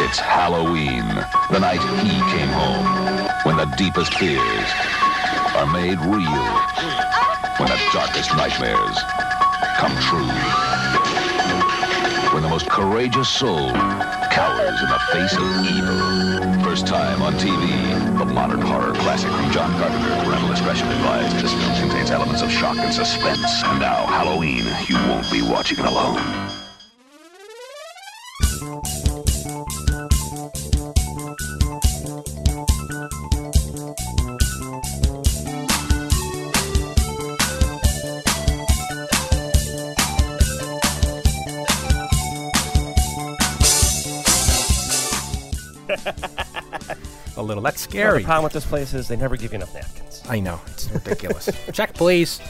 It's Halloween, the night he came home, when the deepest fears are made real, when the darkest nightmares come true, when the most courageous soul cowers in the face of evil. First time on TV, the modern horror classic from John Carpenter. Parental discretion advised. This film contains elements of shock and suspense. And now, Halloween, you won't be watching it alone. a little. That's Now, the scary. problem with this place is they never give you enough napkins. I know it's ridiculous. Check, please.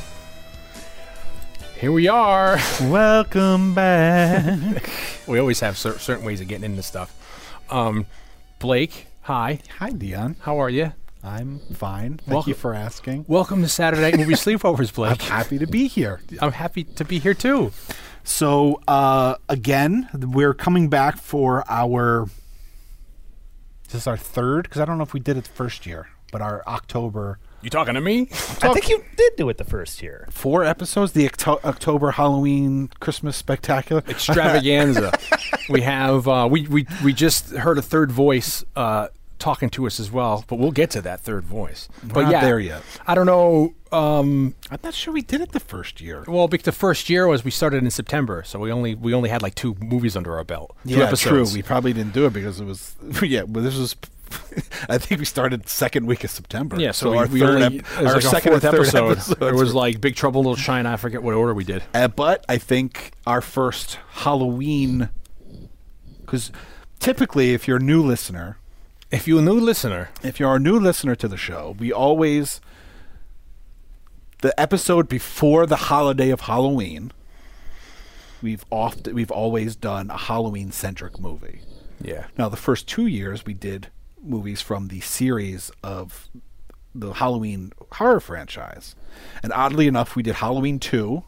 Here we are. Welcome back. We always have cer- certain ways of getting into stuff. Um, Blake, hi. Hi, Dion. How are you? I'm fine. Thank Welcome- you for asking. Welcome to Saturday Night Movie Sleepovers, I'm Blake. happy to be here. I'm happy to be here too. So, uh, again, th- we're coming back for our. This is our third, because I don't know if we did it the first year, but our October. You talking to me? I think you did do it the first year. Four episodes, the Octo- October Halloween Christmas Spectacular. Extravaganza. we have. Uh, we we we just heard a third voice. Uh, Talking to us as well, but we'll get to that third voice. but not yeah, there yet. I don't know. Um, I'm not sure we did it the first year. Well, because the first year was we started in September, so we only we only had like two movies under our belt. Two yeah, episodes. true. We probably didn't do it because it was yeah. But this was, I think we started second week of September. yeah, so, we, our we third, only, ep- it was our like second our fourth and third episode. episode. It was like Big Trouble in Little China. I forget what order we did. Uh, but I think our first Halloween, because typically, if you're a new listener, If you're a new listener, if you're a new listener to the show, we always the episode before the holiday of Halloween. We've often we've always done a Halloween centric movie. yeah, Now, the first two years we did movies from the series of the Halloween horror franchise. And oddly enough, we did Halloween 2.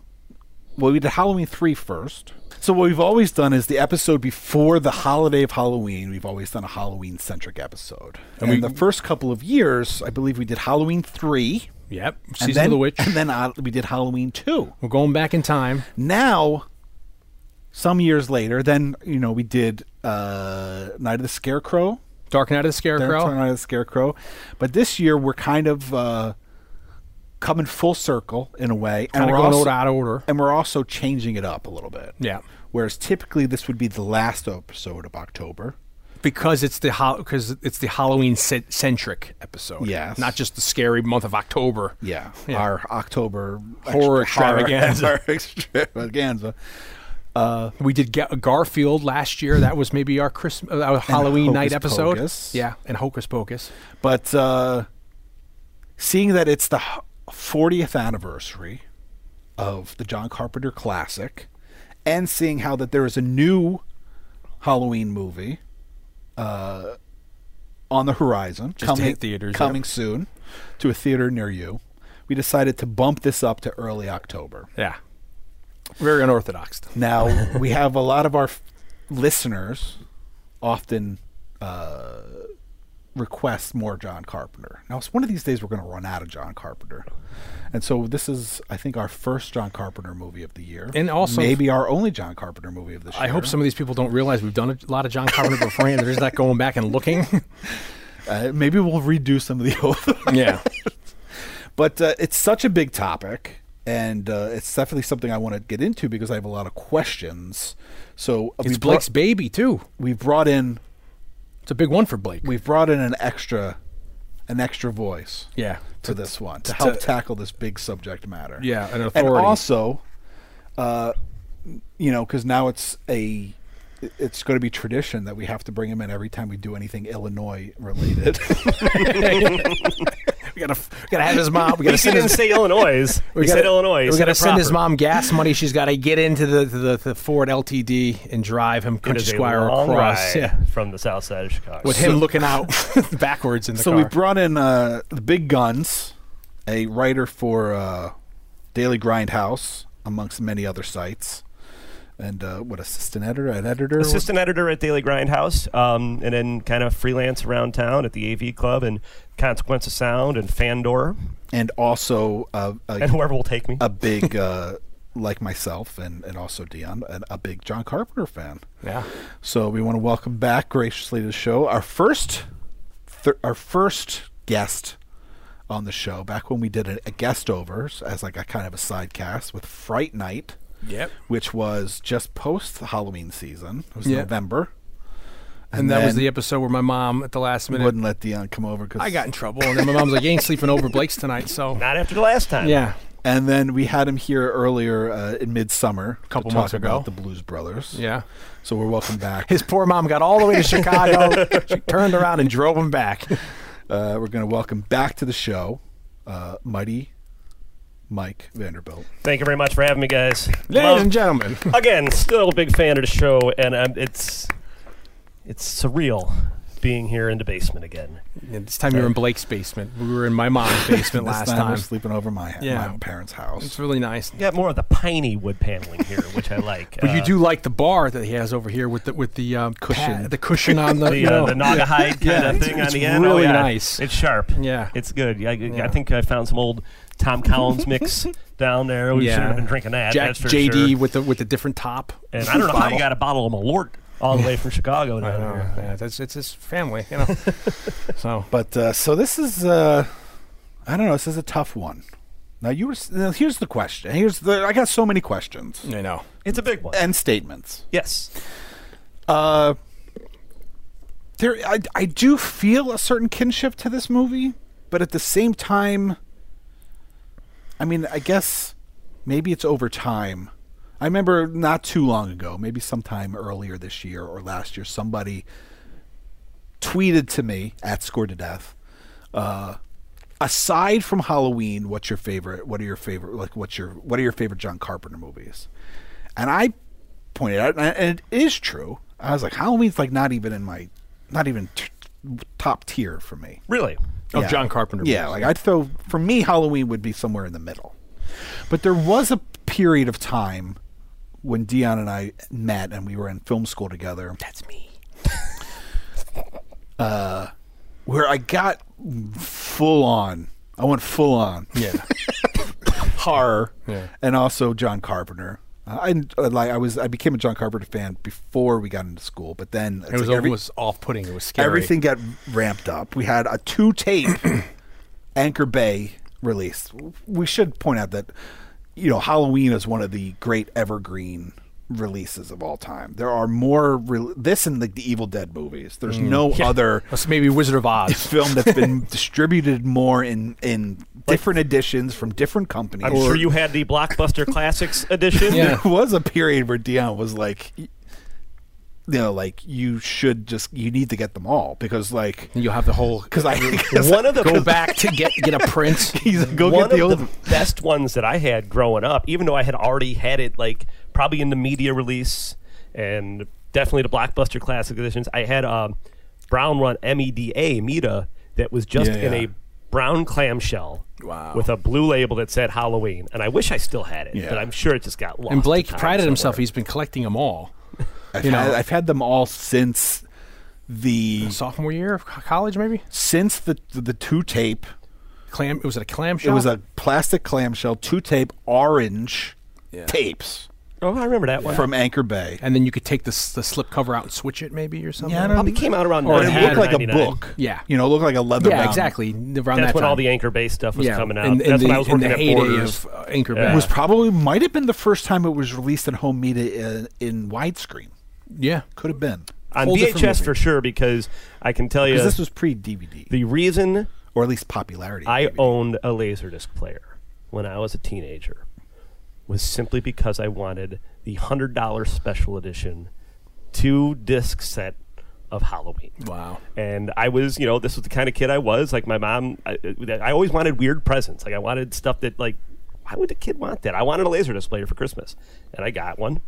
Well, we did Halloween 3 first. So, what we've always done is the episode before the holiday of Halloween, we've always done a Halloween centric episode. And, we- the first couple of years, I believe we did Halloween 3. yep. and Season then, of the Witch. And then uh, we did Halloween 2 We're going back in time. now some years later then you know we did uh night of the scarecrow Dark Knight of the Dark Scarecrow. Knight of the scarecrow but this year we're kind of uh coming full circle in a way Kinda and we're, going also, out of order. and we're also changing it up a little bit Yeah, whereas typically this would be the last episode of october because it's the because it's the Halloween cent- centric episode. Yes. not just the scary month of October. yeah, Yeah. our october Horror extravaganza. horror extravaganza We did Ga- Garfield last year. That was maybe our Christmas, uh, our Halloween night Hocus episode. Pocus. Yeah, and Hocus Pocus. But uh, seeing that it's the h- 40th anniversary of the John Carpenter classic, and seeing how that there is a new Halloween movie uh, on the horizon to hit theaters, yep. coming soon to a theater near you, we decided to bump this up to early October. Yeah, very unorthodox. Now we have a lot of our f- listeners often uh, request more John Carpenter. Now it's one of these days we're going to run out of John Carpenter, and so this is, I think, our first John Carpenter movie of the year, And also- maybe our only John Carpenter movie of this year. I hope some of these people don't realize we've done a lot of John Carpenter before, and they're just not going back and looking. Uh, maybe we'll redo some of the old. yeah, But uh, it's such a big topic, and uh, it's definitely something I want to get into because I have a lot of questions. So uh, it's we brought, Blake's baby too. we brought in It's a big one for Blake. we've brought in an extra an extra voice yeah, to this one to help tackle this big subject matter. Yeah, an And authority. also, uh, you know, because now it's a it's going to be tradition that we have to bring him in every time we do anything Illinois related. we gotta f- we gotta have his mom. We At gotta least he send didn't his. say Illinois. We he said Illinois. He We said gotta it send his proper. mom gas money. She's gotta get into the, the, the Ford LTD and drive him It Country is a Squire long across. ride Yeah, from the south side of Chicago. with him looking out backwards in the so car. we brought in uh, the big guns, a writer for uh, Daily Grindhouse, amongst many other sites, and uh, what assistant editor, an editor, assistant editor at Daily Grindhouse, um, and then kind of freelance around town at the AV Club and Consequence of Sound and Fandor and also uh, and a, whoever will take me. a big uh, like myself and and also Dion, and a big John Carpenter fan. Yeah. So we want to welcome back graciously to the show our first, thir- our first guest on the show. Back when we did a, a guest over s- as like a kind of a side cast with Fright Night, Yep. which was just post Halloween season. It was Yeah. November, And, that was then the episode where my mom at the last minute wouldn't let Dion come over because I got in trouble, and then my mom's like, "You ain't sleeping over Blake's tonight." So Not after the last time. yeah, And then we had him here earlier uh, in midsummer, a Couple to months talk ago. about the Blues Brothers. yeah. So we're welcome back. His poor mom got all the way to Chicago. she turned around and drove him back. Uh, we're going to welcome back to the show, uh, Mighty Mike Vanderbilt. Thank you very much for having me, guys. Ladies Love- and gentlemen, again, still a big fan of the show, and um, it's it's surreal being here in the basement again. Yeah, this time you were in Blake's basement. We were in my mom's basement This last time, we're time. sleeping over my ha- Yeah. my parents' It's house. really nice. You got more of the piney wood paneling here, which I like. But you Uh, do like the bar that he has over here with the with the um, Cushion. pad- the cushion on the, the, you uh, know. the Naga hide kind Yeah, of it's- thing it's on the end. Oh, really yeah. nice. It's sharp. Yeah. it's good. Yeah, I, Yeah. I think I found some old Tom Collins mix down there. We Yeah. should have been drinking that. Jack that's for JD sure. with the with the different top. and I don't know how bottle. you got a bottle of Malort all the way from Chicago I down know. here. Oh, Yeah, that's it's his family, you know. so But uh, so this is, uh, I don't know, this is a tough one. Now you were. s- Now here's the question. Here's the. I got so many questions I know. It's a big one. and statements. yes, Uh, there, I, I do feel a certain kinship to this movie, but at the same time, I mean, I guess maybe it's over time. I remember not too long ago, maybe sometime earlier this year or last year, somebody tweeted to me at Score to Death. Uh, aside from Halloween, what's your favorite? What are your favorite? Like, what's your what are your favorite John Carpenter movies? And I pointed out, and and it is true. I was like, Halloween's like not even in my, not even t- top tier for me. really. Oh, Yeah. John Carpenter. Yeah, movies. like I'd throw for me Halloween would be somewhere in the middle. But there was a period of time when Dion and I met and we were in film school together. That's me. uh where I got full on. I went full on yeah. horror, Yeah. and also John Carpenter. Uh, I uh, like I was I became a John Carpenter fan before we got into school, but then it's It was like every- almost off-putting. It was scary. everything got ramped up. We had a two tape Anchor Bay release. We should point out that you know Halloween is one of the great evergreen releases of all time. There are more re- this and like the Evil Dead movies. Mm. There's no other That's maybe Wizard of Oz. film that's been distributed more in in different editions from different companies. I'm sure you had the blockbuster classics edition. Yeah. there was a period where Dion was like, y- you know, like you should just you need to get them all because like You'll have the whole. because I One of the Go back to get get a print. he's like, go one get the of old the best ones that I had growing up, even though I had already had it like probably in the media release and definitely the blockbuster classic editions. I had um, Brown Run MEDA Mita that was just Yeah, in yeah. a brown clamshell Wow. with a blue label that said Halloween, and I wish I still had it, Yeah. but I'm sure it just got lost. And Blake to time prided himself. somewhere. He's been collecting them all. I've, you know. had, I've had them all since the Sophomore year of co- college, maybe. since the the two tape. Clam. It was it a It clamshell. was a plastic clamshell two tape orange tapes oh, I remember that one. from Anchor Bay. and then you could take the s- the slip cover out and switch it, maybe or something. Yeah, I don't- probably came out around. Or it It 98, looked like a 99. book. Yeah. you know, it looked like a leather. Yeah, bound. exactly. Around That's that when time. all the Anchor Bay stuff was coming out. In, in That's the, when I was in working the at heyday Borders. of uh, Anchor Yeah. Bay. It was probably might have been the first time it was released in home media in, in widescreen. yeah. Could have been on Whole different VHS movie. for sure because I can tell you because this was pre DVD the reason or at least popularity. I DVD. owned a Laserdisc player when I was a teenager was simply because I wanted the hundred dollar special edition two disc set of Halloween. Wow. And I was, you know, this was the kind of kid I was. Like my mom, I, I always wanted weird presents. Like I wanted stuff that, like, why would a kid want that? I wanted a laser display for Christmas, and I got one.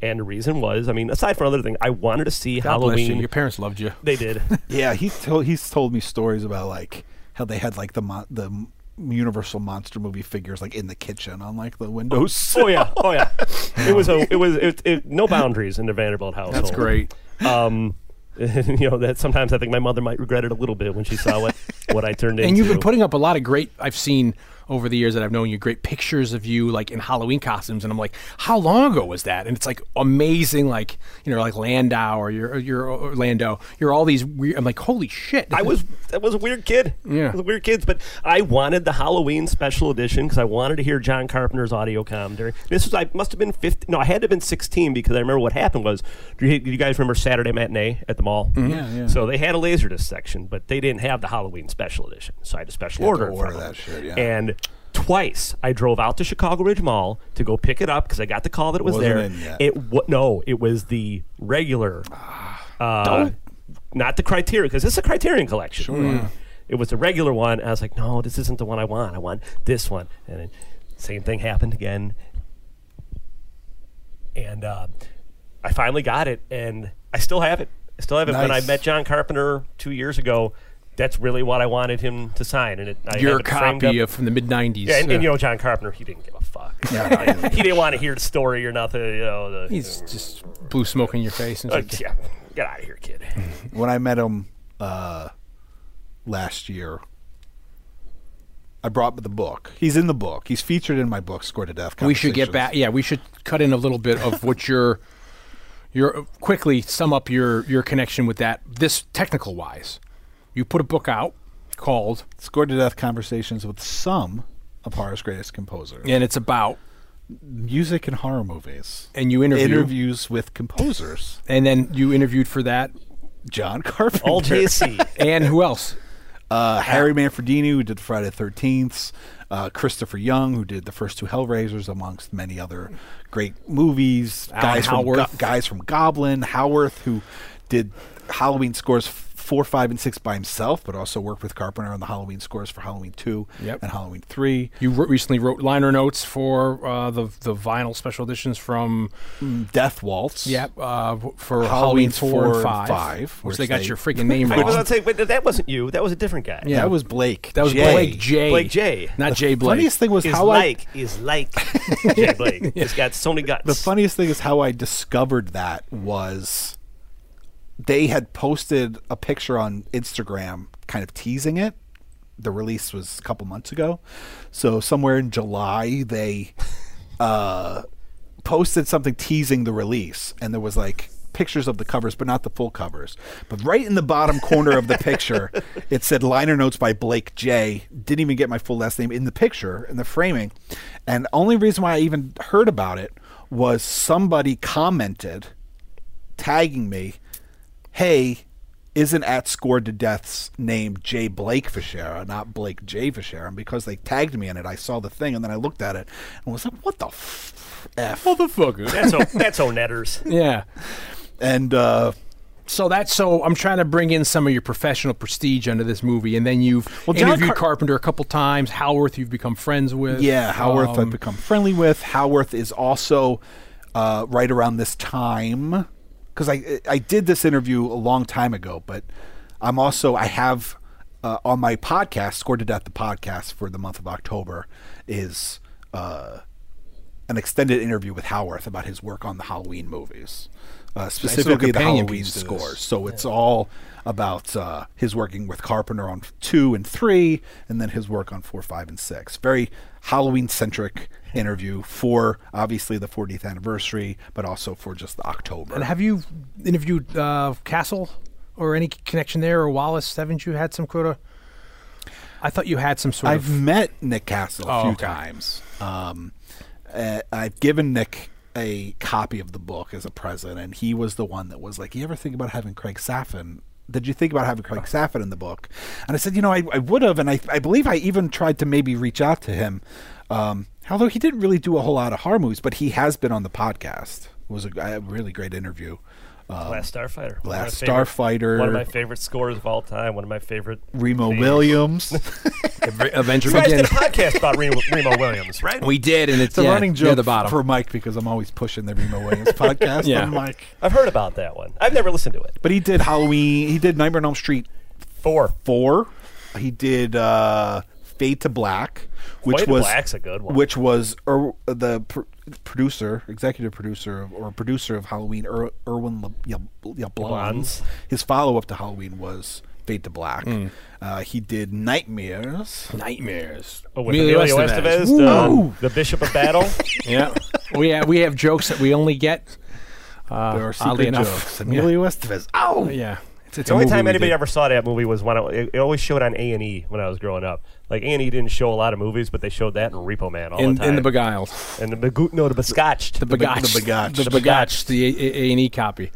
And the reason was, I mean, aside from other things, I wanted to see God Halloween. bless you. Your parents loved you. They did. Yeah, he told he's told me stories about like how they had like the mo- the Universal monster movie figures like in the kitchen on like the windows. Oh yeah, oh yeah. It was a, it was it, it, no boundaries in the Vanderbilt household. That's great. Um, you know that sometimes I think my mother might regret it a little bit when she saw what what I turned into. And you've been putting up a lot of great. I've seen over the years that I've known you great pictures of you like in Halloween costumes, and I'm like, how long ago was that? And it's like amazing, like you know, like Landau or your your Orlando. You're all these weird. I'm like, holy shit! I was I was a weird kid. Yeah. I was a weird kid. But I wanted the Halloween special edition because I wanted to hear John Carpenter's audio commentary. This was I must have been 15. No, I had to have been 16 because I remember what happened was. Do you, do you guys remember Saturday matinee at the mall? Yeah, yeah. So they had a laserdisc section, but they didn't have the Halloween special edition. So I had to special You had to order, it order from that them. shit, yeah. And twice I drove out to Chicago Ridge Mall to go pick it up because I got the call that it was Wasn't there. in yet. It wa- no, it was the regular, Ah. uh, not the Criterion because it's a Criterion collection. Mm. It was the regular one. And I was like, no, this isn't the one I want. I want this one. And then same thing happened again. And uh, I finally got it, and I still have it. I still have it. When I Nice. met John Carpenter two years ago, that's really what I wanted him to sign, and it, I Your have it framed up. copy of from the mid '90s. Yeah, and, and you know John Carpenter, he didn't give a fuck. he didn't want to hear the story or nothing. You know, the, he's just blew smoke in your face. And uh, it's like, yeah, get out of here, kid. when I met him uh, last year, I brought the book. He's in the book. He's featured in my book, Score to Death. we should get Conversations. back. Yeah, we should cut in a little bit of what your your quickly sum up your your connection with that. This technical wise, you put a book out called, Score to Death Conversations with some of horror's greatest composers. and it's about, Music and horror movies. and you interview, Interviews with composers. and then you interviewed for that, John Carpenter. All JC. and who else? uh, Harry Manfredini, who did Friday the 13th, uh, Christopher Young, who did the first two Hellraisers, amongst many other great movies. Alan guys, from Go- Howarth. guys from Goblin, Howarth, who did Halloween scores f- four, five, and six by himself, but also worked with Carpenter on the Halloween scores for Halloween 2 Yep. and Halloween 3. You wrote, recently wrote liner notes for uh, the the vinyl special editions from Death Waltz. yeah uh, w- for Halloween, Halloween four, and five, which, which they got they- your freaking name I was about wrong. to say, wait, that wasn't you. That was a different guy. Yeah. That was Blake. That was Jay. Blake J. Blake J. not Jay The Blake. funniest thing was Is how I like is like Jay Blake. He's got so many guts. the funniest thing is how I discovered that was they had posted a picture on Instagram kind of teasing it. The release was a couple months ago. So somewhere in July they uh posted something teasing the release and there was like pictures of the covers but not the full covers. But right in the bottom corner of the picture it said liner notes by Blake J. Didn't even get my full last name in the picture in the framing. And only reason why I even heard about it was somebody commented tagging me, hey, isn't at scored to death's name Jay Blake Vachera, not Blake J Vachera? And because they tagged me in it, I saw the thing and then I looked at it and was like, what the f? f? motherfucker. That's o, that's o netters. yeah. And uh, So that's so I'm trying to bring in some of your professional prestige under this movie, and then you've Well, John interviewed Car- Carpenter a couple times. Howarth, you've become friends with. yeah, Howarth Um, I've become friendly with. Howarth is also uh, right around this time because I I did this interview a long time ago, but I'm also I have uh, on my podcast Scored to Death the podcast for the month of October is uh, an extended interview with Howarth about his work on the Halloween movies, uh, specifically the companion Halloween piece to this. scores. So it's all about uh, his working with Carpenter on two and three, and then his work on four, five, and six. Very Halloween centric interview for obviously the 40th anniversary, but also for just the October. And have you interviewed uh, Castle or any connection there or Wallace? Haven't you had some quota? I thought you had some sort I've of. met Nick Castle a Oh, few okay. times. Um, uh, I've given Nick a copy of the book as a present, and he was the one that was like, "You ever think about having Craig Saffin? Did you think about having Craig Saffin in the book?" And I said, "You know, I, I would have, and I, I believe I even tried to maybe reach out to him. Um, although he didn't really do a whole lot of horror movies, but he has been on the podcast. It was a, g- a really great interview. Um, Last Starfighter. One of my Last favorite- Starfighter. One of my favorite scores of all time. One of my favorite. Remo favorite- Williams." Avenger You guys Begin. did a podcast about Remo, Remo Williams, right? We did, and it's It's a yeah, running near joke the bottom. for Mike because I'm always pushing the Remo Williams podcast Yeah. on Mike. I've heard about that one. I've never listened to it. But he did Halloween. He did Nightmare on Elm Street Four. four. He did uh, Fade to Black, which Fade to was Black's a good one. Which was er, the pr- producer, executive producer of, or producer of Halloween, er, Erwin Le, yeah, yeah, Blondes. His follow up to Halloween was Fade to Black. Mm. Uh, he did Nightmares. Nightmares. Oh, with Emilio Estevez, the, the Bishop of Battle. Yeah. we have we have jokes that we only get. Uh, There are oddly secret enough, jokes. Emilio Estevez. Oh, Yeah. yeah. It's, it's The a only movie time we anybody did. ever saw that movie was when I, it, it always showed on A and E when I was growing up. Like A and E didn't show a lot of movies, but they showed that in Repo Man all in, the time. in the beguiled, and the Begu- no, the Bescotched. the beguiled, the Begotched. the beguiled, the A and E copy.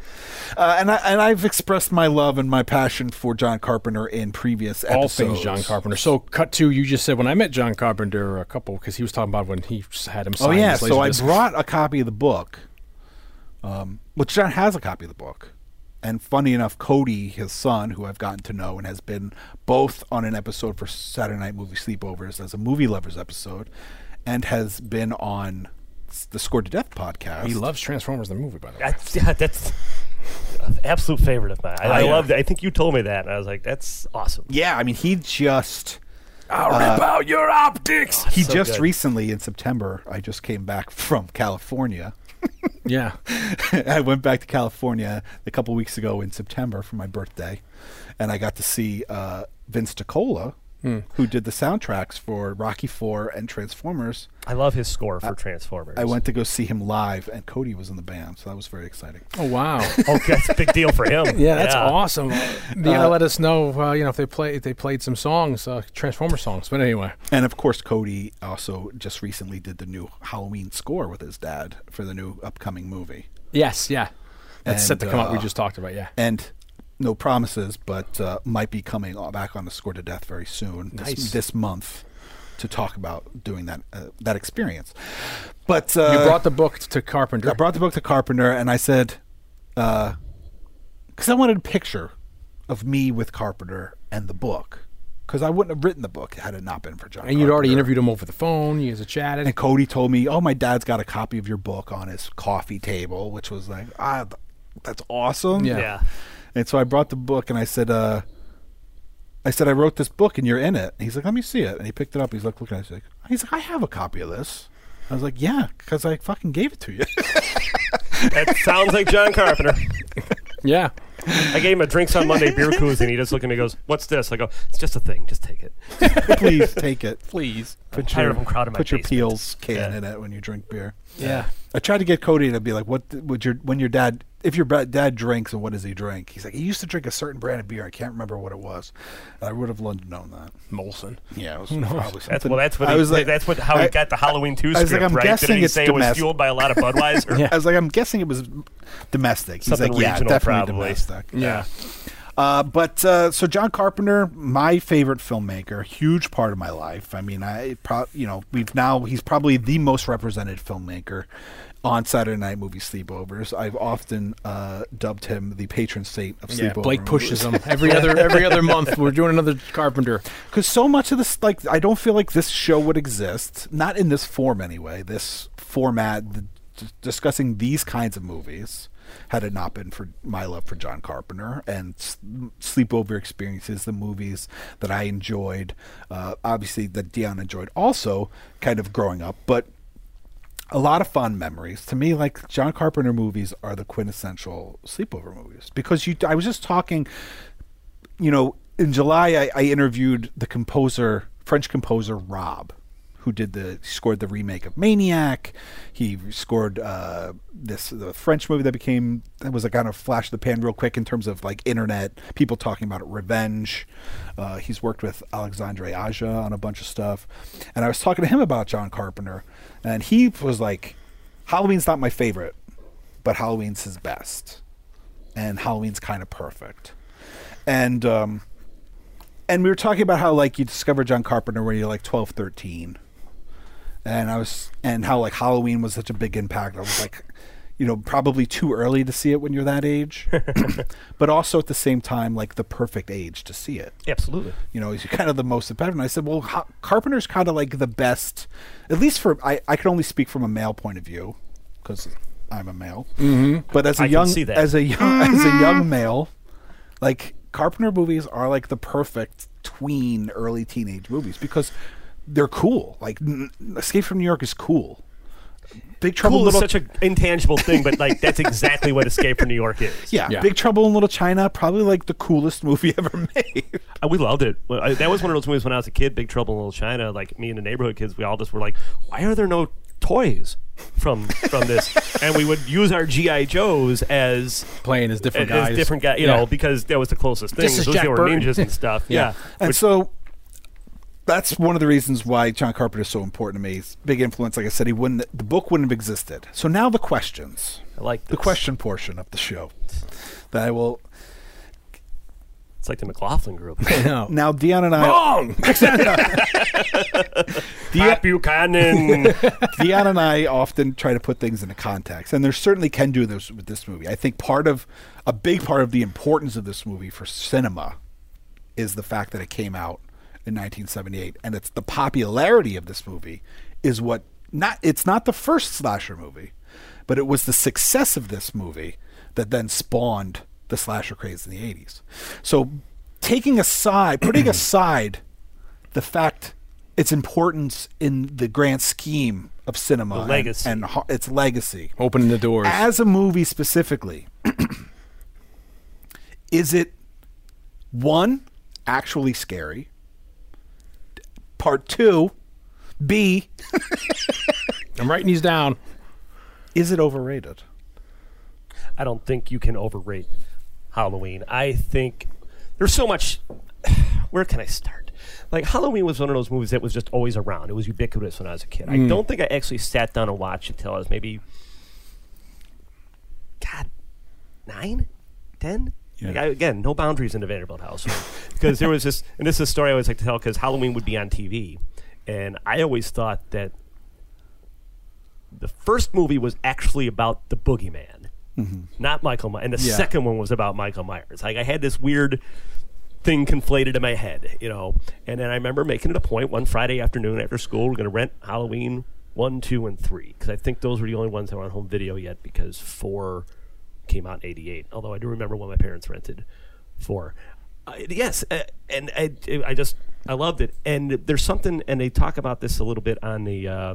Uh, and I and I've expressed my love and my passion for John Carpenter in previous all episodes. things John Carpenter. So, cut to you just said when I met John Carpenter a couple because he was talking about when he s- had him. Sign Oh yeah, his so I Laserdisc. brought a copy of the book, um, which John has a copy of the book, and funny enough, Cody, his son, who I've gotten to know and has been both on an episode for Saturday Night Movie Sleepovers as a movie lovers episode, and has been on s- the Score to Death podcast. He loves Transformers the movie, by the way. That's, yeah, that's an absolute favorite of mine. I, I uh, yeah. love that. I think you told me that, and I was like, that's awesome. yeah, I mean, he just. I'll rip out your optics. He so just good. recently in September. I just came back from California. yeah, I went back to California a couple weeks ago in September for my birthday, and I got to see uh, Vince DiCola, Hmm. who did the soundtracks for Rocky Four and Transformers. I love his score for Transformers. I went to go see him live, and Cody was in the band, so that was very exciting. Oh wow. Oh, that's a big deal for him. Yeah, that's awesome. You gotta let us know, uh, you know, if they play if they played some songs, uh, Transformer songs. But anyway, And of course, Cody also just recently did the new Halloween score with his dad for the new upcoming movie. yes, yeah, that's set And, to come out. We uh, just talked about, yeah. and no promises, but uh, might be coming o- back on the score to death very soon this, Nice. this month to talk about doing that uh, that experience. But uh, You brought the book to Carpenter. I brought the book to Carpenter, and I said, because I wanted a picture of me with Carpenter and the book, because I wouldn't have written the book had it not been for John. and you'd already Carpenter. interviewed him over the phone. You guys had chatted. And Cody told me, "Oh, my dad's got a copy of your book on his coffee table," which was like, "Ah, th- that's awesome." Yeah. Yeah. And so I brought the book and I said, uh, I said, I wrote this book and you're in it. And he's like, let me see it. And he picked it up. He's like, looking at it. He's like, he's like I have a copy of this. I was like, yeah, because I fucking gave it to you. That sounds like John Carpenter. yeah, I gave him a drinks on Monday beer koozie, and he just looked at me and goes, What's this? I go, It's just a thing. Just take it. Please take it. please. Put tired your, of them crowding my put your basement. peels can Yeah. in it when you drink beer. Yeah. I tried to get Cody to be like, what th- would your, when your dad, if your bra- dad drinks and what does he drink? He's like, he used to drink a certain brand of beer. I can't remember what it was. I would have loved known that. Molson. Yeah, it was probably That's, something. well, that's what I he, was like- that's what how I- he got the Halloween two I was script, like, I'm right? guessing Did he it's say it was domestic. fueled by a lot of Budweiser? Yeah. I was like, I'm guessing it was domestic. He's Something like, yeah, regional, definitely probably. domestic. Yeah. Uh, but uh, so John Carpenter, my favorite filmmaker, huge part of my life. I mean, I pro- you know we've now he's probably the most represented filmmaker on Saturday Night Movie Sleepovers. I've often uh, dubbed him the patron saint of Yeah, sleepovers. Blake pushes him every other every other month. We're doing another Carpenter. because so much of this like i don't feel like this show would exist not in this form anyway this format the, d- discussing these kinds of movies had it not been for my love for john carpenter and s- sleepover experiences the movies that i enjoyed uh, obviously that dion enjoyed also kind of growing up but a lot of fond memories to me like john carpenter movies are the quintessential sleepover movies because you i was just talking you know, in July, I, I interviewed the composer, French composer Rob, who did the scored the remake of Maniac. He scored uh, this the French movie that became that was a kind of flash of the pan real quick in terms of like internet people talking about it, Revenge. Uh, he's worked with Alexandre Aja on a bunch of stuff, and I was talking to him about John Carpenter, and he was like, "Halloween's not my favorite, but Halloween's his best." and Halloween's kind of perfect. And um, and we were talking about how like you discover John Carpenter when you're like 12, 13. And I was and how like Halloween was such a big impact. I was like, you know, probably too early to see it when you're that age, but also at the same time like the perfect age to see it Absolutely. you know, he's kind of the most competitive. And I said, well, ho- Carpenter's kind of like the best, at least for I, I can only speak from a male point of view because I'm a male. Mm-hmm. But as a I can young see that. as a young as a young male, like Carpenter movies are like the perfect tw- tween, early teenage movies because they're cool. Like n- Escape from New York is cool. Big Trouble Cool in is Little such an intangible thing, but like that's exactly what Escape from New York is. yeah, Yeah. Big Trouble in Little China, probably like the coolest movie ever made. Uh, we loved it. Well, I, that was one of those movies when I was a kid, Big Trouble in Little China. Like me and the neighborhood kids, we all just were like, "Why are there no toys from from this?" and we would use our GI Joes as Playing as different as guys. different guys, you Yeah. know, because that was the closest thing. This is Those Jack were Burton. ninjas and stuff. yeah. And Which- so that's one of the reasons why John Carpenter is so important to me. He's a big influence, like I said, he wouldn't the book wouldn't have existed. So now the questions. I like The this. question portion of the show. That I will It's like the McLaughlin group. No. now Dion and I Oh, Wrong. Pat Buchanan. Dion and I often try to put things into context, and there certainly can do this with this movie. I think part of a big part of the importance of this movie for cinema is the fact that it came out in 1978, and it's the popularity of this movie is what not it's not the first slasher movie, but it was the success of this movie that then spawned the slasher craze in the 80s. So, taking aside, putting aside the fact its importance in the grand scheme of cinema and- legacy. and, ho- its legacy Opening the doors. as a movie specifically is it one actually scary part 2 b I'm writing these down. is it overrated I don't think you can overrate Halloween. I think there's so much. Where can I start? Like Halloween was one of those movies that was just always around. It was ubiquitous when I was a kid. I don't think I actually sat down and watched it till I was maybe, God, nine, ten. Like, I, again, no boundaries in the Vanderbilt household because there was this, and this is a story I always like to tell because Halloween would be on TV, and I always thought that the first movie was actually about the boogeyman, not Michael Myers. And the second one was about Michael Myers. Like I had this weird thing conflated in my head, you know. And then I remember making it a point one Friday afternoon after school, we're going to rent Halloween one, two, and three because I think those were the only ones that were on home video yet because four came out in '88. Although I do remember when my parents rented four. Uh, yes, uh, and I, I just I loved it. And there's something, and they talk about this a little bit on the. Uh,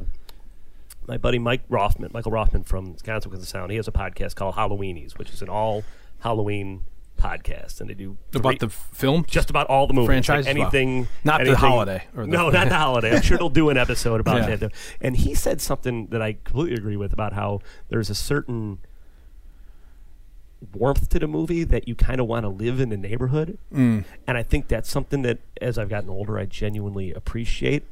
my buddy Mike Rothman, Michael Rothman from Consequence of Sound, he has a podcast called Halloweenies, which is an all Halloween podcast, and they do About three- the film? just about all the movies, Franchises? like anything, Wow. Not the anything- holiday or the- no, not the holiday. I'm sure they'll do an episode about Yeah. that. And he said something that I completely agree with about how there's a certain warmth to the movie that you kind of want to live in the neighborhood. And I think that's something that, as I've gotten older, I genuinely appreciate.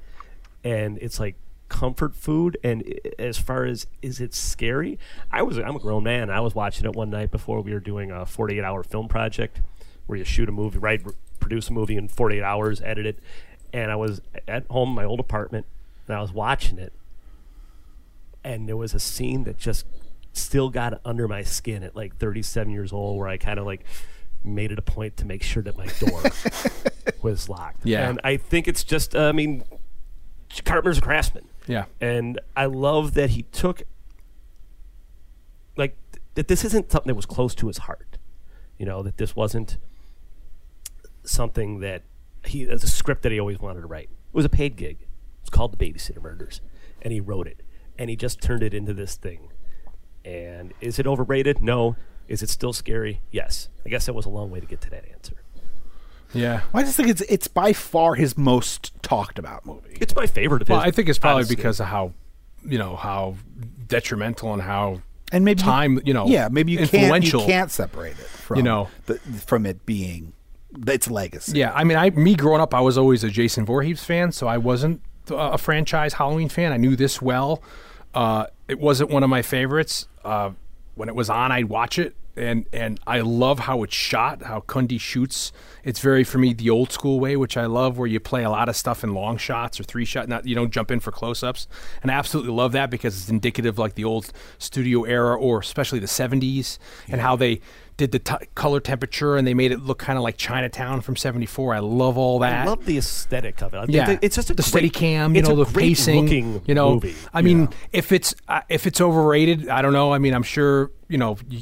And it's like comfort food. And i- as far as is it scary? I was I'm a grown man. I was watching it one night before we were doing a 48 hour film project where you shoot a movie, right? r- Produce a movie in 48 hours, edit it. And I was at home in my old apartment, and I was watching it and there was a scene that just still got under my skin at like 37 years old where i kind of like made it a point to make sure that my door was locked Yeah. and i think it's just uh, i mean carpenter's a craftsman Yeah. and i love that he took like th- that this isn't something that was close to his heart you know that this wasn't something that he it's a script that he always wanted to write. It was a paid gig. It's called The Babysitter Murders, and he wrote it, and he just turned it into this thing. And is it overrated? No. Is it still scary? Yes. I guess that was a long way to get to that answer. Yeah. Well, I just think it's it's by far his most talked about movie. It's my favorite of his. Well, I think it's probably honestly. because of how, you know, how detrimental and how And maybe time, you know, yeah, maybe you can't you influential. can't separate it from You know. the, from it being its legacy. Yeah, I mean, I me growing up, I was always a Jason Voorhees fan, so I wasn't uh, a franchise Halloween fan. I knew this well. Uh, it wasn't one of my favorites. Uh, when it was on, I'd watch it, and and I love how it's shot, how Cundy shoots. It's very for me the old school way, which I love, where you play a lot of stuff in long shots or three shot, not you don't jump in for close ups, and I absolutely love that because it's indicative like the old studio era or especially the '70s and how they did the t- color temperature and they made it look kind of like Chinatown from '74. I love all that. I love the aesthetic of it. I think yeah, that it's just a the steady great, cam, you it's know, a the great pacing, looking you know. movie. I mean, if it's uh, if it's overrated, I don't know. I mean, I'm sure uh, you know you,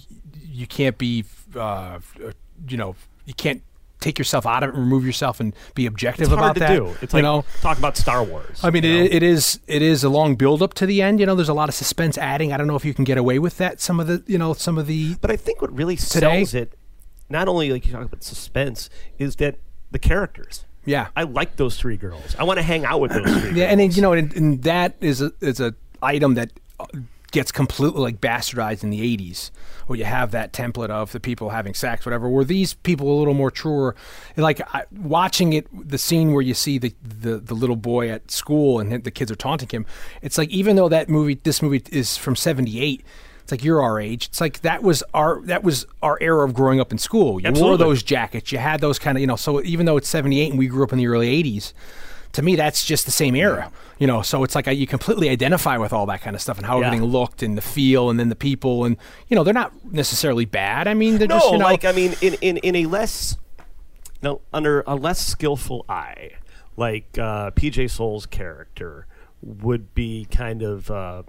you can't be, uh, you know, you can't take yourself out of it, remove yourself, and be objective It's hard about to that. do. It's you like know, talk about Star Wars. I mean, you know? it, it is it is a long build up to the end. You know, there's a lot of suspense adding. I don't know if you can get away with that. Some of the you know some of the But I think what really Today- sells it, not only like you talk about suspense, is that the characters. Yeah. I like those three girls. I want to hang out with those three. Yeah, and girls. it, you know, and, and that is a is a item that uh, gets completely like bastardized in the '80s, where you have that template of the people having sex, whatever. Were these people a little more truer? And, Like I, watching it, the scene where you see the, the the little boy at school and the kids are taunting him. It's like even though that movie, this movie is from '78. It's like you're our age. It's like that was our that was our era of growing up in school. You wore Absolutely. those jackets. You had those kind of, you know, so even though it's 78 and we grew up in the early 80s, to me, that's just the same era, you know. So it's like I, you completely identify with all that kind of stuff and how Yeah. everything looked and the feel and then the people and you know they're not necessarily bad. I mean, they're no, just you know, like uh, I mean, in, in, in a less, no, under a less skillful eye, like uh, PJ Soul's character would be kind of uh,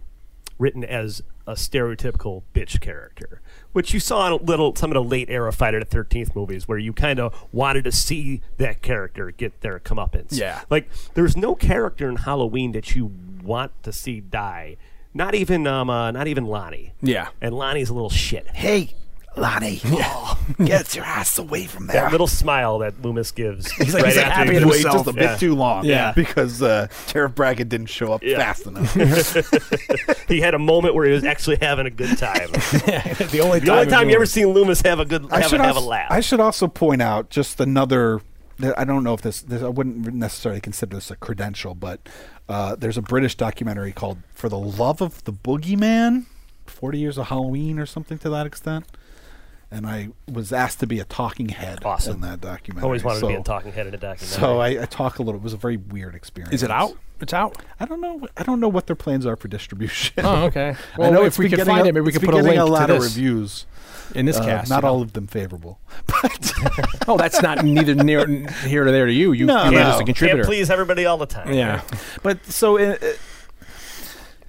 written as a stereotypical bitch character, which you saw in a little some of the late era Fighter the Thirteenth movies, where you kind of wanted to see that character get their comeuppance. Yeah. like there's no character in Halloween that you want to see die. Not even um, uh, not even Lonnie. Yeah. and Lonnie's a little shit. Hey, Lonnie, get your ass away from there. that little smile that Loomis gives. He's like- he's like happy Wait to just himself. a bit too long. Yeah. Because uh, Tariff Brackett didn't show up Yeah. fast enough. He had a moment where he was actually having a good time. the only the only time you ever seen Loomis have a good have, a, have a also- laugh. I should also point out just another. th- I don't know if this, this I wouldn't necessarily consider this a credential, but uh, there's a British documentary called "For the Love of the Boogeyman," forty years of Halloween or something to that extent. And I was asked to be a talking head Awesome. in that documentary. Always wanted so, to be a talking head in a documentary. So I, I talk a little. It was a very weird experience. Is it out? It's out. I don't know. I don't know what their plans are for distribution. Oh, okay. I Well, know if it's we been can getting find a- it, maybe we it's can been put a getting link a lot to of this reviews. in this Uh, cast. not you know. all of them favorable, but Oh, that's not neither near here or there to you. You No, you no. were just a Can't contributor. Can't please everybody all the time. yeah. but so uh, uh,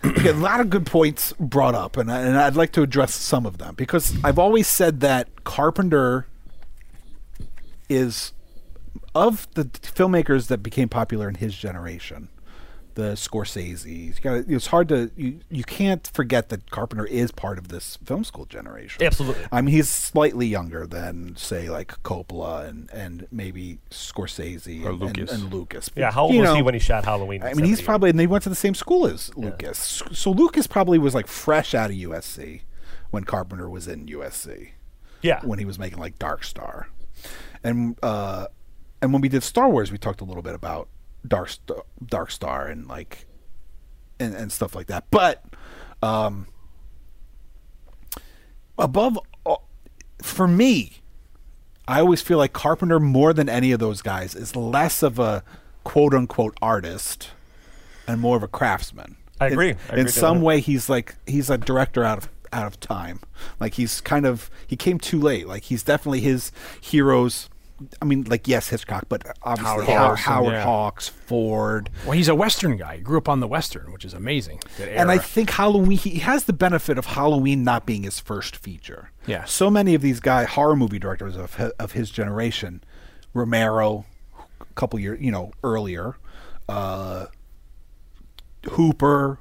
okay, a lot of good points brought up, and, I, and I'd like to address some of them because I've always said that Carpenter is of the t- filmmakers that became popular in his generation. The Scorsese. It's, gotta, it's hard to you, you can't forget that Carpenter is part of this film school generation. Absolutely. I mean, he's slightly younger than, say, like Coppola and, and maybe Scorsese or and, Lucas. And, and Lucas. Yeah, how old You was know, he when he shot Halloween? I mean, he's 78? probably, and they went to the same school as Lucas. So Lucas probably was like fresh out of USC when Carpenter was in USC yeah. when he was making like Dark Star, and uh, and when we did Star Wars, we talked a little bit about Dark Star, Dark Star, and like, and and stuff like that. But um, above, all, for me, I always feel like Carpenter more than any of those guys is less of a quote unquote artist and more of a craftsman. I agree. In, I agree in with some that. way, he's like he's a director out of out of time. Like he's kind of he came too late. Like he's definitely his heroes. I mean, like yes, Hitchcock, but obviously Howard, Howard, Hawks and- yeah. Hawks, Ford, Well, he's a Western guy. He grew up on the Western, which is amazing. That and I era. think Halloween he has the benefit of Halloween not being his first feature. Yeah. So many of these guy horror movie directors of hi- of his generation, Romero, a couple years you know earlier, uh, Hooper,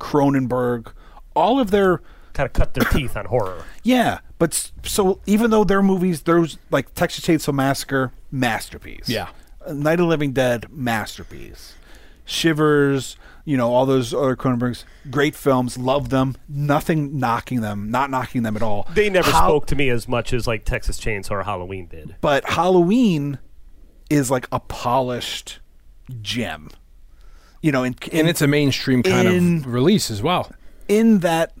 Cronenberg, all of their kind of cut their teeth on horror. yeah. But s- so even though their movies, there's like Texas Chainsaw Massacre, masterpiece. Yeah. Uh, Night of the Living Dead, masterpiece. Shivers, you know, all those other Cronenbergs, great films, love them. Nothing knocking them, not knocking them at all. They never How- spoke to me as much as like Texas Chainsaw or Halloween did. But Halloween is like a polished gem. You know, in, in and it's a mainstream kind In- of release as well. in that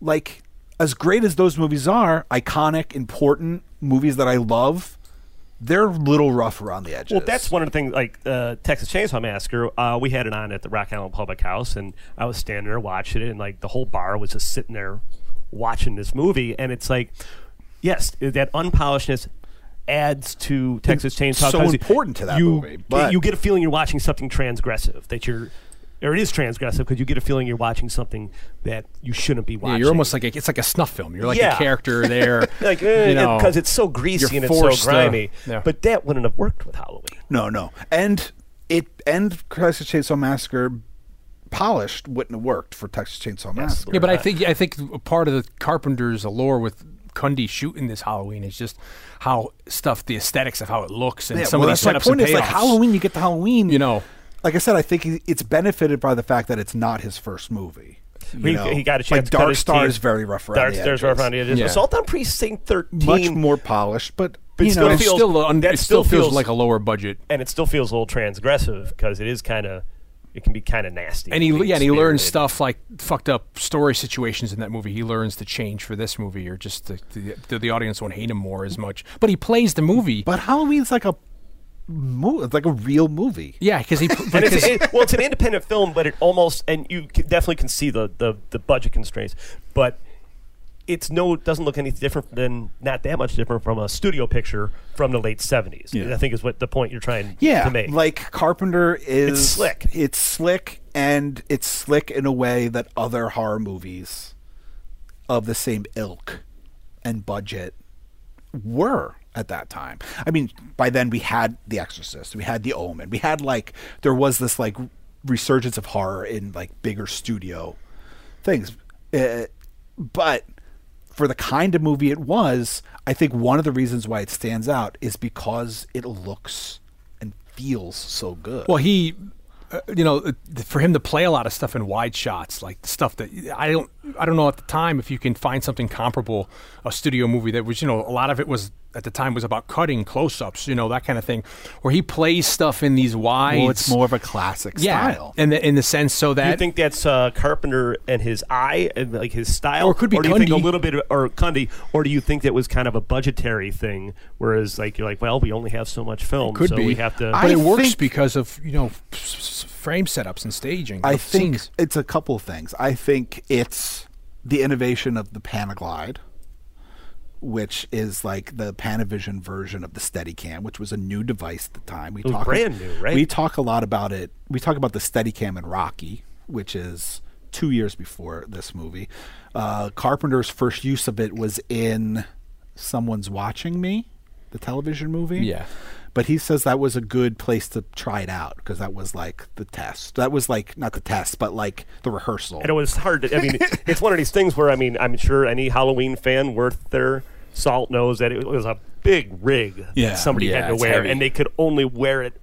like as great as those movies are iconic important movies that i love they're a little rougher on the edges Well, that's one of the things. Like uh, Texas Chainsaw Massacre, uh, we had it on at the Rock Island Public House, and I was standing there watching it, and like the whole bar was just sitting there watching this movie, and it's like, yes, that unpolishedness adds to Texas Chainsaw. so Massacre. important to that you, movie, but- you get a feeling you're watching something transgressive that you're. or it is transgressive because you get a feeling you're watching something that you shouldn't be watching. Yeah, you're almost like a, it's like a snuff film. You're like Yeah. a character there, like you know, because it's so greasy you're and it's so forced to- grimy. yeah. But that wouldn't have worked with Halloween. No, no. And it and Texas Chainsaw Massacre polished wouldn't have worked for Texas Chainsaw Massacre. Yeah, but I think I think part of the Carpenter's allure with Cundy shooting this Halloween is just how stuff the aesthetics of how it looks and Yeah, some well, of these that's my setups point. and Is like payoffs. Halloween, you get the Halloween. You know. like I said, I think he- it's benefited by the fact that it's not his first movie. You He, know? he got a Like chance. to cut Dark his Star teeth. is very rough around Dark the Star is rough edges. around the edges. Yeah. Assault on Precinct Thirteen, Much more polished, but, But you still know, it's feels- still uh, un- that it still still feels, feels- like a lower budget. and it still feels a little transgressive because it is kind of, it can be kind of nasty. And he being yeah, and he learns spirited. stuff like fucked up story situations in that movie. He learns to change for this movie, or just the the, the, the audience won't hate him more as much. But he plays the movie. but Halloween's like a mo- it's like a real movie. yeah, because he And it's, because it, well, it's an independent film, but it almost and you c- definitely can see the, the the budget constraints, but it's no it doesn't look any different than not that much different from a studio picture from the late seventies. Yeah. I think is what the point you're trying Yeah, to make. like Carpenter is slick. It's slick, and it's slick in a way that other horror movies of the same ilk and budget were at that time. I mean, by then we had The Exorcist, we had The Omen, we had like there was this like resurgence of horror in like bigger studio things, Uh, but for the kind of movie it was, I think one of the reasons why it stands out is because it looks and feels so good. Well, he, uh, you know, uh, for him to play a lot of stuff in wide shots, like stuff that I don't, I don't know at the time if you can find something comparable, a studio movie that was, you know, a lot of it was at the time was about cutting close-ups, you know, that kind of thing, where he plays stuff in these wide. Well, it's more of a classic yeah, style. in the in the sense so Do that you think that's uh, Carpenter and his eye and like his style, Or it could be or do you think a Cundy. little bit, of, or Cundy, or do you think that was kind of a budgetary thing? Whereas, like you're like, well, we only have so much film, could so be we have to. but I it works think- because of you know s- s- frame setups and staging. I of think scenes. it's a couple of things. I think it's the innovation of the Panaglide, which is like the Panavision version of the Steadicam, which was a new device at the time. We was talk brand new, right? We talk a lot about it. We talk about the Steadicam in Rocky, which is two years before this movie. Uh, Carpenter's first use of it was in Someone's Watching Me, the television movie. Yeah. But he says that was a good place to try it out because that was like the test. That was like not the test, but like the rehearsal. and it was hard to. I mean, it's one of these things where I mean, I'm sure any Halloween fan worth their salt knows that it was a big rig that Yeah. somebody Yeah, had to it's wear, heavy. and they could only wear it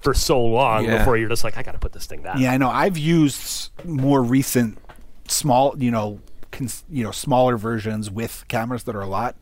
for so long Yeah. before you're just like, I got to put this thing down. Yeah, I know. I've used s- more recent, small, you know, cons- you know, smaller versions with cameras that are a lot,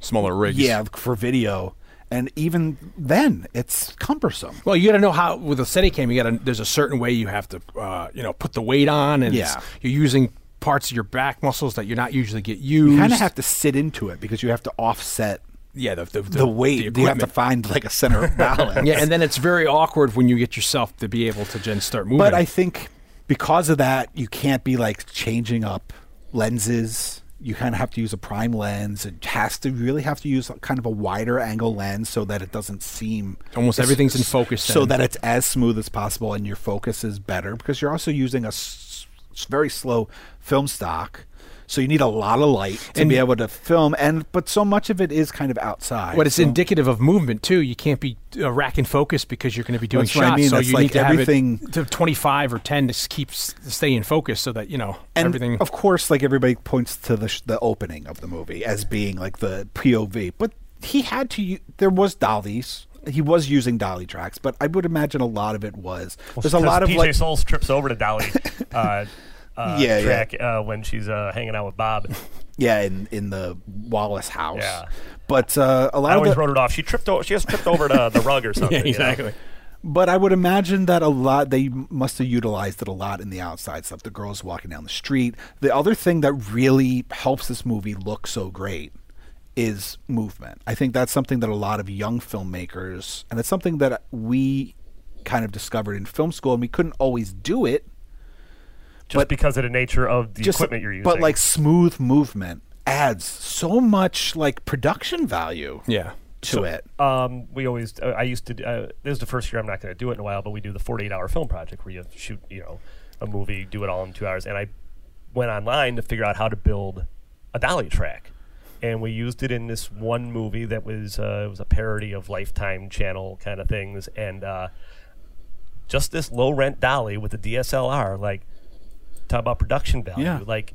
smaller rigs. yeah, for video. And even then, it's cumbersome. Well, you got to know how with a Steadicam, you got to. There's a certain way you have to, uh, you know, put the weight on, and it's- Yeah. you're using parts of your back muscles that you're not usually get used. You kind of have to sit into it because you have to offset yeah, the, the, the, the, weight. you have to equipment. find like a center of balance. yeah, and then it's very awkward when you get yourself to be able to then start moving. But I think because of that, you can't be like changing up lenses. You kind of have to use a prime lens. It has to you really have to use kind of a wider angle lens so that it doesn't seem Almost as- everything's in focus So then. that it's as smooth as possible and your focus is better because you're also using a s- s- very slow film stock. So you need a lot of light to And- be able to film, and but so much of it is kind of outside. but it's so- indicative of movement too. You can't be uh, rack and focus because you're going to be doing That's what shots. I mean. So That's you like need to everything- have it to 25 or 10 to s- keep s- stay in focus so that you know and everything. Of course, like everybody points to the sh- the opening of the movie as being like the POV, but he had to. U- there was dollies. He was using dolly tracks, but I would imagine a lot of it was. There's a Because lot of PJ like Souls trips over to Dolly. Uh, Uh, Yeah, yeah. track Uh, when she's uh, hanging out with Bob. yeah, in in the Wallace house. Yeah. But uh, a I lot of always the, wrote it off. She tripped. O- she just tripped over to the rug or yeah, something. you know? exactly. But I would imagine that a lot they must have utilized it a lot in the outside stuff. The girls walking down the street. The other thing that really helps this movie look so great is movement. I think that's something that a lot of young filmmakers and it's something that we kind of discovered in film school and we couldn't always do it Just because of the nature of the equipment you're using. But like smooth movement adds so much like production value Yeah. to it. Um, we always uh, I used to do- uh, this is the first year I'm not going to do it in a while, but we do the 48 hour film project where you shoot you know a movie, do it all in two hours, and I went online to figure out how to build a dolly track, and we used it in this one movie that was uh, it was a parody of Lifetime Channel kind of things, and uh, just this low rent dolly with a DSLR like talk about production value. Yeah. Like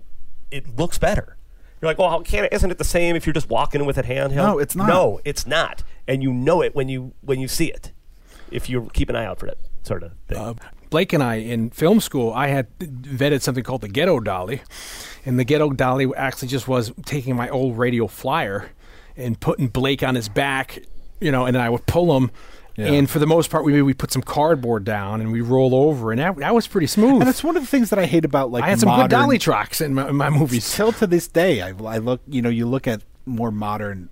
it looks better. You're like, well, how can it? Isn't it the same if you're just walking with it handheld? No, it's not. No, it's not. And you know it when you when you see it. If you keep an eye out for that sort of thing. Uh, Blake and I in film school, I had vetted something called the ghetto dolly, and the ghetto dolly actually just was taking my old radio flyer and putting Blake on his back, you know, and then I would pull him. And for the most part, we we put some cardboard down and we roll over, and that, that was pretty smooth. And that's one of the things that I hate about like I had some modern, good dolly tracks in my, in my movies. Still to this day, I, I look. You know, you look at more modern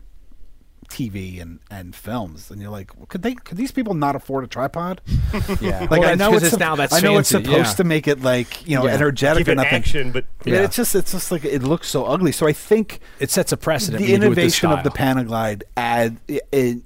TV and, and films, and you're like, well, could they? Could these people not afford a tripod? Yeah, Like I know it's, it's sup- now that's I know it's fancy, supposed yeah. to make it like you know Yeah. energetic Keep or it nothing. action, but Yeah. Yeah. it's just it's just like it looks so ugly. So I think It sets a precedent. the when you do it this innovation of the style. Panaglide add it, it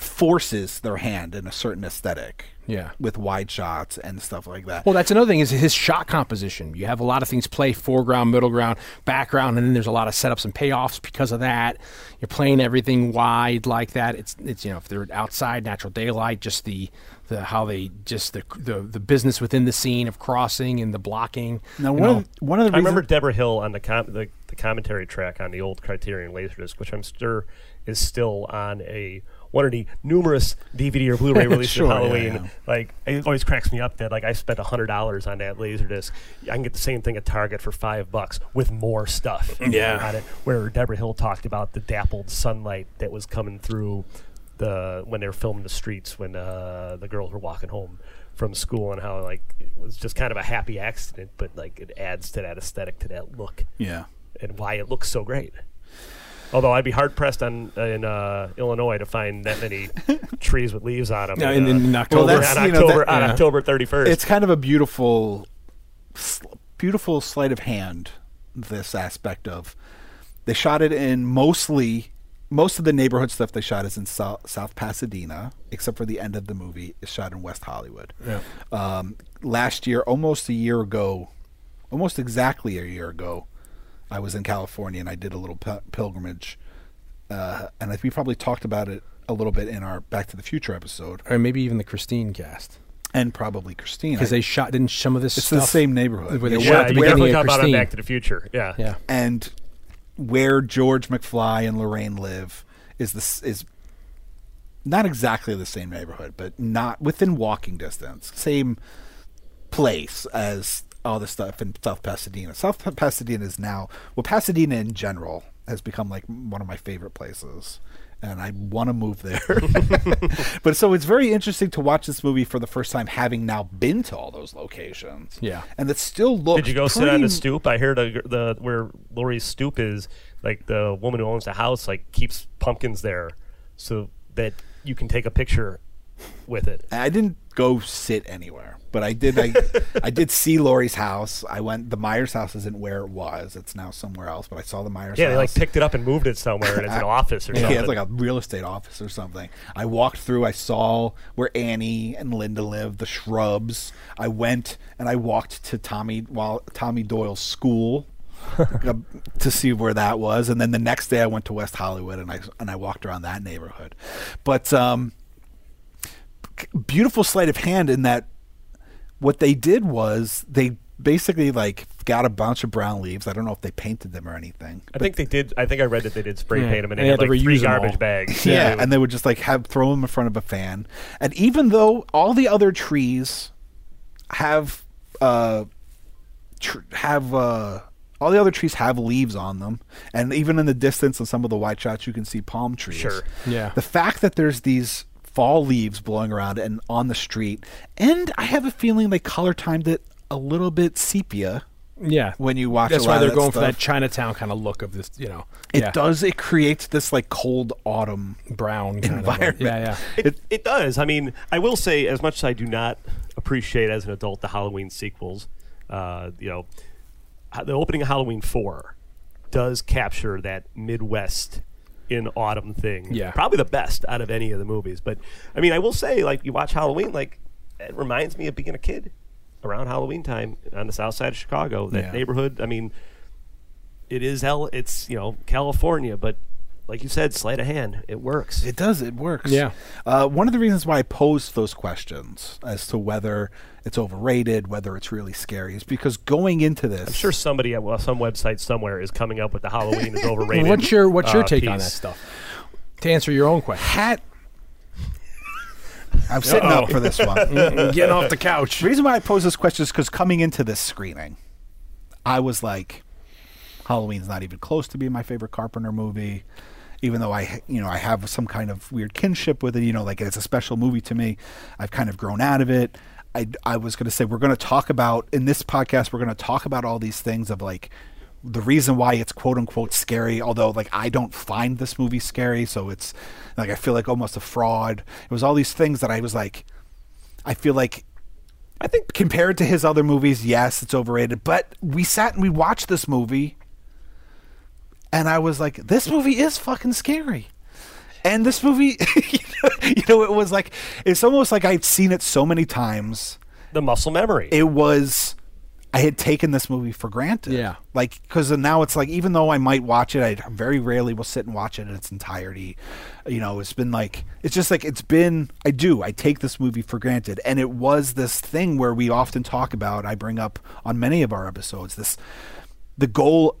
forces their hand in a certain aesthetic. Yeah. with wide shots and stuff like that. Well, that's another thing is his shot composition. You have a lot of things play foreground, middle ground, background, and then there's a lot of setups and payoffs because of that. You're playing everything wide like that. It's it's you know if they're outside, natural daylight, just the the how they just the the, the business within the scene of crossing and the blocking. now, you one know. of, the- one of the I remember reasons Deborah Hill on the, com- the the commentary track on the old Criterion Laserdisc, which I'm sure is still on a one of the numerous DVD or Blu-ray releases Sure, of yeah, Halloween. yeah. Like it always cracks me up that like I spent hundred dollars on that Laserdisc. I can get the same thing at Target for five bucks with more stuff. Yeah. on it. Where Deborah Hill talked about the dappled sunlight that was coming through the when they were filming the streets when uh, the girls were walking home from school and how like it was just kind of a happy accident, but like it adds to that aesthetic to that look yeah. and why it looks so great. Although I'd be hard pressed on in uh, Illinois to find that many trees with leaves on them. Yeah, in- in October. on that's, you know, October that- on yeah. October thirty first. It's kind of a beautiful, sl- beautiful sleight of hand. This aspect of they shot it in mostly most of the neighborhood stuff they shot is in South, South Pasadena, except for the end of the movie is shot in West Hollywood. Yeah. Um, last year, almost a year ago, almost exactly a year ago, I was in California and I did a little p- pilgrimage, uh, and I, we probably talked about it a little bit in our Back to the Future episode, or maybe even the Christine cast and probably Christina because they shot in some of this. it's stuff the same neighborhood. where they Yeah, shot at yeah, you the beginning definitely of talk about on Christine. Back to the Future. Yeah, Yeah. and where George McFly and Lorraine live is this is not exactly the same neighborhood, but not within walking distance, same place as all the stuff in South Pasadena. South Pa- Pasadena is now well, Pasadena in general has become like one of my favorite places, and I want to move there. but so it's very interesting to watch this movie for the first time, having now been to all those locations. Yeah. and it still looks. Did you go sit on pretty- the stoop? I heard the, the where Lori's stoop is, like the woman who owns the house, like keeps pumpkins there, so that you can take a picture with it. I didn't go sit anywhere, but I did. I, I did see Lori's house. I went. The Myers house isn't where it was. It's now somewhere else. But I saw the Myers. Yeah, house. they like picked it up and moved it somewhere, and it's an office or something. Yeah, it's like a real estate office or something. I walked through. I saw where Annie and Linda live, the shrubs. I went and I walked to Tommy while Tommy Doyle's school uh, to see where that was, and then the next day I went to West Hollywood and I and I walked around that neighborhood. But um, c- beautiful sleight of hand in that what they did was they basically like got a bunch of brown leaves. I don't know if they painted them or anything. I think they did. I think I read that they did spray Yeah, paint them, and, and they they had had to like three reuse 'em all. garbage bags. Yeah, and they would just like have throw them in front of a fan. And even though all the other trees have uh tr- have uh all the other trees have leaves on them, and even in the distance on some of the white shots, you can see palm trees. Sure. Yeah. The fact that there's these fall leaves blowing around and on the street, and I have a feeling they color timed it a little bit sepia. Yeah, when you watch That's a lot why of they're that going for stuff. that Chinatown kind of look of this. You know, It yeah, does. It creates this like cold autumn brown kind environment. Of, yeah, yeah. It, it does. I mean, I will say, as much as I do not appreciate as an adult the Halloween sequels, uh, you know, h- the opening of Halloween 4 does capture that Midwest in autumn thing. Yeah. Probably the best out of any of the movies. But I mean, I will say, like, you watch Halloween, like, it reminds me of being a kid around Halloween time on the south side of Chicago. That Yeah. neighborhood, I mean, it is hell, it's, you know, California, but like you said, sleight of hand, it works. It does. It works. Yeah. Uh, one of the reasons why I posed those questions as to whether it's overrated, whether it's really scary, is because going into this, I'm sure somebody at well, some website somewhere is coming up with the Halloween is overrated. what's your what's your uh, take on piece. that stuff? To answer your own question, hat. I'm sitting up for this one. the getting off the couch. reason why I posed this question is because coming into this screening, I was like, Halloween's not even close to being my favorite Carpenter movie, even though I, you know, I have some kind of weird kinship with it. You know, like it's a special movie to me. I've kind of grown out of it. I, I was going to say we're going to talk about in this podcast we're going to talk about all these things of like the reason why it's quote unquote scary although like i don't find this movie scary so it's like i feel like almost a fraud it was all these things that i was like i feel like I think compared to his other movies, yes, it's overrated. But we sat and we watched this movie, and I was like, this movie is fucking scary. And this movie, you know, it was like, it's almost like I've seen it so many times. the muscle memory. It was, I had taken this movie for granted. Yeah. Like, because now it's like, even though I might watch it, I very rarely will sit and watch it in its entirety. You know, it's been like, it's just like, it's been, I do, I take this movie for granted. And it was this thing where we often talk about, I bring up on many of our episodes, this, the goal,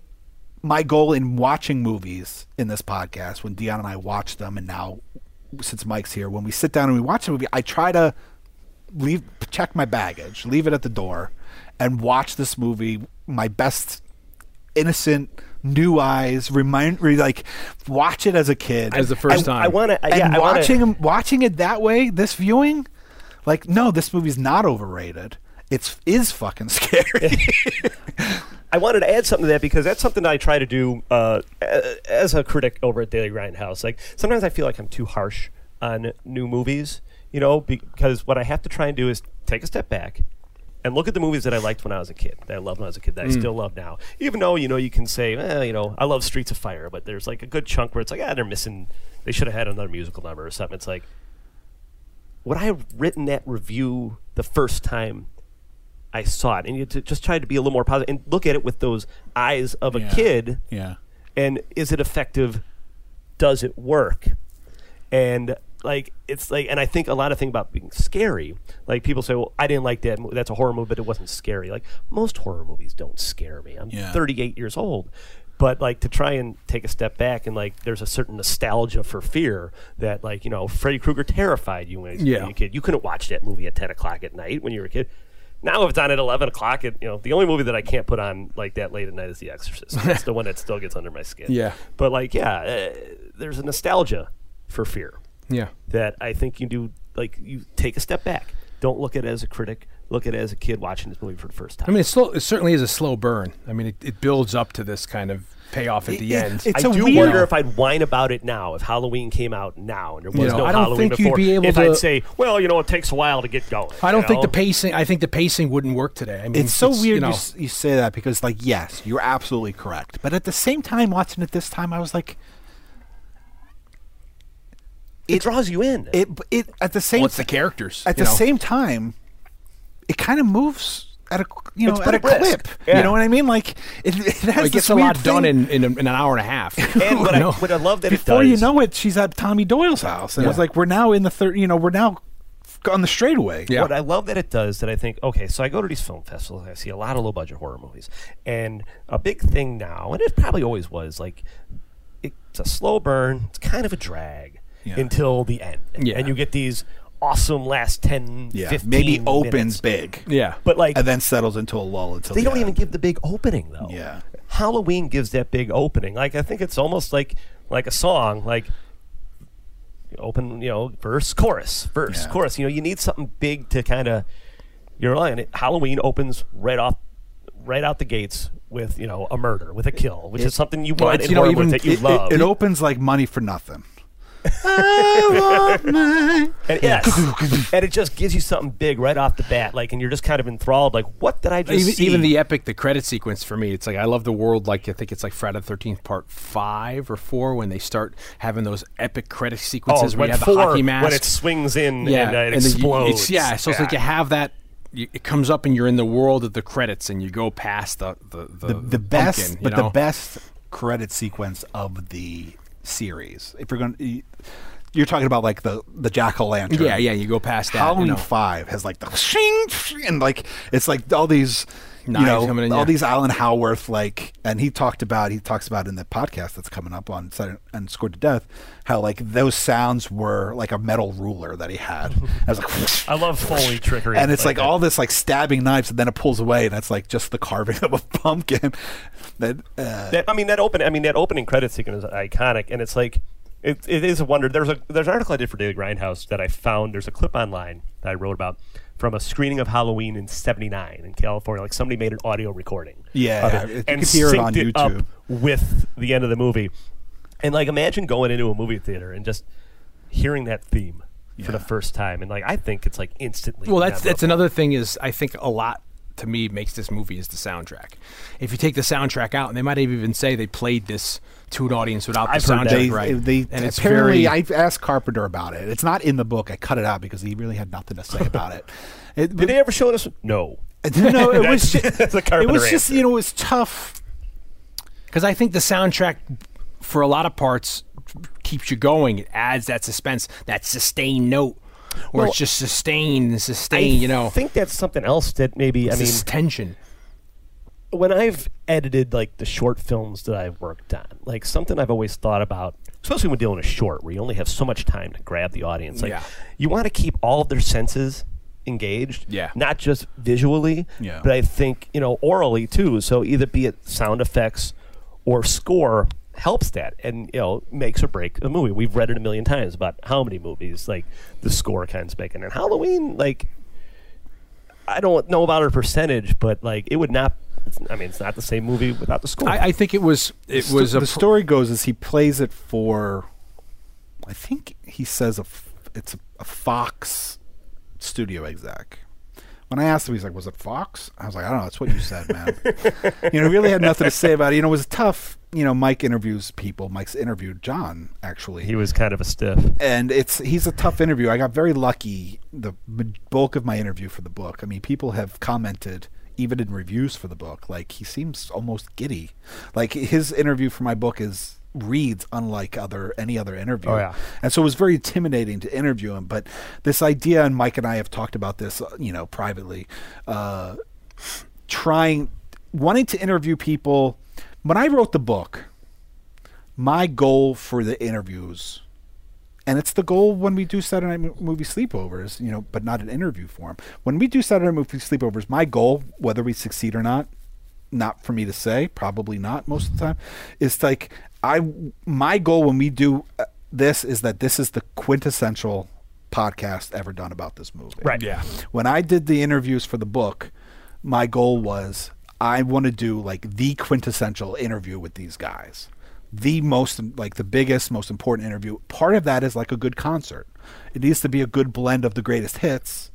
my goal in watching movies in this podcast, when Dion and I watch them, and now since Mike's here, when we sit down and we watch a movie, I try to leave check my baggage, leave it at the door, and watch this movie. My best innocent new eyes remind re, like watch it as a kid As the first And- time. I want to. and Yeah, I wanna, watching watching it that way, this viewing, like no, this movie's not overrated. It's is fucking scary. I wanted to add something to that because that's something that I try to do uh, a- as a critic over at Daily Grindhouse. Like sometimes I feel like I'm too harsh on new movies, you know, because what I have to try and do is take a step back and look at the movies that I liked when I was a kid, that I loved when I was a kid, that Mm. I still love now. Even though you know you can say, eh, you know, I love Streets of Fire, but there's like a good chunk where it's like, ah, they're missing. They should have had another musical number or something. It's like, would I have written that review the first time I saw it? And you to just try to be a little more positive and look at it with those eyes of a Yeah. kid. yeah. And is it effective? Does it work? And like it's like, and I think a lot of thing about being scary. Like people say, well, I didn't like that. mo- That's a horror movie, but it wasn't scary. Like most horror movies don't scare me. I'm Yeah. 38 years old. But like to try and take a step back and like there's a certain nostalgia for fear that like you know Freddy Krueger terrified you when you Yeah. were a kid. You couldn't watch that movie at 10 o'clock at night when you were a kid. Now if it's on at 11 o'clock, it, you know the only movie that I can't put on like that late at night is The Exorcist. That's the one that still gets under my skin. Yeah. But like yeah, uh, there's a nostalgia for fear Yeah, that I think you do like you take a step back. Don't look at it as a critic. Look at it as a kid watching this movie for the first time. I mean, it's slow, it certainly is a slow burn. I mean, it, it builds up to this kind of payoff at the It- end. it's I a do weird- wonder if I'd whine about it now if Halloween came out now and there was know, no I don't Halloween think you'd before. be able if to- I'd say, well, you know, it takes a while to get going. I don't you think the know? pacing. I think the pacing wouldn't work today. I mean, It's so weird You you, know, s you say that because, like, yes, you're absolutely correct. But at the same time, watching it this time, I was like, it, draws you in. it. It at the same what's the characters at you the know? same time, it kind of moves at a you know It's at a pretty brisk. clip. Yeah. You know what I mean? Like it, it has It this gets a lot weird done thing. in, in, an- in an hour and a half. and what, You know? I, what I love that Before it does, you know it, she's at Tommy Doyle's house, and it's Yeah. like we're now in the third. You know, we're now f- on the straightaway. Yeah. What I love that it does that I think, okay, so I go to these film festivals, I see a lot of low budget horror movies. And a big thing now, and it probably always was, like it's a slow burn, it's kind of a drag Yeah. until the end. Yeah. And you get these awesome last 10, Yeah, 15 maybe opens minutes. big, yeah, But like and then settles into a lull until they the don't end. even give the big opening though. Yeah. Halloween gives that big opening. Like I think it's almost like like a song, like open, you know, verse, chorus, verse, Yeah. chorus. You know, you need something big to kind of you're on it. Halloween opens right off right out the gates with, you know, a murder, with a kill, which is something you Well, want it's, in you know, horror even- movies that you It- it- love. it opens like money for nothing. And, yes. and it just gives you something big right off the bat, like, and you're just kind of enthralled, like, what did I just even, see? even the epic, the credit sequence for me, it's like I love the world. Like I think it's like Friday the Thirteenth Part Five or Four when they start having those epic credit sequences where Oh, when you have four, the hockey mask. when it swings in yeah, and uh, it and then you- explodes. it's- yeah, so it's like you have that. You, it comes up and you're in the world of the credits, and you go past the the the, the, the best, pumpkin, you but know? the best credit sequence of the series. If you're going, you're talking about like the the jack o' lantern. Yeah, yeah, you go past that. you Halloween know. Five has like the shing, and like it's like all these, Knives you know, coming in, all yeah. these Alan Howarth like, and he talked about he talks about in the podcast that's coming up on Saturday and Scored to Death how like those sounds were like a metal ruler that he had. I was like. I love Foley trickery. And it's like, that. all this like stabbing knives, and then it pulls away, and that's like just the carving of a pumpkin. That uh, That I mean, that open. I mean, that opening credit sequence is iconic, and it's like it, it is a wonder. There's a there's an article I did for Daily Grindhouse that I found. There's a clip online that I wrote about from a screening of Halloween in '79 in California. Like somebody made an audio recording. Yeah, of yeah, it it- you and could hear it synced on up YouTube. with the end of the movie. And like, imagine going into a movie theater and just hearing that theme for the first time, and like, I think it's like instantly. Well, that's that's memorable. another thing is I think a lot to me makes this movie is the soundtrack. If you take the soundtrack out, and they might even say they played this to an audience without I've the heard soundtrack, that. they, right? they and it's apparently very I've asked Carpenter about it. It's not in the book. I cut it out because he really had nothing to say about it. It- Did they ever show us? No. no, it That's- was just, that's a it was Carpenter just answer. you know it was tough. because I think the soundtrack for a lot of parts keeps you going. It adds that suspense, that sustained note, where it's just sustained and sustained. you know, I think that's something else that maybe I it's mean this tension. when I've edited like the short films that I've worked on, like something I've always thought about, especially when dealing with short, where you only have so much time to grab the audience. Like Yeah. you want to keep all of their senses engaged, Yeah. not just visually, Yeah. but I think you know orally too. So either be it sound effects or score helps that and you know makes or break a movie we've read it a million times about how many movies like the score kind of making and halloween like I don't know about her percentage, but like it would not. It's, I mean, it's not the same movie without the score. I, I think it was it Sto- was a the pr- story goes is he plays it for, I think he says a f- it's a, a Fox studio exec. When I asked him, he's like, "Was it Fox?" I was like, "I don't know. That's what you said, man." you know, he really had nothing to say about it. You know, it was tough. You know, Mike interviews people. Mike's interviewed John actually. he was kind of a stiff. and it's he's a tough interview. I got very lucky. The m- bulk of my interview for the book. I mean, people have commented even in reviews for the book. Like he seems almost giddy. Like his interview for my book is reads unlike other any other interview. Oh, yeah. And so it was very intimidating to interview him. But this idea, and Mike and I have talked about this, uh, you know, privately. Uh, trying wanting to interview people when i wrote the book my goal for the interviews and it's the goal when we do saturday night Mo- movie sleepovers you know but not an interview form when we do saturday Night movie sleepovers my goal whether we succeed or not not for me to say probably not most of the time is like i my goal when we do uh, this is that this is the quintessential podcast ever done about this movie Right. yeah. when I did the interviews for the book, my goal was I want to do like the quintessential interview with these guys. The most like the biggest, most important interview. Part of that is like a good concert. It needs to be a good blend of the greatest hits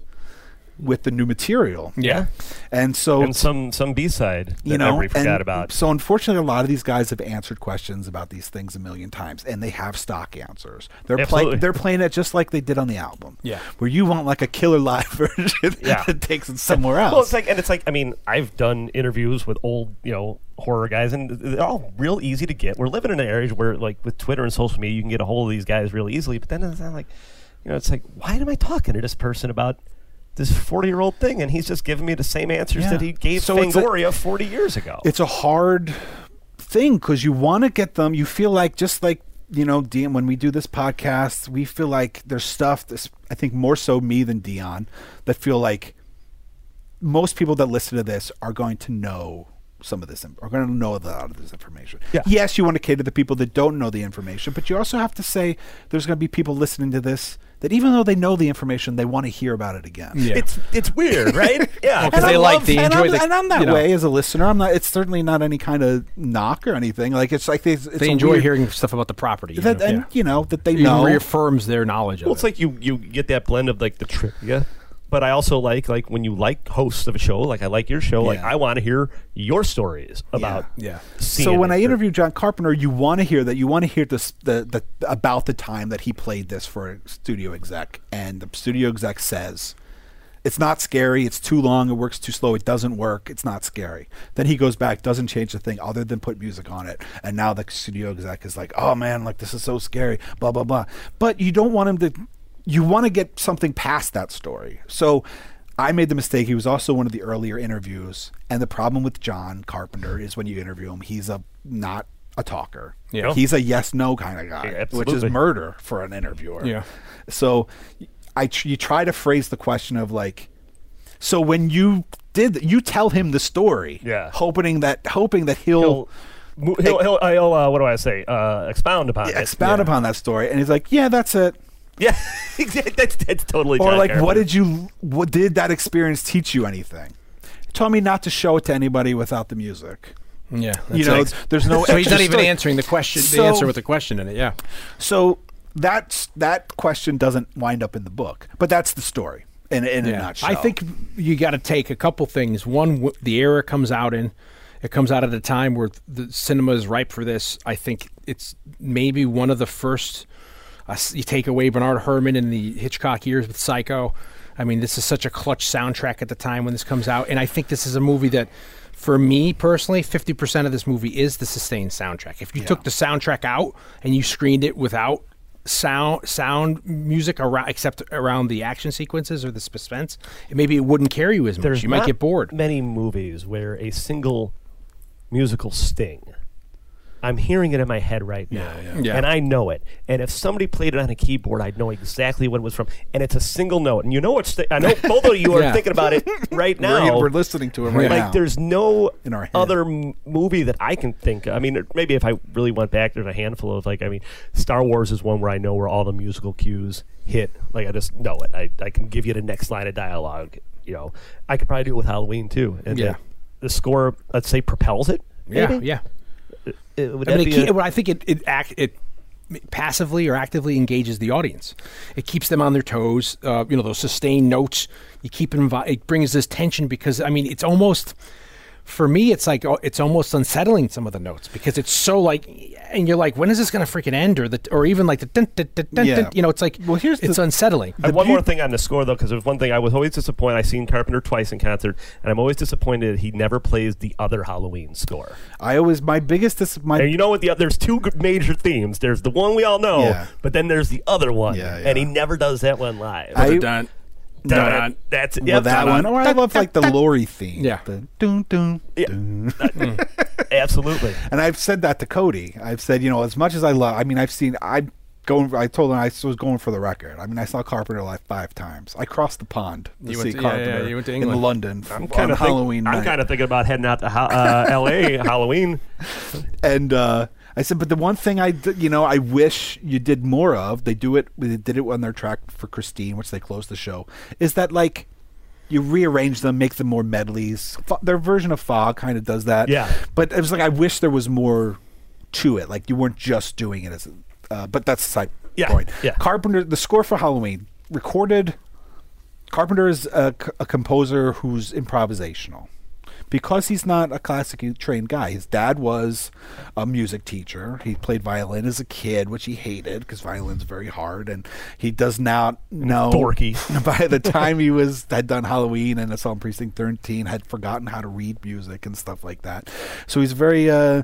with the new material. Yeah. And so And some some B side that you know, everybody forgot and about. So unfortunately, a lot of these guys have answered questions about these things a million times, and they have stock answers. They're Absolutely. playing. They're playing it just like they did on the album. Yeah. where you want like a killer live version Yeah. that takes it somewhere else. Well, it's like, and it's like, I mean, I've done interviews with old, you know, horror guys, and they're all real easy to get. We're living in an age where, like, with Twitter and social media, you can get a hold of these guys real easily. But then it's not like, you know, it's like, why am I talking to this person about this forty-year-old thing, and he's just giving me the same answers Yeah. that he gave So it's a- Fangoria forty years ago? it's a hard thing because you want to get them. You feel like just like you know, Dion. When we do this podcast, we feel like there's stuff. This I think more so me than Dion that feel like most people that listen to this are going to know some of this in- are going to know a lot of this information. Yeah. Yes, you want to cater to the people that don't know the information, but you also have to say there's going to be people listening to this that even though they know the information, they want to hear about it again. Yeah. It's it's weird, right? Yeah, 'cause And they I like- love- they and enjoy I'm, the- and I'm that you know. way as a listener. I'm not. It's certainly not any kind of knock or anything. Like it's like they, it's They a enjoy weird- hearing stuff about the property. you that, know? and Yeah. you know that they It know. reaffirms their knowledge of Well, it's it. like you you get that blend of like the trivia, but I also like like when you like hosts of a show, like I like your show, like Yeah. I want to hear your stories about. yeah. so seeing when I it. interview John Carpenter, you want to hear that. You want to hear this the, the about the time that he played this for a studio exec, and the studio exec says. It's not scary. It's too long. It works too slow. It doesn't work. It's not scary. Then he goes back, doesn't change the thing other than put music on it. And now the studio exec is like, oh man, like this is so scary, blah, blah, blah. But you don't want him to, you want to get something past that story. So I made the mistake. He was also one of the earlier interviews. And the problem with John Carpenter is when you interview him, he's a not a talker. Yeah. He's a yes no kind of guy, Yeah, which is absolutely. murder for an interviewer. Yeah. So I tr- you try to phrase the question of like, so when you did, you tell him the story, Yeah. hoping that hoping that he'll, he'll mo- he'll, he'll, he'll uh, what do I say? Uh, expound upon it. expound upon that story, and he's like, yeah, that's it. Yeah, that's that's totally. Or John like, Carpenter. what did you? What did that experience teach you anything? It Told me not to show it to anybody without the music. yeah. You that's know, like- there's no. so he's extra not even story. answering the question. So- the answer with the question in it. Yeah. So that's that question doesn't wind up in the book, but that's the story in in a nutshell. I think you got to take a couple things. One, w- the era it comes out in, it comes out at a time where the cinema is ripe for this. I think it's maybe one of the first. Uh, s- you take away Bernard Herrmann in the Hitchcock years with Psycho. I mean, this is such a clutch soundtrack at the time when this comes out, and I think this is a movie that. For me personally, 50% of this movie is the sustained soundtrack. If you took the soundtrack out and you screened it without sound sound music around except around the action sequences or the suspense maybe it wouldn't carry you as much There's you might not get bored Many movies where a single musical sting. I'm hearing it in my head right now, Yeah. and I know it. And if somebody played it on a keyboard, I'd know exactly what it was from. And it's a single note, and you know what? Sti- I know both of you are Yeah. thinking about it right now. we're, we're listening to him right like now. there's no In our head. other m- movie that I can think. of. I mean, maybe if I really went back, there's a handful of like. I mean, Star Wars is one where I know where all the musical cues hit. Like I just know it. I, I can give you the next line of dialogue. You know, I could probably do it with Halloween too. And Yeah. the, the score, let's say, propels it. yeah maybe? yeah Uh, would I that mean, it be keep, a- well, I think it it act it passively or actively engages the audience. It keeps them on their toes. Uh, you know, those sustained notes. You keep invi- It brings this tension because I mean, it's almost for me, it's like oh, it's almost unsettling some of the notes because it's so like, and you're like, when is this going to freaking end? Or the or even like the dun, dun, dun, dun, Yeah. dun, you know, it's like Well, here's it's the- unsettling. And one more thing on the score though, because there's one thing I was always disappointed. I seen Carpenter twice in concert, and I'm always disappointed he never plays the other Halloween score. I always my biggest dis- my And you know what? The oth- there's two g- major themes. There's the one we all know, Yeah. but then there's the other one, Yeah, and he yeah. never does that one live. I- Dun, Dun, dun, dun, dun. that's well, yep, that dun, one. dun. Or I love like the Lori theme. Yeah. The doom doom. Yeah. Absolutely. And I've said that to Cody. I've said, you know, as much as I love I mean, I've seen I going I told him I was going for the record. I mean, I saw Carpenter live five times. I crossed the pond to You went see to- yeah, yeah, Carpenter you went to in England. London f- I'm on kind of Halloween I'm night. kind of thinking about heading out to ha- uh, L.A. Halloween. and uh, I said, but the one thing I, d- you know, I wish you did more of. They do it. They did it on their track for Christine, which they closed the show. Is that like you rearrange them, make them more medleys? Fo- their version of Fog kind of does that. Yeah. But it was like I wish there was more to it. Like you weren't just doing it as. a- Uh, but that's the side Yeah, point. yeah. Carpenter, the score for Halloween recorded Carpenter is a, c- a composer who's improvisational because he's not a classically trained guy. His dad was a music teacher. He played violin as a kid, which he hated because violin's very hard, and he does not know. dorky. By the time he was had done Halloween and Assault on Precinct 13, had forgotten how to read music and stuff like that. So he's very. Uh,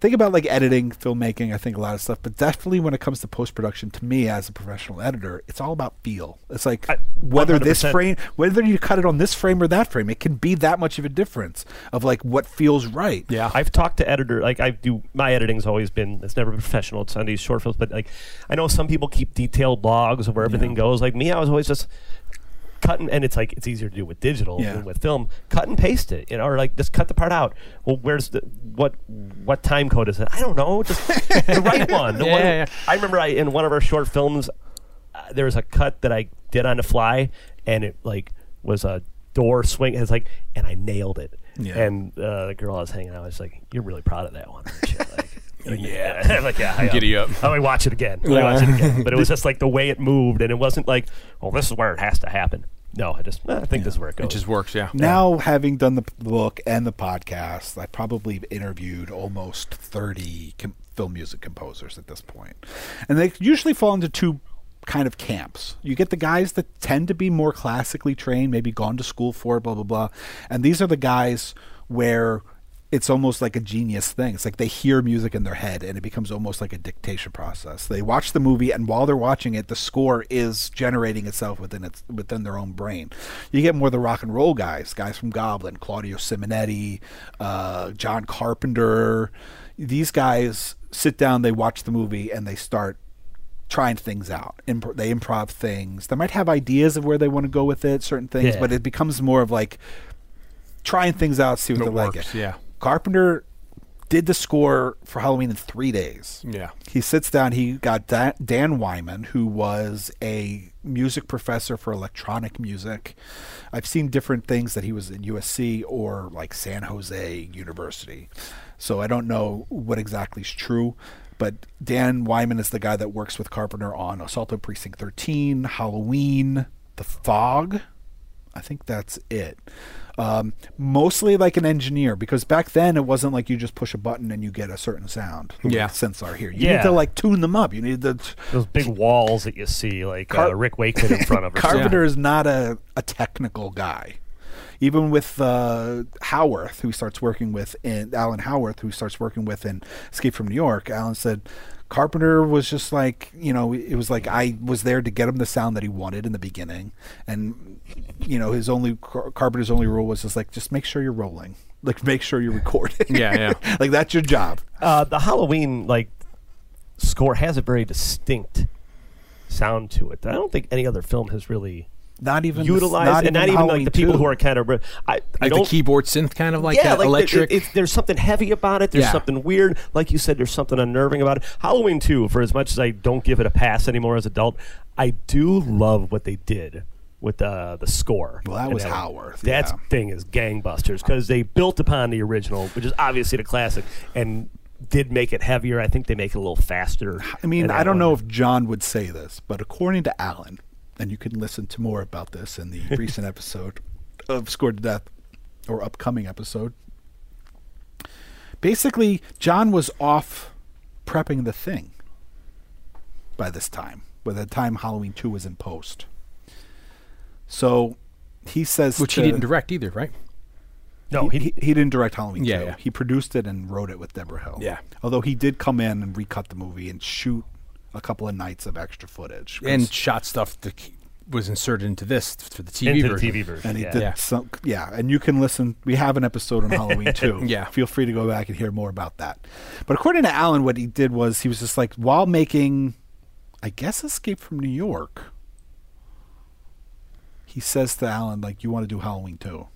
Think about like editing, filmmaking. I think a lot of stuff, but definitely when it comes to post production, to me as a professional editor, it's all about feel. It's like I- whether this 100%. frame, whether you cut it on this frame or that frame, it can be that much of a difference of like what feels right. Yeah. I've talked to editor like I do. My editing's always been it's never been professional. It's on these short films, but like I know some people keep detailed logs of where everything goes. Like me, I was always just cut and, and it's like it's easier to do with digital Yeah. than with film. Cut and paste it, you know, or like just cut the part out. Well, where's the what what time code is it? I don't know. Just the right one. The Yeah, one yeah, yeah. I remember I in one of our short films, uh, there was a cut that I did on the fly, and it like was a door swing. And it's like, and I nailed it. Yeah. And uh, the girl I was hanging out, was like, "You're really proud of that one." aren't you?" Like, yeah, like yeah, I am. Giddy up. I like watch it again. I watch it again. But it was just like the way it moved, and it wasn't like, "Well, this is where it has to happen." No, I just eh, I think this is where it goes. It just works, yeah. Now, having done the p- book and the podcast, I probably have interviewed almost 30 com- film music composers at this point. And they usually fall into two kind of camps. You get the guys that tend to be more classically trained, maybe gone to school for it, blah, blah, blah. And these are the guys where it's almost like a genius thing. It's like they hear music in their head and it becomes almost like a dictation process. They watch the movie and while they're watching it, the score is generating itself within its within their own brain. You get more the rock and roll guys, guys from Goblin, Claudio Simonetti, uh, John Carpenter. These guys sit down, they watch the movie and they start trying things out. Imp- they improv things. They might have ideas of where they want to go with it, certain things, Yeah. but it becomes more of like trying things out, see what It they like. works, it. yeah. Carpenter did the score for Halloween in three days. Yeah. He sits down. He got Da- Dan Wyman, who was a music professor for electronic music. I've seen different things that he was in USC or like San Jose University. So I don't know what exactly is true, but Dan Wyman is the guy that works with Carpenter on Assault on Precinct 13, Halloween, The Fog. I think that's it. Um, mostly like an engineer, because back then it wasn't like you just push a button and you get a certain sound. like Yeah. synths are here. You need Yeah. to like tune them up. You need to. those big walls that you see, like uh, Car- Rick Wakeman in front of us. Carpenter is not a, a technical guy. Even with uh, Howarth, who starts working with in Alan Howarth, who starts working with in Escape from New York, Alan said Carpenter was just like you know it was like I was there to get him the sound that he wanted in the beginning, and you know his only Car- Carpenter's only rule was just like just make sure you're rolling, like make sure you're recording, Yeah, yeah. like that's your job. uh, the Halloween like score has a very distinct sound to it that I don't think any other film has really Not even utilized, and not even like the people who are kind of I, I Like the don't- keyboard synth kind of like yeah, that like electric. It, it, there's something heavy about it. There's Yeah. something weird. Like you said, there's something unnerving about it. Halloween 2, for as much as I don't give it a pass anymore as adult, I do love what they did with the the score. Well, that And was Howarth, That yeah. thing is gangbusters because they built upon the original, which is obviously the classic, and did make it heavier. I think they make it a little faster. I mean, in I that don't one. know if John would say this, but according to Alan, and you can listen to more about this in the recent episode of Scored to Death or upcoming episode. Basically, John was off prepping the thing by this time, by the time Halloween 2 was in post. So he says. which he to- didn't direct either, right? No, he, he, he, he didn't direct Halloween. Oh, Yeah, 2. yeah. he produced it and wrote it with Deborah Hill. Yeah. although he did come in and recut the movie and shoot a couple of nights of extra footage. 'cause- And shot stuff that ke- was inserted into this for the TV into the version. TV version. and he yeah. did Yeah. some. Yeah, and you can listen. We have an episode on Halloween too. Yeah. feel free to go back and hear more about that. But according to Alan, what he did was he was just like while making, I guess, Escape from New York. He says to Alan, like, "You want to do Halloween too?"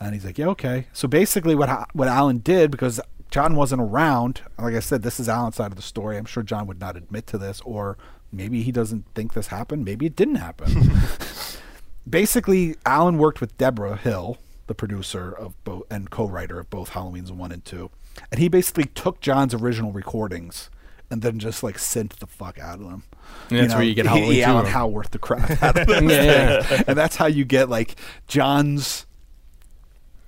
And he's like, "Yeah, okay." So basically, what Ha- what Alan did because John wasn't around. Like I said, this is Alan's side of the story. I'm sure John would not admit to this, or maybe he doesn't think this happened. Maybe it didn't happen. basically, Alan worked with Deborah Hill, the producer of both and co-writer of both Halloween's one and two, and he basically took John's original recordings and then just like sent the fuck out of them. And that's where you get he- Halloween he, two Alan of. Howarth the crap out of them Yeah, yeah, yeah. and that's how you get like John's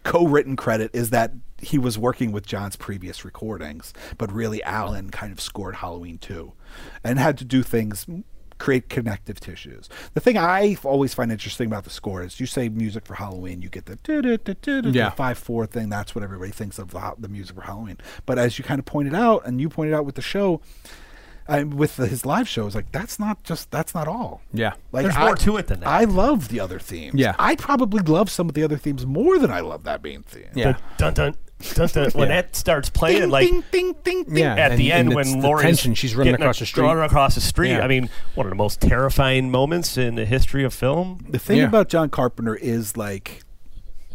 co-written credit is that he was working with John's previous recordings, but really Alan kind of scored Halloween too, and had to do things create connective tissues. The thing I always find interesting about the score is you say music for Halloween, you get the do-do-do-do-do, Yeah. the five four thing. That's what everybody thinks of the, the music for Halloween. But as you kind of pointed out, and you pointed out with the show, I, with the, his live show, it's like that's not just that's not all. Yeah. Like There's I, more to it than that. I love the other themes. Yeah. I probably love some of the other themes more than I love that main theme. Yeah. Dun dun. dun, dun, when that starts playing, like ding, ding, ding. Yeah, at and- the end and it's when the Lori tension, she's running across the street. running across the street. Yeah. I mean, one of the most terrifying moments in the history of film. The thing Yeah. about John Carpenter is like,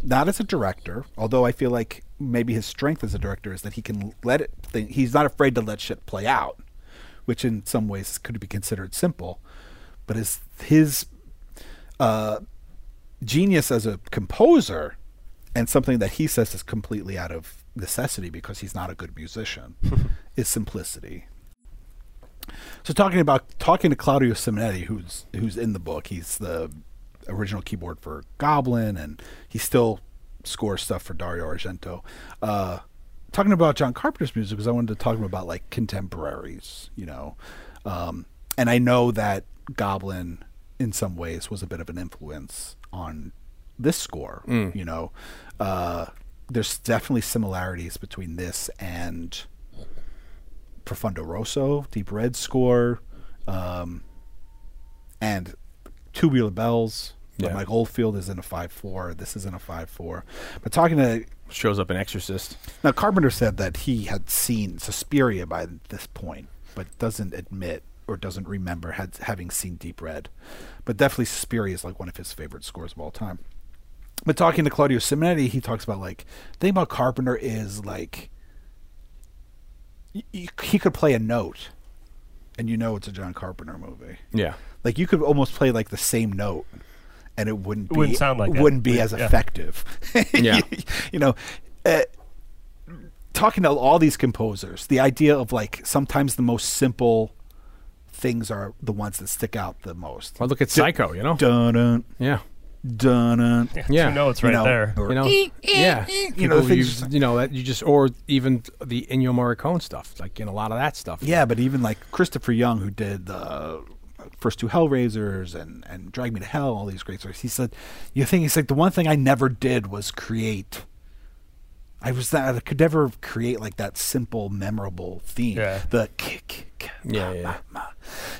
not as a director, although I feel like maybe his strength as a director is that he can let it. Think, he's not afraid to let shit play out, which in some ways could be considered simple, but his his uh, genius as a composer and something that he says is completely out of necessity because he's not a good musician is simplicity. So talking about talking to Claudio Simonetti, who's who's in the book, he's the original keyboard for Goblin, and he still scores stuff for Dario Argento. Uh, talking about John Carpenter's music, because I wanted to talk to him about like contemporaries, you know, um, and I know that Goblin, in some ways, was a bit of an influence on this score. You know, uh, there's definitely similarities between this and. Profundo Rosso, Deep Red score, um, and Tubular Bells. But Yeah. Mike Oldfield is in a five four. This is in a five four. But talking to Shows up an Exorcist. now, Carpenter said that he had seen Suspiria by this point, but doesn't admit or doesn't remember had, having seen Deep Red. But definitely, Suspiria is like one of his favorite scores of all time. But talking to Claudio Simonetti, he talks about like the thing about Carpenter is like y- y- he could play a note, and you know it's a John Carpenter movie. Yeah. Like you could almost play like the same note, and it wouldn't be, wouldn't sound like that. wouldn't be as Yeah. effective. Yeah. you know, uh, talking to all these composers, the idea of like sometimes the most simple things are the ones that stick out the most. Well, look at Psycho, you know? Dun dun Yeah. dun dun. Yeah. you know it's You right know, there. or- You know, yeah, You know, People things you, just- you know that you just or even the Ennio Morricone stuff, like in a lot of that stuff. Yeah, but even like Christopher Young, who did the first two Hellraisers and and Drag Me to Hell, all these great stories. He said, "You think he's like the one thing I never did was create. I was that I could never create like that simple, memorable theme. Yeah. The kick, kick Yeah, yeah, yeah.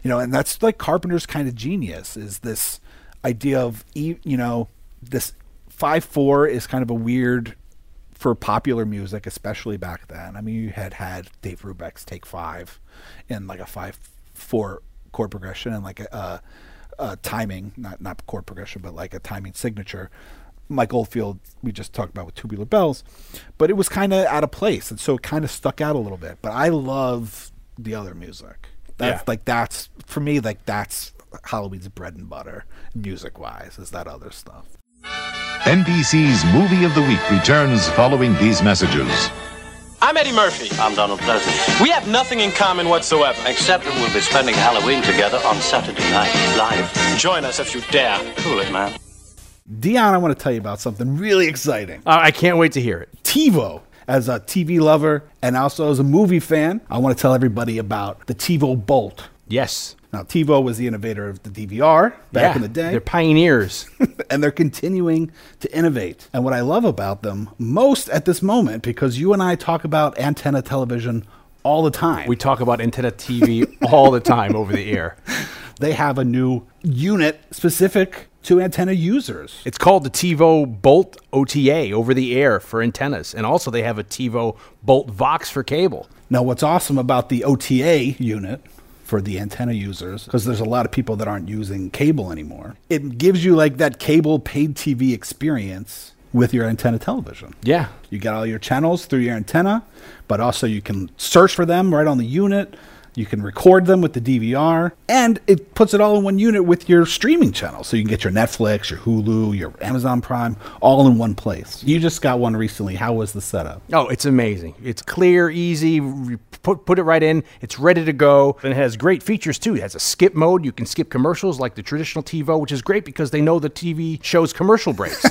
you know, and that's like Carpenter's kind of genius is this idea of e- you know this five four is kind of a weird for popular music, especially back then. I mean, you had had Dave Rubeck's Take Five in like a five four chord progression and like a, uh uh timing, not not chord progression, but like a timing signature. Mike Oldfield, we just talked about with Tubular Bells, but it was kind of out of place, and so it kind of stuck out a little bit. But I love the other music. That's Yeah. like that's for me like that's Halloween's bread and butter music wise is that other stuff. NBC's Movie of the Week returns following these messages. I'm Eddie Murphy. I'm Donald Pleasant. We have nothing in common whatsoever. Except that we'll be spending Halloween together on Saturday night live. Join us if you dare. Cool it, man. Dion, I want to tell you about something really exciting. Uh, I can't wait to hear it. TiVo. As a TV lover and also as a movie fan, I want to tell everybody about the TiVo Bolt. Yes, Now, TiVo was the innovator of the DVR back Yeah. in the day. they're pioneers. and they're continuing to innovate. And what I love about them most at this moment, because you and I talk about antenna television all the time, we talk about antenna TV all the time over the air. they have a new unit specific to antenna users. It's called the TiVo Bolt OTA over the air for antennas, and also they have a TiVo Bolt Vox for cable. Now, what's awesome about the OTA unit for the antenna users, because there's a lot of people that aren't using cable anymore, it gives you like that cable paid TV experience with your antenna television. Yeah. You get all your channels through your antenna, but also you can search for them right on the unit. You can record them with the DVR, and it puts it all in one unit with your streaming channel. So you can get your Netflix, your Hulu, your Amazon Prime, all in one place. You just got one recently. How was the setup? Oh, it's amazing. It's clear, easy. re- Put put it right in. It's ready to go, and it has great features too. It has a skip mode. You can skip commercials like the traditional TiVo, which is great because they know the TV shows commercial breaks.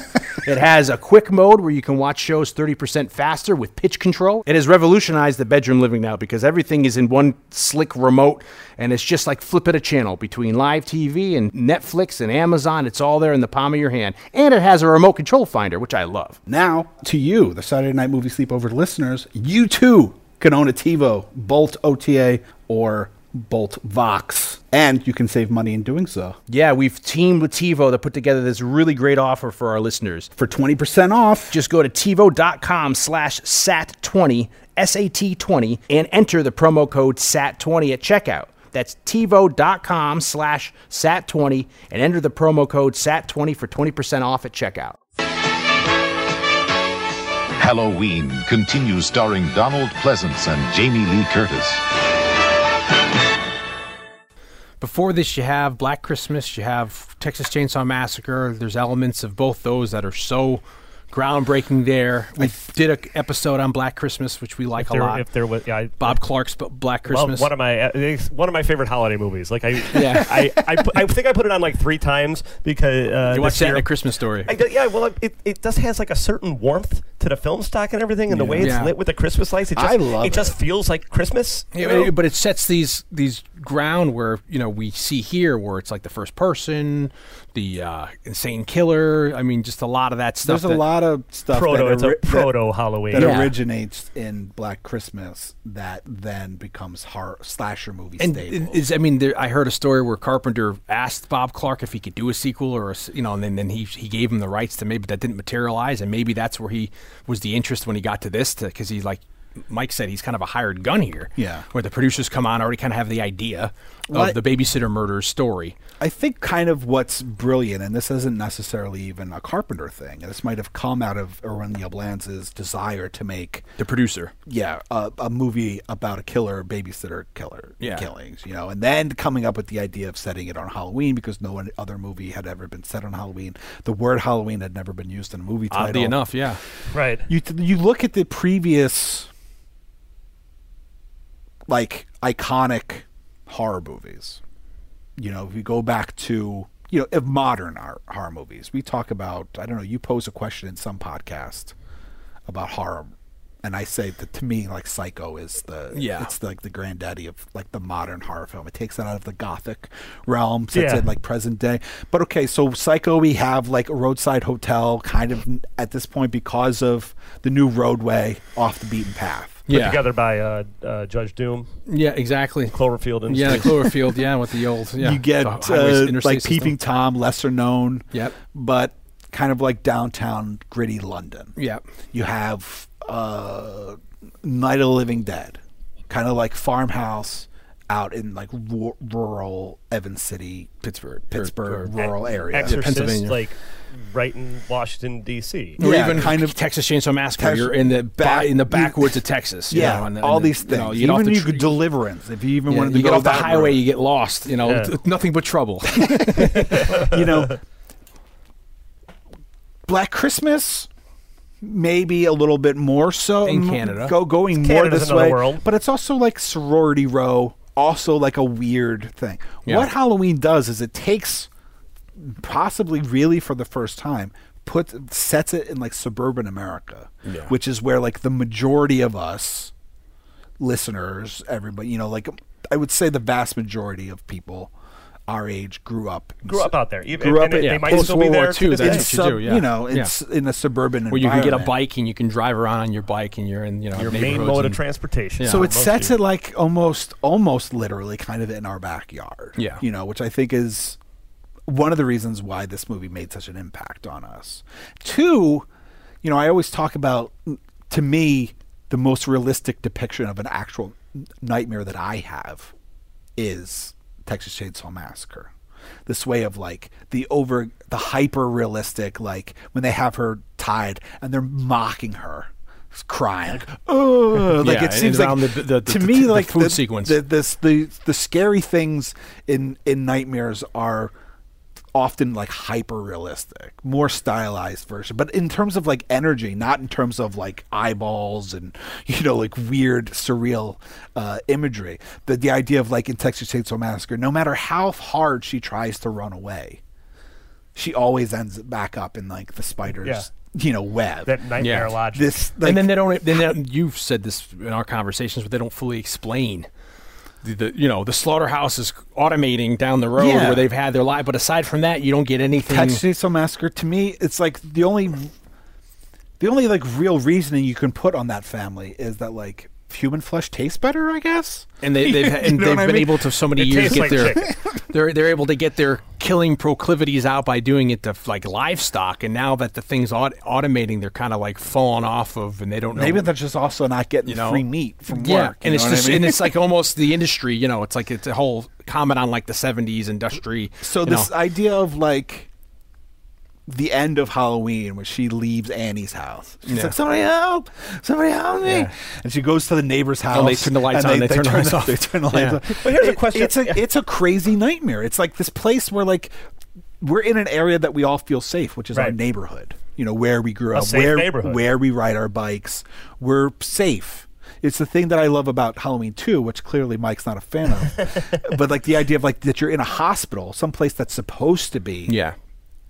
it has a quick mode where you can watch shows 30% faster with pitch control. It has revolutionized the bedroom living now because everything is in one slick remote and it's just like flipping a channel between live TV and Netflix and Amazon. It's all there in the palm of your hand. And it has a remote control finder, which I love. Now, to you, the Saturday Night Movie Sleepover listeners, you too can own a TiVo, Bolt OTA, or Bolt Vox, and you can save money in doing so. Yeah, we've teamed with TiVo to put together this really great offer for our listeners. For 20% off, Just go to TiVo.com slash SAT20, SAT20, and enter the promo code SAT20 at checkout. That's TiVo.com slash SAT20 and enter the promo code SAT20 for 20% off at checkout. Halloween continues starring Donald Pleasance and Jamie Lee Curtis. Before this, you have Black Christmas, you have Texas Chainsaw Massacre. There's elements of both those that are so groundbreaking there. We did an episode on Black Christmas, which we like a There- lot. if there was, yeah, I- Bob Clark's B- Black Well, Christmas. one of my uh, it's one of my favorite holiday movies. Like I, Yeah. I, I, pu- I think I put it on like three times because uh, you watch this that in year- a Christmas story. I do- yeah, well, it, it does has like a certain warmth to the film stock and everything, and the way it's Yeah. lit with the Christmas lights. It just, I love it. just feels like Christmas. Yeah, you but know? it- but it sets these these ground where you know we see here where it's like the first person, the uh, insane killer. I mean, just a lot of that stuff. there's a that- lot of stuff proto, that, it's ori- a that- proto Halloween. that Yeah. originates in Black Christmas that then becomes horror slasher movie And staple. it- it's, I mean, there, I heard a story where Carpenter asked Bob Clark if he could do a sequel, or a s you know, and then, then he he gave him the rights to maybe that didn't materialize, and maybe that's where he was the interest when he got to this, because he like Mike said, he's kind of a hired gun here. Yeah. where the producers come on already kind of have the idea Well, I- of the babysitter murders story. I think kind of what's brilliant, and this isn't necessarily even a Carpenter thing, and this might have come out of Erwin Yablan's desire to make The producer, yeah, a, a movie about a killer, babysitter, killer Yeah. killings, you know, and then coming up with the idea of setting it on Halloween because no one other movie had ever been set on Halloween. The word Halloween had never been used in a movie title. oddly enough, yeah. right. you t- you look at the previous like iconic horror movies. You know, if we go back to you know, if modern hor- horror movies, we talk about I don't know. You pose a question in some podcast about horror, and I say that to me, like Psycho is the Yeah. it's like the granddaddy of like the modern horror film. It takes it out of the gothic realm, sets Yeah. it like present day. But okay, so Psycho, we have like a roadside hotel kind of n- at this point because of the new roadway off the beaten path. Put yeah, together by uh, uh, Judge Doom, yeah, exactly. Cloverfield, and Yeah, the stuff. Cloverfield. Yeah, with the old. Yeah, you get the highways, uh, interstate like system. Peeping Tom, lesser known, Yep. but kind of like downtown gritty London. Yep. you have uh, Night of the Living Dead, kind of like farmhouse out in like ru- rural Evan City, Pittsburgh, or- Pittsburgh or- rural area. Exorcist, Pennsylvania. like right in Washington D.C. Or Yeah, even kind kind of of Texas Chainsaw Massacre. Tex- you're in the back- bi- in the backwoods of Texas. you yeah, know, and the- all and the- these you things. know, you get even off the you tr- could deliverance if you even yeah, wanted to you go get off the that highway, route. you get lost. You know, Yeah. t- nothing but trouble. you know black christmas maybe a little bit more so In m- Canada. go going more Canada's this another way world. but it's also like sorority row also like a weird thing Yeah. what halloween does is it takes possibly really for the first time puts sets it in like suburban america which is where like the majority of us listeners, everybody, you know, like I would say the vast majority of people our age grew up, Grew up out there. Even, Grew up and they- in- they yeah, might post still be World there. War to II, this that's day. in what you sub- do, yeah. you know, in, Yeah. s- in a suburban Where you can get a environment. bike and you can drive around on your bike and you're in you know your main neighborhoods mode of and- transportation. So it sets mostly. it like almost, almost literally, kind of in our backyard. Yeah. you know, which I think is one of the reasons why this movie made such an impact on us. Two, you know, I always talk about to me the most realistic depiction of an actual nightmare that I have is Texas Chainsaw Massacre. This way of like the over the hyper realistic, like when they have her tied and they're mocking her, crying, like, oh, like Yeah, it and seems around like the- the- to the- me the like food sequence. the, this the the scary things in in nightmares are often like hyper realistic more stylized version but in terms of like energy not in terms of like eyeballs and you know like weird surreal uh imagery the the idea of like in texas chainsaw massacre no matter how hard she tries to run away she always ends back up in like the spider's Yeah. you know web that Yeah. nightmare lodge. this like, and then they don't. Then they don't- you've said this in our conversations, but they don't fully explain. The, the you know the slaughterhouse is automating down the road Yeah. where they've had their life, but aside from that, you don't get anything. Texas Chainsaw Massacre to me, it's like the only, the only like real reasoning you can put on that family is that like human flesh tastes better, I guess. and they, they've, and know they've what I been mean? able to so many It years tastes get like their chicken. they're they're able to get their killing proclivities out by doing it to like livestock, and now that the thing's aut- automating, they're kind of like falling off of, and they don't know. Maybe they're just also not getting You know? free meat from yeah, work. you and know it's what I just mean? and it's like almost the industry, you know, it's like it's a whole comment on like the '70s industry. So you this know. idea of like the end of Halloween when she leaves Annie's house. She's like, Somebody help! Somebody help me. Yeah. And she goes to the neighbor's house. they turn the lights and on, they turn the lights off. They turn the lights Yeah. off. But here's a It- question- It's a it's a crazy nightmare. It's like this place where like we're in an area that we all feel safe, which is our Right. neighborhood. You know, where we grew A up, safe where neighborhood. where we ride our bikes. We're safe. It's the thing that I love about Halloween 2, which clearly Mike's not a fan of. but like the idea of like that you're in a hospital, someplace that's supposed to be yeah,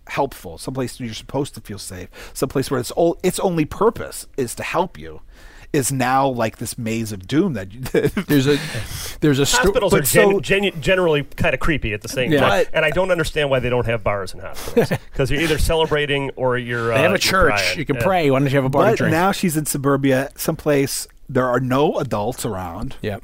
helpful, someplace you're supposed to feel safe, someplace where its all its only purpose is to help you, is now like this maze of doom that you, there's a there's a sto- Hospitals but are gen- so- genu- generally kind of creepy at the same Yeah. time, But- and I don't understand why they don't have bars in hospitals because you're either celebrating or you're. they uh, have a you're church. crying. You can Yeah. pray. Why don't you have a bar to But drink? now she's in suburbia, someplace there are no adults around. yeah,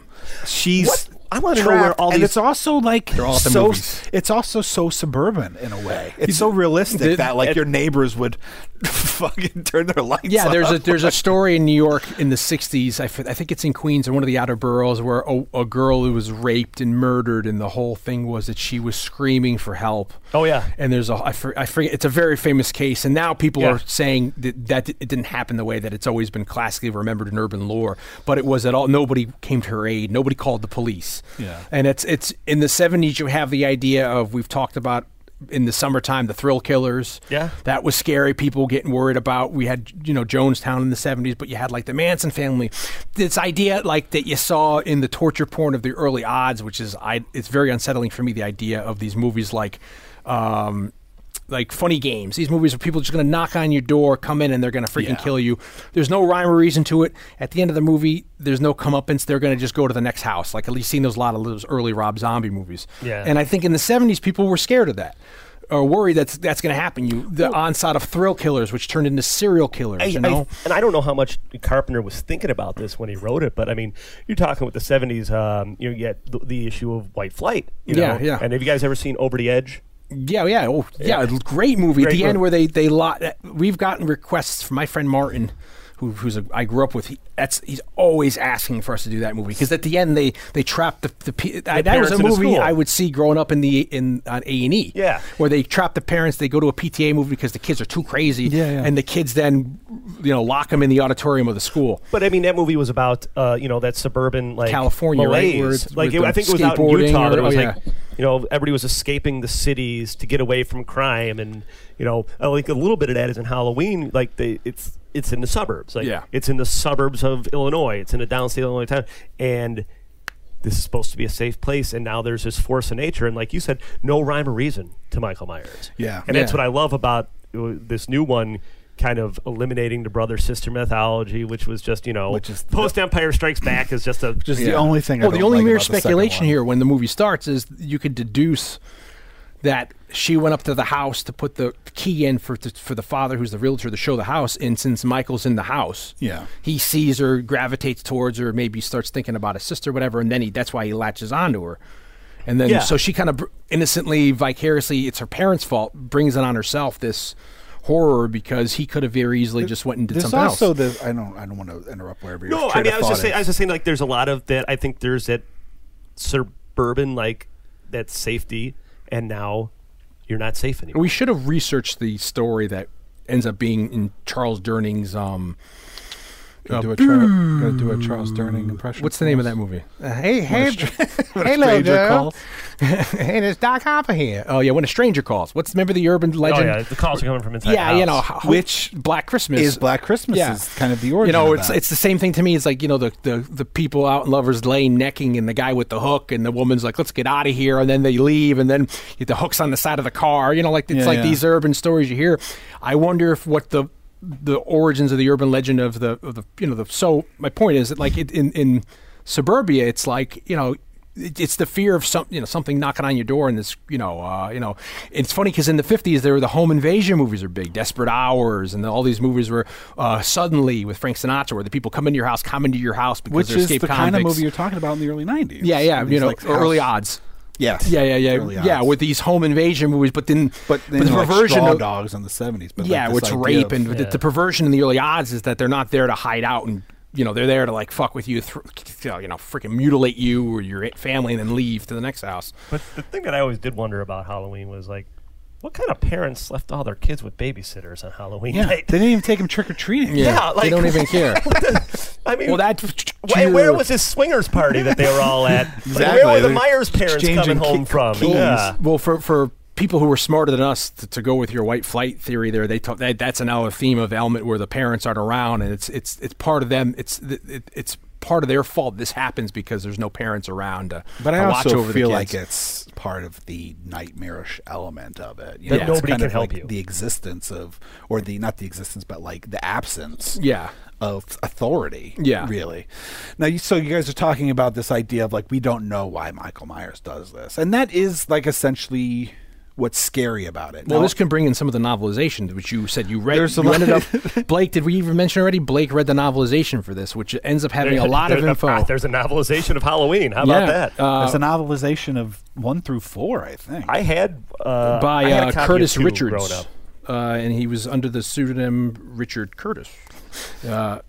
She's What? I wanna know where trapped, all and these- it's also like all at the so movies. it's also so suburban in a way. It's so realistic the- that like it- your neighbors would fucking turn their lights Yeah, there's off. a there's a story in New York in the '60s. I, f- I think it's in Queens or one of the outer boroughs where a, a girl who was raped and murdered, and the whole thing was that she was screaming for help. Oh, yeah. and there's a I, for, I forget it's a very famous case, and now people Yeah. are saying that, that it didn't happen the way that it's always been classically remembered in urban lore, but it was at all. Nobody came to her aid. Nobody called the police. Yeah. and it's it's in the '70s. You have the idea of we've talked about. In the summertime, the thrill killers. Yeah. That was scary. People getting worried about. We had, you know, Jonestown in the 70s, but you had like the Manson family. This idea, like, that you saw in the torture porn of the early odds, which is, I, it's very unsettling for me, the idea of these movies like, um, like funny games. These movies where people are just going to knock on your door, come in, and they're going to freaking kill you. There's no rhyme or reason to it. At the end of the movie, there's no comeuppance. They're going to just go to the next house. Like at least seen those a lot of those early Rob Zombie movies. Yeah. And I think in the '70s, people were scared of that. Or worried that's that's going to happen. You the onslaught of thrill killers, which turned into serial killers. I, you I- know, and I don't know how much Carpenter was thinking about this when he wrote it, but I mean, you're talking with the '70s. Um, you know, you get the, the issue of white flight. You Yeah, know? yeah. And have you guys ever seen Over the Edge? Yeah, yeah, oh, yeah, Great movie. At Great the end, movie. where they they lot. We've gotten requests from my friend Martin, who who's a, I grew up with. He, that's he's always asking for us to do that movie because at the end they they trap the the. pe- I, that was parents a in the movie school. I would see growing up in the in on A and E. Yeah. where they trap the parents. They go to a PTA movie because the kids are too crazy. Yeah, yeah. and the kids then you know lock them in the auditorium of the school. But I mean, that movie was about uh, you know that suburban like California, right, malaise. where it's- Like with it, the I think it was out in skateboarding Utah. that or- it was oh, like you know everybody was escaping the cities to get away from crime, and you know I like a little bit of that is in Halloween. Like they, it's it's in the suburbs. Like Yeah. it's in the suburbs of Illinois. It's in a downstate Illinois town, and. This is supposed to be a safe place, and now there's this force of nature, and like you said, no rhyme or reason to Michael Myers. Yeah. and that's Yeah. what I love about uh, this new one, kind of eliminating the brother sister mythology, which was just you know Which is the- post Empire Strikes Back is just a Just the Yeah. only thing. I Well, the don't only like mere about the second speculation one. here when the movie starts is you could deduce that she went up to the house to put the key in for to, for the father, who's the realtor, to show the house. And since Michael's in the house, Yeah. he sees her, gravitates towards her, maybe starts thinking about his sister, whatever, and then he that's why he latches onto her. And then Yeah. so she kind of innocently, vicariously, it's her parents' fault, brings it on herself this horror because he could have very easily just went and did There's something else. also the I don't I don't want to interrupt wherever you're. no. I mean, I was just saying, I was just saying, like there's a lot of that. I think there's that suburban like that safety, and now you're not safe anymore. We should have researched the story that ends up being in Charles Durning's. Um, gonna do a, Char- gonna do a Charles Durning impression. what's the name of that movie? Uh, hey, hey, hey, Stranger Calls. hey, it's Doc Hopper here. Oh yeah, when a stranger calls. What's remember the urban oh legend? yeah, the calls are coming from inside. Yeah, the you know house. how, Which Black Christmas Is Black Christmas Yeah. is kind of the origin. You know, of it's that. it's the same thing to me. It's like you know the, the the people out in Lovers Lane necking, and the guy with the hook, and the woman's like, "Let's get out of here," and then they leave, and then the hook's on the side of the car. You know, like it's Yeah, like yeah. these urban stories you hear. I wonder if what the the origins of the urban legend of the of the you know the so my point is that like it, in in suburbia, it's like you know it- it's the fear of some, you know, something knocking on your door, and this, you know, uh, you know, it's funny because in the fifties there were the home invasion movies are big, Desperate Hours, and all these movies were uh, suddenly with Frank Sinatra, where the people come into your house, come into your house because which they're is the escaped kind of convicts. movie you're talking about in the early '90s. yeah, yeah, These, you know, like, early house- odds. Yes. Yeah, yeah, yeah, Early yeah. odds. With these home invasion movies, but then, but then the like perversion Straw of- Dogs in the '70s. But yeah, like which this idea rape of- and the, the perversion in the early odds is that they're not there to hide out and you know they're there to like fuck with you, thr you know, freaking mutilate you or your family and then leave to the next house. But the thing that I always did wonder about Halloween was like, what kind of parents left all their kids with babysitters on Halloween yeah, night? they didn't even take him trick or treating. Yeah, like- they don't even care. I mean, well, that wh- and where was this swingers party that they were all at? Like, Exactly. where were the They're Myers parents exchanging coming home ki- from? keys. Yeah. Well, for for people who are smarter than us to, to go with your white flight theory, there they talk, that that's now a theme of element where the parents aren't around, and it's it's it's part of them. It's th- it, it's part of their fault. This happens because there's no parents around to, But I to watch also over feel the like kids. it's part of the nightmarish element of it. You That it's nobody kind can of help like you. The existence of, or the not the existence, but like the absence. Yeah. Of authority. Yeah. Really. Now, you, so you guys are talking about this idea of like we don't know why Michael Myers does this, and that is like essentially what's scary about it. Well, Now- this can bring in some of the novelization, which you said you read. There's a you lot- ended up, Blake. Did we even mention already? Blake read the novelization for this, which ends up having a lot of There- info. ah, there's a novelization of Halloween. How about Yeah, that? It's a novelization of one through four, I think. I had uh, I by had a uh, copy of Curtis two Richards, growing up. Uh, and he was under the pseudonym Richard Curtis. Uh,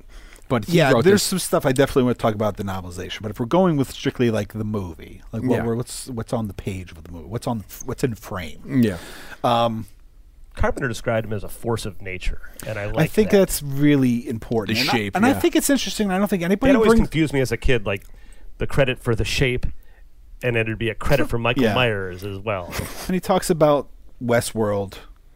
but he yeah, wrote there's this. some stuff I definitely want to talk about the novelization, but if we're going with strictly like the movie, like what Yeah. we're, what's what's on the page of the movie, what's on what's in frame, Yeah, Carpenter described him as a force of nature, and I like. I think that. that's really important. The and shape, I, and I yeah. think it's interesting. I don't think anybody It always brings. confused me as a kid, like the credit for the shape, and it'd be a credit for Michael Yeah. Myers as well. And he talks about Westworld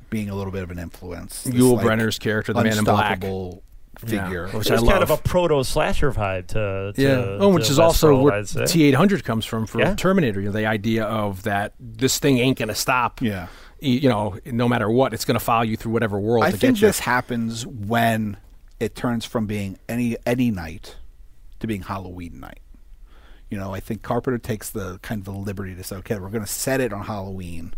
being a little bit of an influence. this, Yul Brenner's character, the Man in Black. unstoppable Yeah, figure. which I It's love. kind of a proto slasher vibe to, to yeah, oh, which to is also Westworld, where I'd say. T eight hundred comes from for Yeah. Terminator. You know, the idea of that this thing ain't gonna stop. Yeah. y- you know, no matter what, it's gonna follow you through whatever world. I to think get you. this happens when it turns from being any any night to being Halloween night. You know, I think Carpenter takes the kind of the liberty to say, okay, we're going to set it on Halloween.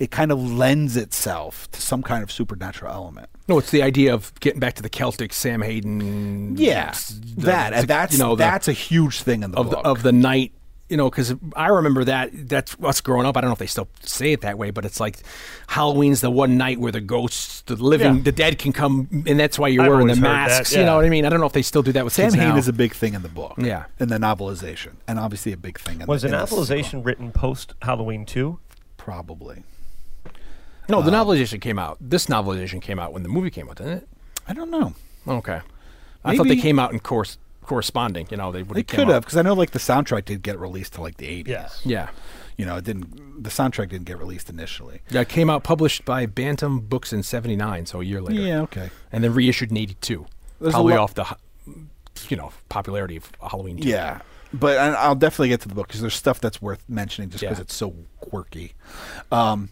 It kind of lends itself to some kind of supernatural element. No, it's the idea of getting back to the Celtic Sam Hayden. the- that the- and that's you know the- that's a huge thing in the of the, book. of the night. You know, because I remember that. That's us growing up. I don't know if they still say it that way, but it's like Halloween's the one night where the ghosts, the living, Yeah. the dead can come, and that's why you're I've wearing the always heard that, masks. You yeah. know what I mean? I don't know if they still do that with Sam kids Hain now. is a big thing in the book. Yeah. in the novelization, and obviously a big thing. In Was the, the in this book, novelization written post Halloween too? probably? no. The novelization came out. This novelization came out when the movie came out, didn't it? I don't know. Okay, I thought they Maybe. came out in course corresponding. You know, they would They could have because I know like the soundtrack did get released to like the eighties. Yeah. Yeah, you know, it didn't. The soundtrack didn't get released initially. yeah. It came out published by Bantam Books in '79, so a year later. okay. and then reissued in '82, There's a probably lot- off the hu- you know popularity of Halloween. too. Yeah, but I, I'll definitely get to the book because there's stuff that's worth mentioning just because Yeah. it's so quirky. Um,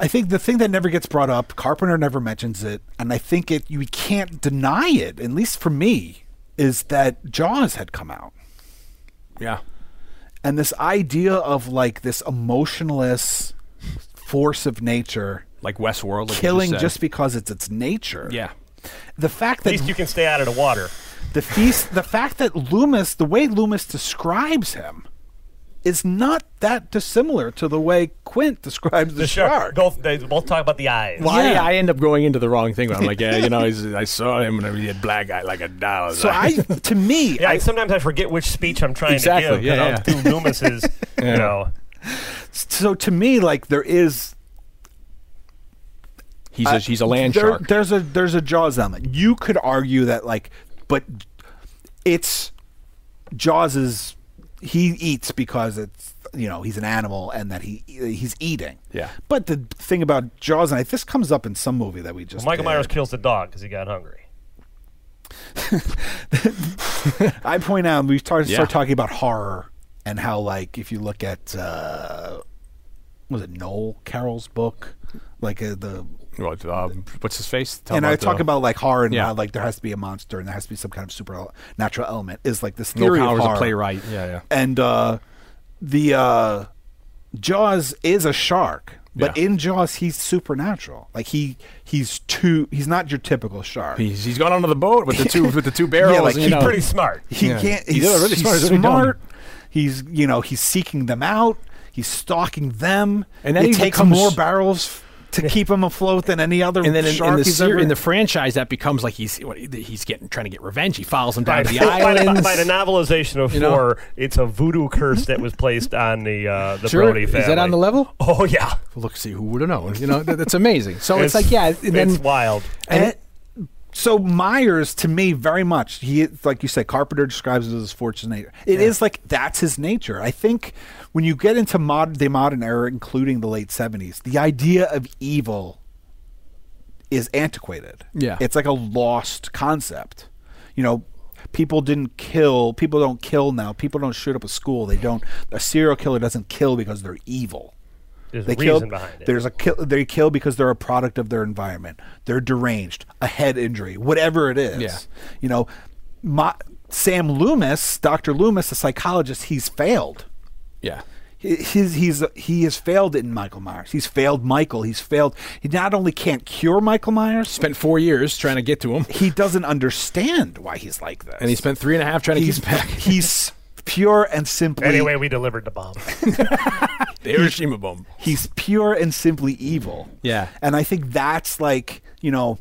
I think the thing that never gets brought up, Carpenter never mentions it, and I think it you can't deny it. At least for me, is that Jaws had come out. yeah. and this idea of like this emotionless force of nature Like Westworld, like you killing said. just, because it's its nature. yeah, The fact At that least you can stay out of the water. the feast, the fact that Loomis, the way Loomis describes him, is not that dissimilar to the way Quint describes the, The shark. shark. Both they both talk about the eyes. Why I end up going into the wrong thing. I'm like, yeah, you know, he's, I saw him and he had black eye like a doll. So I, to me, Yeah, I, sometimes I forget which speech I'm trying Exactly, to give. 'cause yeah, I'll yeah. do Loomis's, you know. so to me, like there is he's a, he's a land there- shark. There's a there's a Jaws element. You could argue that like, but it's Jaws is he eats because it's you know he's an animal and that he he's eating. Yeah. But the thing about Jaws and I, this comes up in some movie that we just Michael did. Myers kills the dog because he got hungry. I point out we start Yeah. start talking about horror and how like if you look at uh, was it Noel Carroll's book, like uh, the What, um, what's his face? Tell and I talk the- about like horror and Yeah. how like there has to be a monster and there has to be some kind of supernatural element is like this Neil theory Powell of is horror. a playwright. Yeah, yeah. And uh, the uh, Jaws is a shark, but Yeah. in Jaws he's supernatural. Like he he's too he's not your typical shark. He's, he's gone onto the boat with the two with the two barrels. like, and, you he's know, Pretty smart. he Yeah. can't. He's He's, really he's smart, smart. he's He's, really dumb. you know he's seeking them out. He's stalking them. And then it he takes becomes- more barrels f- to keep him afloat than any other And then in, shark in the he's ser- ever. in the franchise, that becomes like he's what, he's getting trying to get revenge. He follows him down By, to the by the, islands. by the novelization of You know? four, it's a voodoo curse that was placed on the uh, the Sure. Brody Is family. that on the level? Oh yeah, Look, see who would have known. You know, that, that's amazing. So Oh, it's, like yeah, and then it's wild. And it- so Myers to me very much he like you said Carpenter describes it as fortunator. It is like that's his nature. I think when you get into mod the modern era, including the late seventies, the idea of evil is antiquated. Yeah. it's like a lost concept. You know, people didn't kill. People don't kill now. People don't shoot up a school. They don't. A serial killer doesn't kill because they're evil There's they a reason kill. behind it. There's a kill. They kill because they're a product of their environment. They're deranged, a head injury, whatever it is. Yeah. You know, my, Sam Loomis, Doctor Loomis, the psychologist, he's failed. yeah. He- He's, he's he has failed in Michael Myers. He's failed Michael. He's failed. He not only can't cure Michael Myers, Spent four years trying to get to him, he doesn't understand why he's like this. and he spent three and a half trying to he's get him back. he's pure and simply Anyway, we delivered the bomb. The Hiroshima bomb. he's pure and simply evil. Yeah. And I think that's like, you know,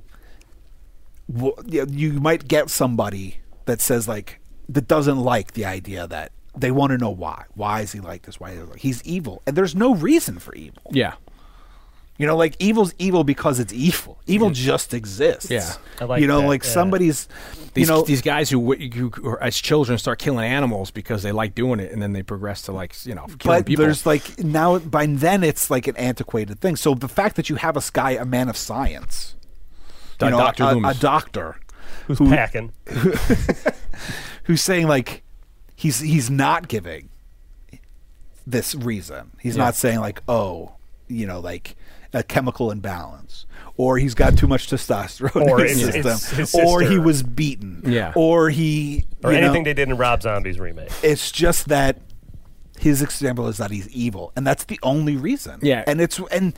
wh- you you might get somebody that says like that doesn't like the idea that they want to know why. Why is he like this? Why is he like he's evil? And there's no reason for evil. Yeah, You know, like evil's evil because it's evil. Evil just exists. Yeah. I like you know, that, like yeah. somebody's these you know these guys who, wi- who, who are, as children start killing animals because they like doing it, and then they progress to like you know killing but people. there's like now by then it's like an antiquated thing. So the fact that you have a guy, a man of science, Do- you know, Dr. a, a Loomis. doctor Who's Who- packing? who's saying like he's he's not giving this reason. He's not saying like oh, you know, like a chemical imbalance or he's got too much testosterone Or in his it's- system it's his or he sister. was beaten Yeah. or he Or you know, anything they did in Rob Zombie's remake. it's just that his example is that he's evil and that's the only reason. Yeah. And it's and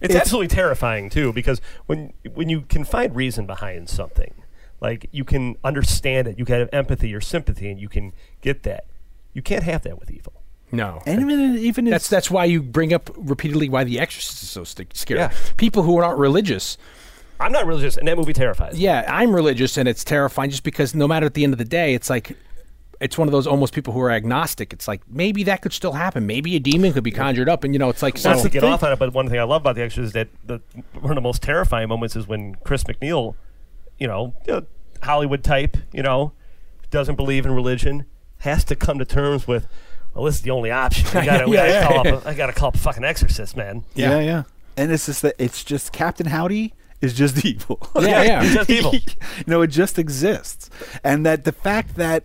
It's, It's- absolutely terrifying too, because when when you can find reason behind something, like you can understand it, you can have empathy or sympathy, and you can get that. You can't have that with evil. no, and even even That's it's- that's why you bring up repeatedly why The Exorcist is so st- scary. Yeah. People who aren't religious, I'm not religious, and that movie terrifies. me. yeah, I'm religious, and it's terrifying just because no matter at the end of the day, it's like it's one of those almost people who are agnostic. It's like maybe that could still happen. Maybe a demon could be conjured up, and you know, it's like so. Not to get off on it, but one thing I love about the extras is that the, one of the most terrifying moments is when Chris McNeil, you know, uh, Hollywood type, you know, doesn't believe in religion, has to come to terms with, well, this is the only option. I gotta, Yeah, I, yeah, gotta call Up, a- I gotta call up a fucking exorcist, man. yeah, yeah. And it's just that it's just Captain Howdy is just evil. Yeah, yeah. It's just evil. you know, it just exists. And that the fact that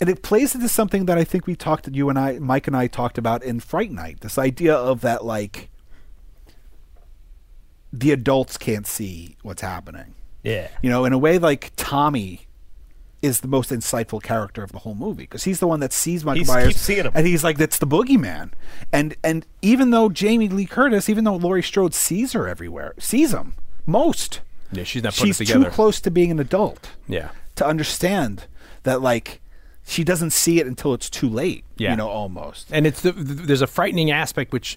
and it plays into something that I think we talked you and I Mike and I talked about in Fright Night, this idea of that like the adults can't see what's happening. Yeah. You know, in a way like Tommy is the most insightful character of the whole movie because he's the one that sees Michael He's- Myers keeps seeing him. and he's like, "That's the boogeyman." And and even though Jamie Lee Curtis, even though Laurie Strode sees her everywhere, sees him most, Yeah, she's not putting she's it together. too close to being an adult Yeah. to understand that like she doesn't see it until it's too late. Yeah. you know, almost. and it's the, th there's a frightening aspect which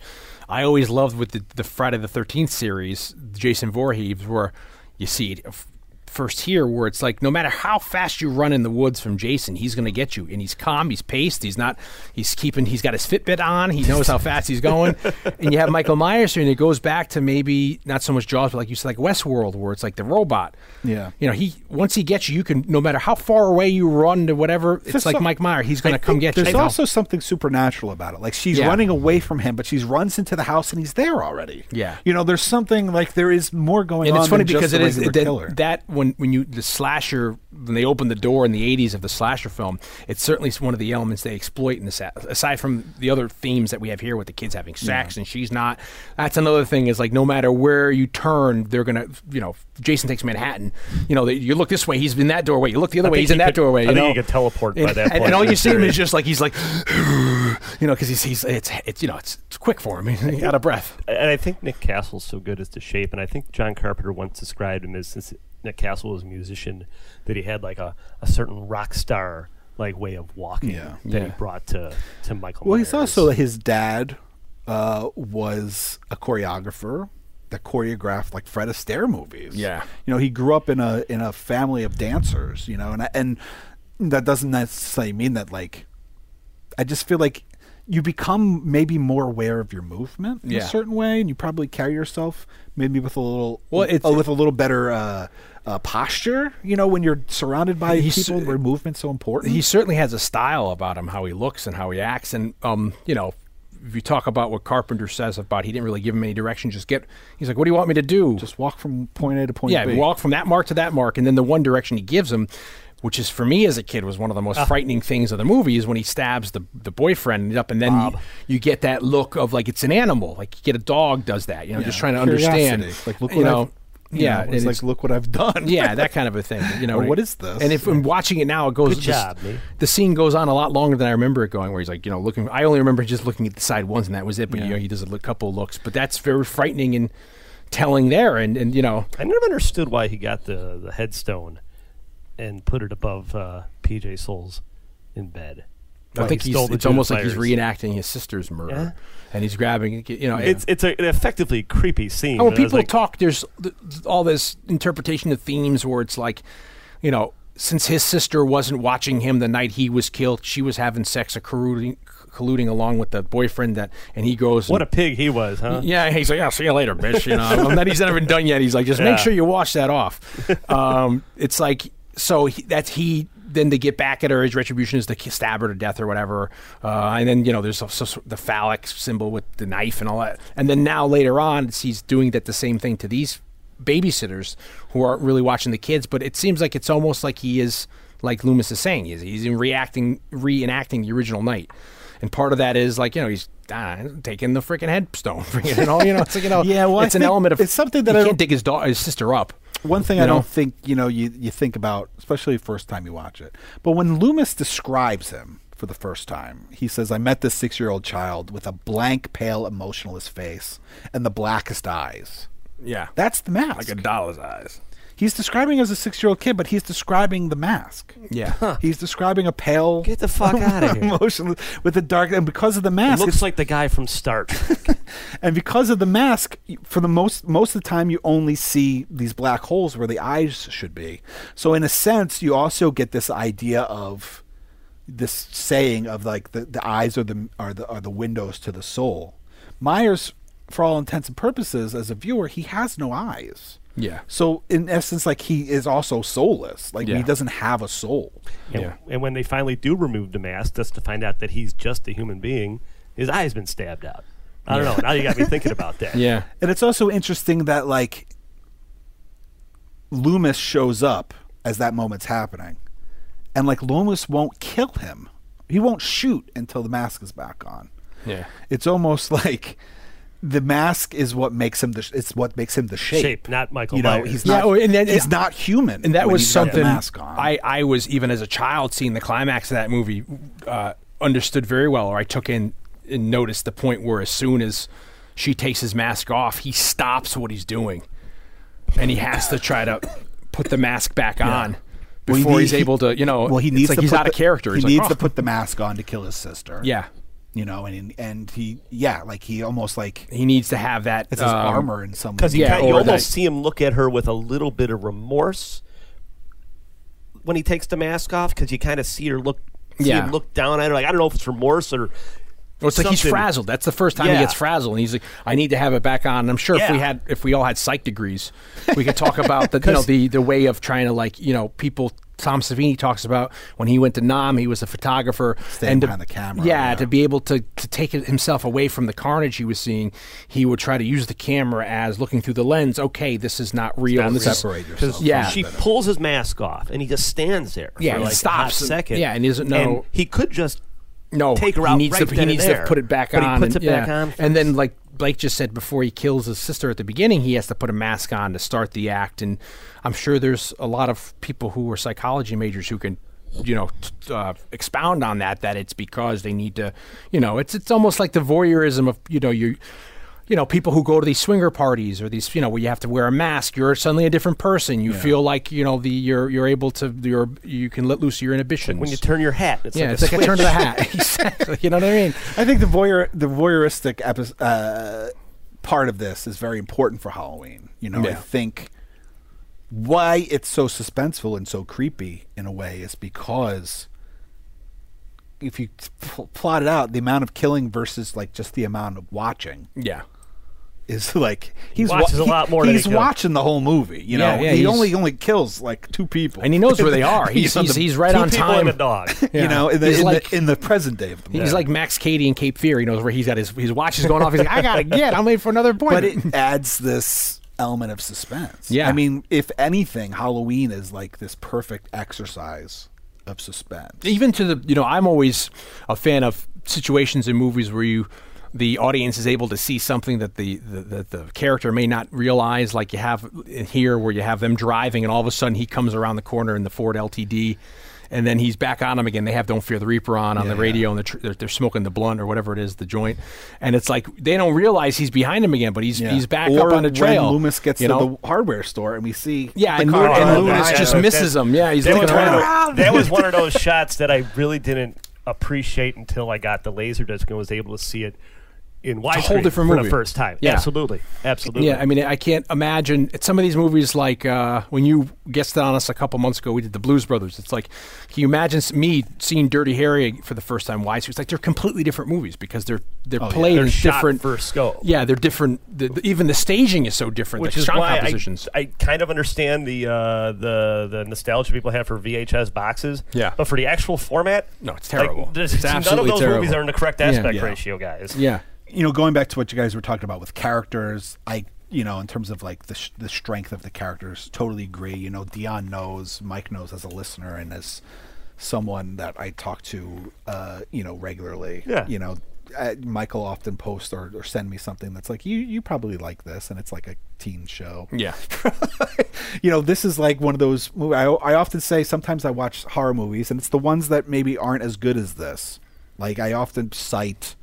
I always loved with the, the Friday the Thirteenth series, Jason Voorhees, where you see it f- first here, where it's like no matter how fast you run in the woods from Jason, he's going to get you, and he's calm, he's paced, he's not, he's keeping, he's got his Fitbit on, he knows how fast he's going, and you have Michael Myers here, and it goes back to maybe not so much Jaws, but like you said, like Westworld, where it's like the robot. Yeah. you know, he once he gets you, you can no matter how far away you run to whatever, it's There's like some- Mike Myers, he's going to come get you. There's you know? also something supernatural about it. Like she's Yeah. running away from him, but she runs into the house and he's there already. Yeah. you know, there's something like there is more going and on. it's funny than because just the it is regular that, killer. that when when you the slasher when they opened the door in the 80s of the slasher film, it's certainly one of the elements they exploit in this. Aside from the other themes that we have here with the kids having sex and she's not, that's another thing. Is like no matter where you turn, they're gonna you know Jason takes Manhattan. You know they, you look this way, he's in that doorway. You look the other way, think he's in he that could- doorway. I you think know? he could teleport by and, that and- point and all in you the see him series. is just like he's like, you know, because he's he's it's it's you know it's, it's quick for him. He's out of breath. and I think Nick Castle's so good as to shape, and I think John Carpenter once described him as since Nick Castle was a musician, that he had like a, a certain rock star like way of walking Yeah. that he brought to to Michael. Well, he's Myers. also his dad uh, was a choreographer that choreographed like Fred Astaire movies. Yeah. you know he grew up in a in a family of dancers. You know, and I- and that doesn't necessarily mean that like I just feel like you become maybe more aware of your movement in Yeah. a certain way, and you probably carry yourself maybe with a little Well, it's- uh, with a little better. Uh, uh, posture, you know, when you're surrounded by He's- people where movement's so important. he certainly has a style about him, how he looks and how he acts, and um, you know, if you talk about what Carpenter says about he didn't really give him any direction, just get. He's like, "What do you want me to do?" just walk from point A to point yeah, B. walk from that mark to that mark, and then the one direction he gives him, which is for me as a kid was one of the Ah. most frightening things of the movie, is when he stabs the the boyfriend up, and then you, you get that look of like it's an animal, like you get a dog does that, you know, just trying to understand, Curiosity. Like, look you what know, I've- you yeah, know, and it's like it's- look what I've done. yeah, that kind of a thing. You know, Or what is this? And if I'm watching it now, it goes. Good this- job, Lee. the scene goes on a lot longer than I remember it going. Where he's like, you know, looking. I only remember just looking at the side once, and that was it. But you know, he does a li- couple looks, but that's very frightening and telling there. And and you know, I never understood why he got the the headstone and put it above uh, PJ Souls in bed. I Why think he he's, stole the it's almost like Judith he's Myers. reenacting his sister's murder, and he's grabbing. You know, It's it's a, an effectively creepy scene. And when and I Oh, was people like, talk, there's th- th- all this interpretation of themes where it's like, you know, since his sister wasn't watching him the night he was killed, she was having sex or colluding, colluding along with the boyfriend that, and he goes, what a and, pig he was, huh? yeah, and he's like, yeah, see you later, bitch. You know, and then he's not even done yet. He's like, just Yeah. make sure you wash that off. Um, it's like, so he, that's he. Then to get back at her, his retribution is to ki- stab her to death or whatever. Uh, and then you know, there's also the phallic symbol with the knife and all that. And then now later on, it's- he's doing that the same thing to these babysitters who aren't really watching the kids. But it seems like it's almost like he is, like Loomis is saying, he's, he's reacting, reenacting the original night. And part of that is like you know he's uh, taking the freaking headstone, you know, you know it's like you know Yeah, well, I it's an think element of it's something that he I can't don't- dig his daughter, his sister up. One thing You I know? don't think you know you you think about, especially first time you watch it. But when Loomis describes him for the first time, he says, "I met this six year old child with a blank, pale, emotionless face and the blackest eyes." Yeah, That's the mask. doll's eyes. he's describing as a six year old kid, but he's describing the mask. Yeah, He's describing a pale, Get the fuck out of here. emotionless, with a dark, and because of the It mask, looks it's like the guy from Start. and because of the mask y- for the most most of the time you only see these black holes where the eyes should be so in a sense you also get this idea of this saying of like the, the eyes are the are the are the windows to the soul myers for all intents and purposes as a viewer he has no eyes Yeah. so in essence like he is also soulless like Yeah. he doesn't have a soul And, Yeah. and when they finally do remove the mask, just to find out that he's just a human being, his eye's been stabbed out. I don't know. Now you got me thinking about that. yeah, And it's also interesting that like Loomis shows up as that moment's happening. And like Loomis won't kill him. He won't shoot until the mask is back on. yeah. It's almost like the mask is what makes him the sh- it's what makes him the shape. Shape, not Michael You know, Myers. he's Yeah, not oh, and that- he's and- not human. and that when was he's got the something mask on. I, I was even as a child seeing the climax of that movie uh, understood very well or i took in and noticed the point where as soon as she takes his mask off he stops what he's doing and he has to try to put the mask back on Well, he before need- he's he- able to you know well he it's needs like to he's put out of the- character he he's needs like, to "Oh." put the mask on to kill his sister yeah you know and and he yeah like he almost like he needs to have that it's his um, armor in some Because way. you, Yeah, kind you or almost that- see him look at her with a little bit of remorse when he takes the mask off, because you kind of see her look, see Yeah. him look down at her. Like I don't know if it's remorse or. Well, Oh, it's like he's something. frazzled. That's the first time he Yeah. gets frazzled, and he's like, "I need to have it back on." And I'm sure if we Yeah. had, if we all had psych degrees, we could talk about the you know the the way of trying to like you know people Tom Savini talks about when he went to Nam, he was a photographer. Staying and to- behind the camera, Yeah, yeah. to be able to, to take it- himself away from the carnage he was seeing, he would try to use the camera as looking through the lens. Okay, this is not real. and this is- separate yourself. yeah. She pulls his mask off and he just stands there. Yeah, for and like stops a and- hot second. yeah, and he doesn't know- And he could just No, take her he out Needs right to, then he and needs there. to put it back But he on. puts and, it back yeah. on And then, like Blake just said before he kills his sister at the beginning, he has to put a mask on to start the act. And I'm sure there's a lot of people who are psychology majors who can, you know, t- uh, expound on that. That it's because they need to, you know, it's it's almost like the voyeurism of you know you. You know, people who go to these swinger parties or these, you know, where you have to wear a mask, you're suddenly a different person. You feel like, you know, the you're you're able to you're you can let loose your inhibitions. when you turn your hat. It's yeah, like it's a like a turn to the hat. exactly. You know what I mean? I think the voyeur the voyeuristic epi- uh, part of this is very important for Halloween. You know, I Yeah. think why it's so suspenseful and so creepy in a way is because if you pl- plot it out, the amount of killing versus like just the amount of watching Yeah. is like he's watches a lot more than He's he kills. watching the whole movie. You Yeah, know, yeah, he he's- only only kills like two people, And he knows where they are. You He's, know, he's, the- he's right Two on people time. and a dog. Yeah. you know in the, he's in, like the, in the present day of the he's movie. like Max Cady in Cape Fear. He knows where he's at. His his watch is going off. He's like, I gotta get. I'm late for another but appointment. it adds this element of suspense. Yeah. I mean, if anything, Halloween is like this perfect exercise of suspense. even to the you know i'm always a fan of situations in movies where you the audience is able to see something that the, the that the character may not realize like you have in here where you have them driving and all of a sudden he comes around the corner in the ford ltd and then he's back on them again. They have "Don't Fear the Reaper" on on the radio, and the tr- they're, they're smoking the blunt or whatever it is, the joint. And it's like they don't realize he's behind him again, but he's he's back or up on the trail. When Loomis gets you to know? the hardware store and we see yeah, the and, car Lu- and on the Loomis back. just Yeah. misses him. Yeah, he's that, looking was one of around. those- that was one of those shots that I really didn't appreciate until I got the laser disc and was able to see it in widescreen whole different for movie. the first time. Yeah. Absolutely, absolutely. Yeah, I mean, I can't imagine it's some of these movies. Like uh, when you guessed it on us a couple months ago, we did the Blues Brothers. It's like can you imagine s- me seeing Dirty Harry for the first time? Why? So it's like they're completely different movies because they're they're played Oh, They're in shot different for scope. Yeah, they're different. The, the- even the staging is so different. which the is shot why I, compositions. I kind of understand the uh, the the nostalgia people have for VHS boxes. Yeah. but for the actual format, No, it's like, terrible. there's- It's none of absolutely those movies terrible. are in the correct Yeah. aspect Yeah. ratio, guys. yeah, you know, going back to what you guys were talking about with characters, I, you know, in terms of like the, sh- the strength of the characters, totally agree. You know, Dion knows, Mike knows as a listener and as someone that I talk to, uh, you know, regularly. Yeah. You know, uh, Michael often posts or, or send me something that's like, you, you probably like this. And it's like a teen show. yeah. you know, this is like one of those movies. I, I often say sometimes I watch horror movies, and it's the ones that maybe aren't as good as this. Like I often cite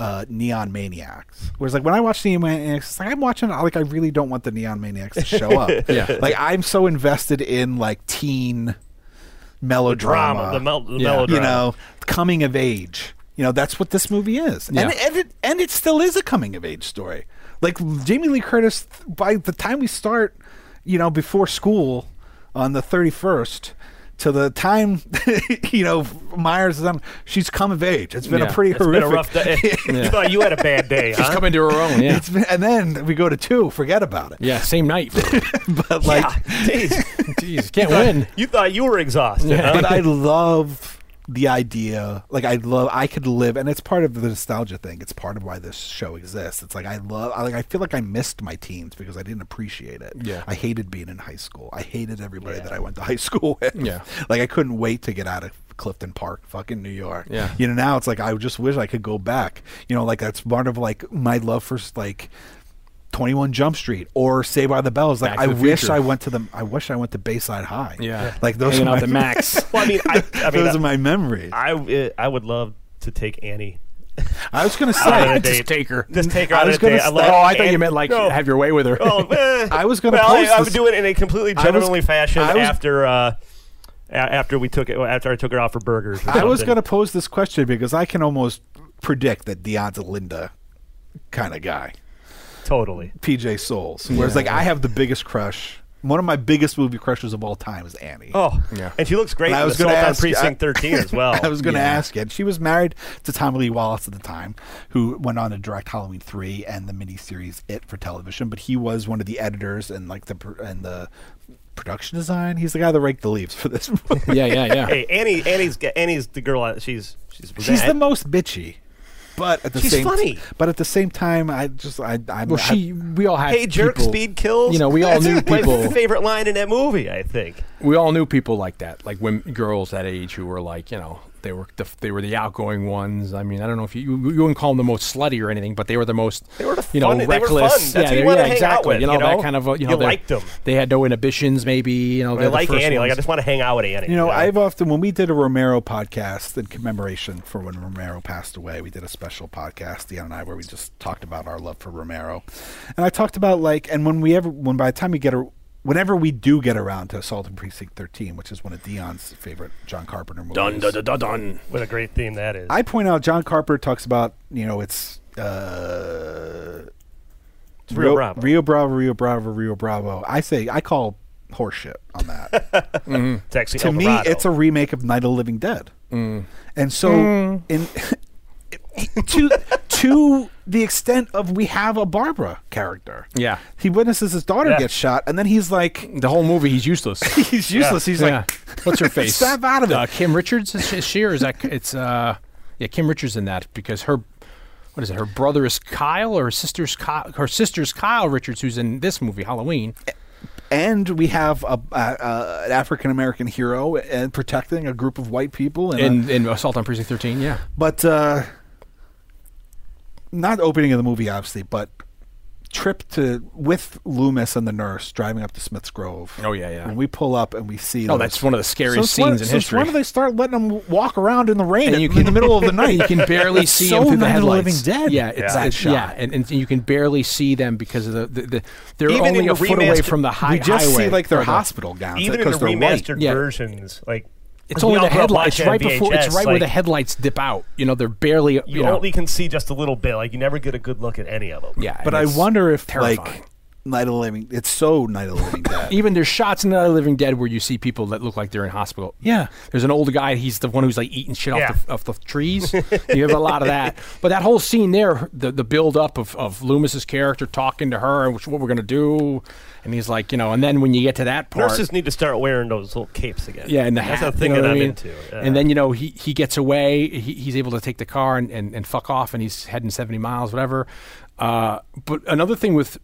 uh, Neon Maniacs, whereas like when I watch Neon Maniacs, it's like I'm watching like I really don't want the Neon Maniacs to show up. Yeah. like I'm so invested in like teen Drama, melodrama, the, mel- the Yeah. melodrama. you know, coming of age. You know, that's what this movie is, Yeah. and and it, and it still is a coming of age story. Like Jamie Lee Curtis, by the time we start, you know, before school on the thirty first. To the time, you know, Myers is on, she's come of age. It's been Yeah. a pretty It's been horrific. a rough day. you thought you had a bad day, huh? She's coming to her own. Yeah, It's been, and then we go to two. Forget about it. yeah. Same night. But like, yeah. Jeez. Jeez, can't win. you thought you were exhausted. huh? but I love the idea. Like I love, I could live, and it's part of the nostalgia thing. It's part of why this show exists. It's like I love, I, like I feel like I missed my teens because I didn't appreciate it. Yeah. I hated being in high school. I hated everybody that I went to high school with. Yeah. like I couldn't wait to get out of Clifton Park, fucking New York. Yeah. you know now it's like I just wish I could go back. You know, like that's part of like my love for like. 21 Jump Street or Saved by the Bells. Like Back to I the wish Future. I went to the I wish I went to Bayside High. Yeah. Like those Hanging are out my, the Max. well, I mean, I, I mean, those are my memories. I, I, uh, I would love to take Annie. was on a gonna say, date. Just take her. Just take her I on was a gonna date. I say- love oh, I thought you Annie. meant like No. have your way with her. Oh, eh. I was gonna Well, post I, I this- would do it in a completely I was- gentlemanly fashion I was- after uh, a- after we took it after I took her out for burgers. or I was something. gonna pose this question because I can almost predict that Deon's a Linda kind of guy. totally. PJ Souls. Whereas like I have the biggest crush. One of my biggest movie crushes of all time is Annie. Oh, Yeah. and she looks great. And I in was Assault gonna on ask- Precinct I- Thirteen as well. I was going to ask it. She was married to Tommy Lee Wallace at the time, who went on to direct Halloween three and the miniseries It for television. But he was one of the editors and like the pr- and the production design. He's the guy that raked the leaves for this movie. Yeah, yeah, yeah. Hey, Annie, Annie's Annie's the girl. on- She's she's She's that- the most bitchy, but at the She's same funny. but at the same time, I just I I well, she. We all had. Hey, jerk people- speed kills. You know, we all That's knew My people- favorite line in that movie, I think. We all knew people like that, like women, girls that age who were like, you know, they were the, they were the outgoing ones. I mean, I don't know if you you, you wouldn't call them the most slutty or anything, but they were the most They were the you know fun- they were reckless. fun. That's yeah, who you they- wanna yeah, hang out exactly. with, you, know, you know? that kind of uh, you know You they- liked 'em. They had no inhibitions, maybe. You know, I they're the like first Annie. Like I ones. just want to hang out with Annie. You know, I've often when we did a Romero podcast in commemoration for when Romero passed away, we did a special podcast, Dion and I, where we just talked about our love for Romero, and I talked about like, and when we ever, when by the time we get, a, whenever we do get around to Assault and Precinct Thirteen, which is one of Dion's favorite John Carpenter movies, dun dun dun dun. dun. what a great theme that is. I point out John Carpenter talks about you know it's uh, It's real Bravo. Rio Bravo, Rio Bravo, Rio Bravo. I say I call horseshit on that. it's actually to El me, Dorado. it's a remake of Night of the Living Dead. Mm. And so, in to to the extent of we have a Barbara character. Yeah. he witnesses his daughter Yeah. get shot, and then he's like, The whole movie, he's useless. he's useless. He's yeah. like, What's her face? Snap out of it. Uh, Kim Richards is she, is she or is that it's uh yeah Kim Richards in that because her what is it her brother is Kyle or her sister's Kyle, her sister's Kyle Richards who's in this movie Halloween and we have a, a, a an African American hero and protecting a group of white people, and, a- in in Assault on Precinct Thirteen yeah but uh, not opening of the movie, obviously, but. Trip to with Loomis and the nurse driving up to Smith's Grove. Oh, yeah, yeah. When we pull up and we see, oh those- that's one of the scariest it's when- scenes in it's history When do they start letting them walk around in the rain And at- you in can- the middle of the night? you can barely see so them through the Night of the headlights Living Dead, yeah it's, that it's- shot. yeah and, and you can barely see them because of the, the, the they're Even only in a the foot away remastered- from the high you just highway see like their or the- hospital gowns even in the because they're white. remastered Yeah. versions, like it's we only all the grew up headlights it's watching right on before it's VHS, right where like, the headlights dip out you know they're barely you, You know, only can see just a little bit. Like you never get a good look at any of them. yeah But and I it's wonder if terrifying. like Night of the Living, it's so Night of the Living Dead. Even there's shots in Night of the Living Dead where you see people that look like they're in hospital. Yeah. There's an old guy. He's the one who's like eating shit Yeah. off, the, off the trees. you have a lot of that. But that whole scene there, the, the build up of, of Loomis's character talking to her, which what we're going to do. And he's like, you know, and then when you get to that part. Nurses need to start wearing those little capes again. yeah, and the that's hat, a thing you know that what I I'm mean? into. yeah. And then you know he, he gets away. He, he's able to take the car and, and, and fuck off, and he's heading seventy miles, whatever. Uh, but another thing with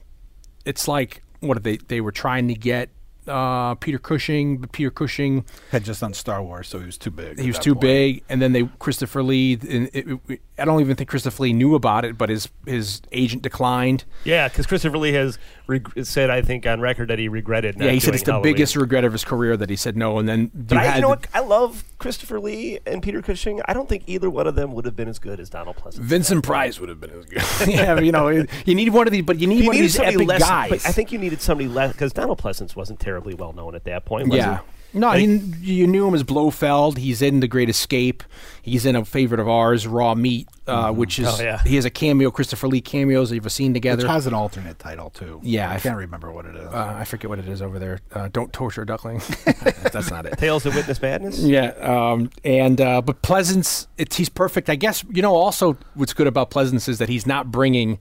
it's like what did they they were trying to get uh, Peter Cushing, but Peter Cushing Had just done Star Wars, so he was too big. at he was that too point. big, and then they Christopher Lee. And it, it- I don't even think Christopher Lee knew about it, but his his agent declined. yeah, because Christopher Lee has reg- said, I think, on record that he regretted. Not yeah, he said doing it's the Halloween. biggest regret of his career that he said no, and then But I, had you know what? I love Christopher Lee and Peter Cushing. I don't think either one of them would have been as good as Donald Pleasant. Vincent Price would have been as good. yeah, you know, you need one of these, but you need You one of needed these somebody epic less. guys. But I think you needed somebody less because Donald Pleasance wasn't terribly well known at that point. Was yeah. he? No, I he, think- you knew him as Blofeld. He's in The Great Escape. He's in a favorite of ours, Raw Meat, uh, which is Oh, yeah. he has a cameo. Christopher Lee cameos that you've seen together. Which has an alternate title too. Yeah, I I've- can't remember what it is. uh, I forget what it is over there. Uh, Don't torture a duckling. That's not it. Tales of Witness Madness. Yeah, um, and uh, but Pleasance, it's, he's perfect. I guess you know. Also, what's good about Pleasance is that he's not bringing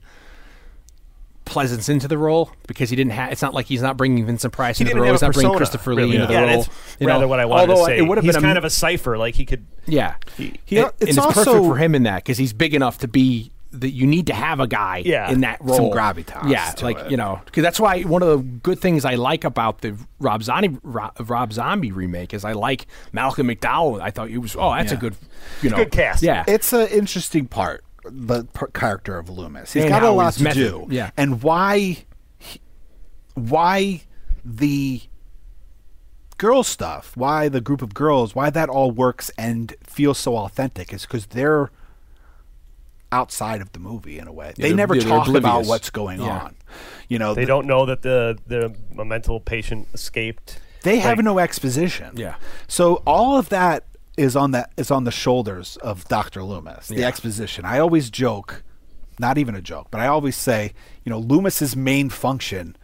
Pleasance into the role because he didn't have. It's not like he's not bringing Vincent Price He into the didn't role. have He's a not bringing persona, Christopher really. Lee into yeah, the role. That's rather what I wanted although to say. It would have He's been kind of a cipher. Like he could. yeah. He- He- and it's it's perfect also- for him in that because he's big enough to be that you need to have a guy Yeah. in that role. Some gravitas Yeah, to like it. you know, because that's why one of the good things I like about the Rob Zombie Rob, Rob Zombie remake is I like Malcolm McDowell. I thought he was oh that's a Yeah. good you know good cast. Yeah, it's an interesting part the per- character of Loomis. He's And got a how lot he's to method- do, yeah. and why, he- why the girl stuff, why the group of girls, why that all works and feels so authentic is because they're outside of the movie in a way. they they're- never yeah, they're talk about oblivious. what's going Yeah. on. You know, They th- don't know that the the mental patient escaped. they have Like- no exposition. Yeah. So all of that is on that is on the shoulders of Dr. Loomis, the exposition. I always joke, not even a joke, but I always say, you know, Loomis's main function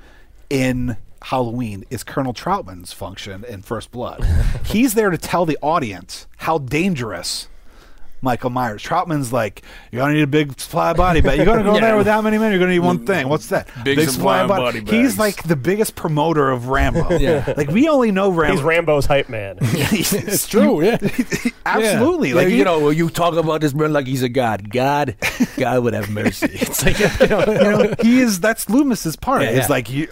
in Halloween is Colonel Troutman's function in First Blood. He's there to tell the audience how dangerous Michael Myers. Troutman's like, you're gonna need a big supply of body bag. You're gonna go there with that many men. You're gonna need Mm-hmm. one thing. What's that? Big supply of body He's bags. like the biggest promoter of Rambo. yeah. Like we only know He's Rambo. Rambo's hype man. It's true, yeah. Absolutely. Like you he- know, you talk about this man like he's a god. God, God would have mercy. It's like you know, you know, he is that's Loomis's part. Yeah, It's yeah. like you,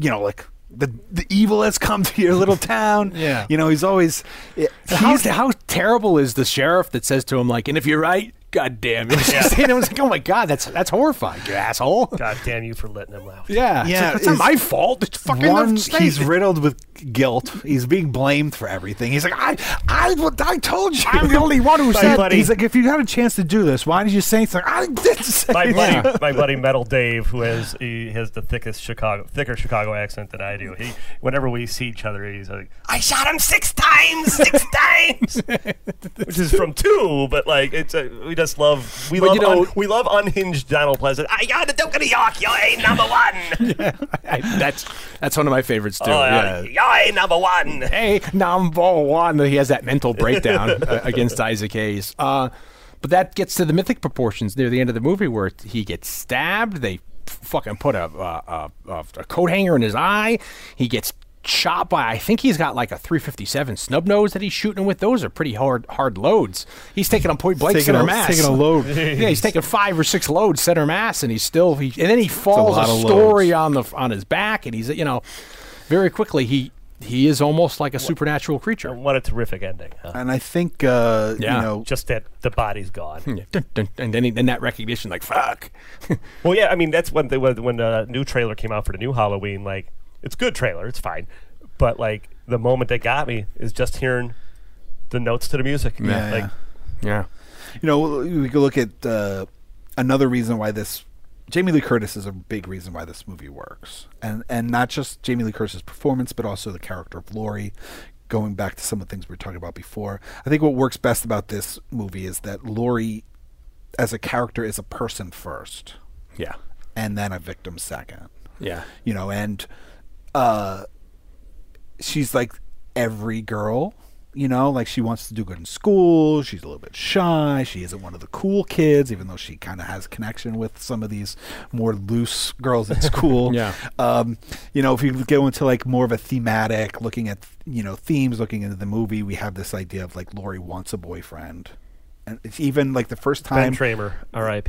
you know, like the the evil has come to your little town. Yeah. you know, he's always he's How, how terrible is the sheriff that says to him like, "And if you're right, god damn it!" and it was like, "Oh my god, that's that's horrifying, you asshole." God damn you for letting him laugh. Yeah, it's Yeah, like, that's not it's- my fault. It's fucking one. the state. He's riddled with guilt. He's being blamed for everything. He's like, I, I, I told you. I'm the only one who My Said- buddy- He's like, if you had a chance to do this, why did you say something? I didn't say My buddy, anything." my buddy, Metal Dave, who has he has the thickest Chicago, thicker Chicago accent than I do. He, whenever we see each other, he's like, "I shot him six times, six times," which is from two, but like it's a, we just love we But love you know- un- we love unhinged Donald Pleasant. I got the Duke of New York, you ain't number one. I, that's that's one of my favorites too. Oh, yeah. yeah. You ain't number one. Hey, number one. He has that mental breakdown uh, against Isaac Hayes. Uh, but that gets to the mythic proportions near the end of the movie where he gets stabbed. They f- fucking put a, uh, a, a, a coat hanger in his eye. He gets shot by, I think he's got like a 357 snub nose that he's shooting with. Those are pretty hard hard loads. He's taking on point blank Taking center a- mass. taking a load. yeah, he's taking five or six loads center mass and he's still, he, and then he falls a, lot of story on the on his back and he's, you know, very quickly he he is almost like a supernatural creature. What a terrific ending! Huh? And I think, uh, Yeah. you know, Just that the body's gone. Yeah. Dun, dun, dun. And then he, then that recognition, like fuck. Well, yeah, I mean that's when the when, when the new trailer came out for the new Halloween. Like, it's a good trailer, it's fine, but like the moment that got me is just hearing the notes to the music. Yeah, like yeah. yeah, you know, we could look at uh, another reason why this Jamie Lee Curtis is a big reason why this movie works, and and not just Jamie Lee Curtis's performance, but also the character of Laurie. Going back to some of the things we were talking about before, I think what works best about this movie is that Laurie, as a character, is a person first, yeah, and then a victim second yeah. you know and uh she's like every girl you know like she wants to do good in school she's a little bit shy she isn't one of the cool kids even though she kind of has connection with some of these more loose girls at school Yeah. um you know if you go into like more of a thematic looking at you know themes looking into the movie we have this idea of like Lori wants a boyfriend and it's even like the first Ben time Tramer, R.I.P.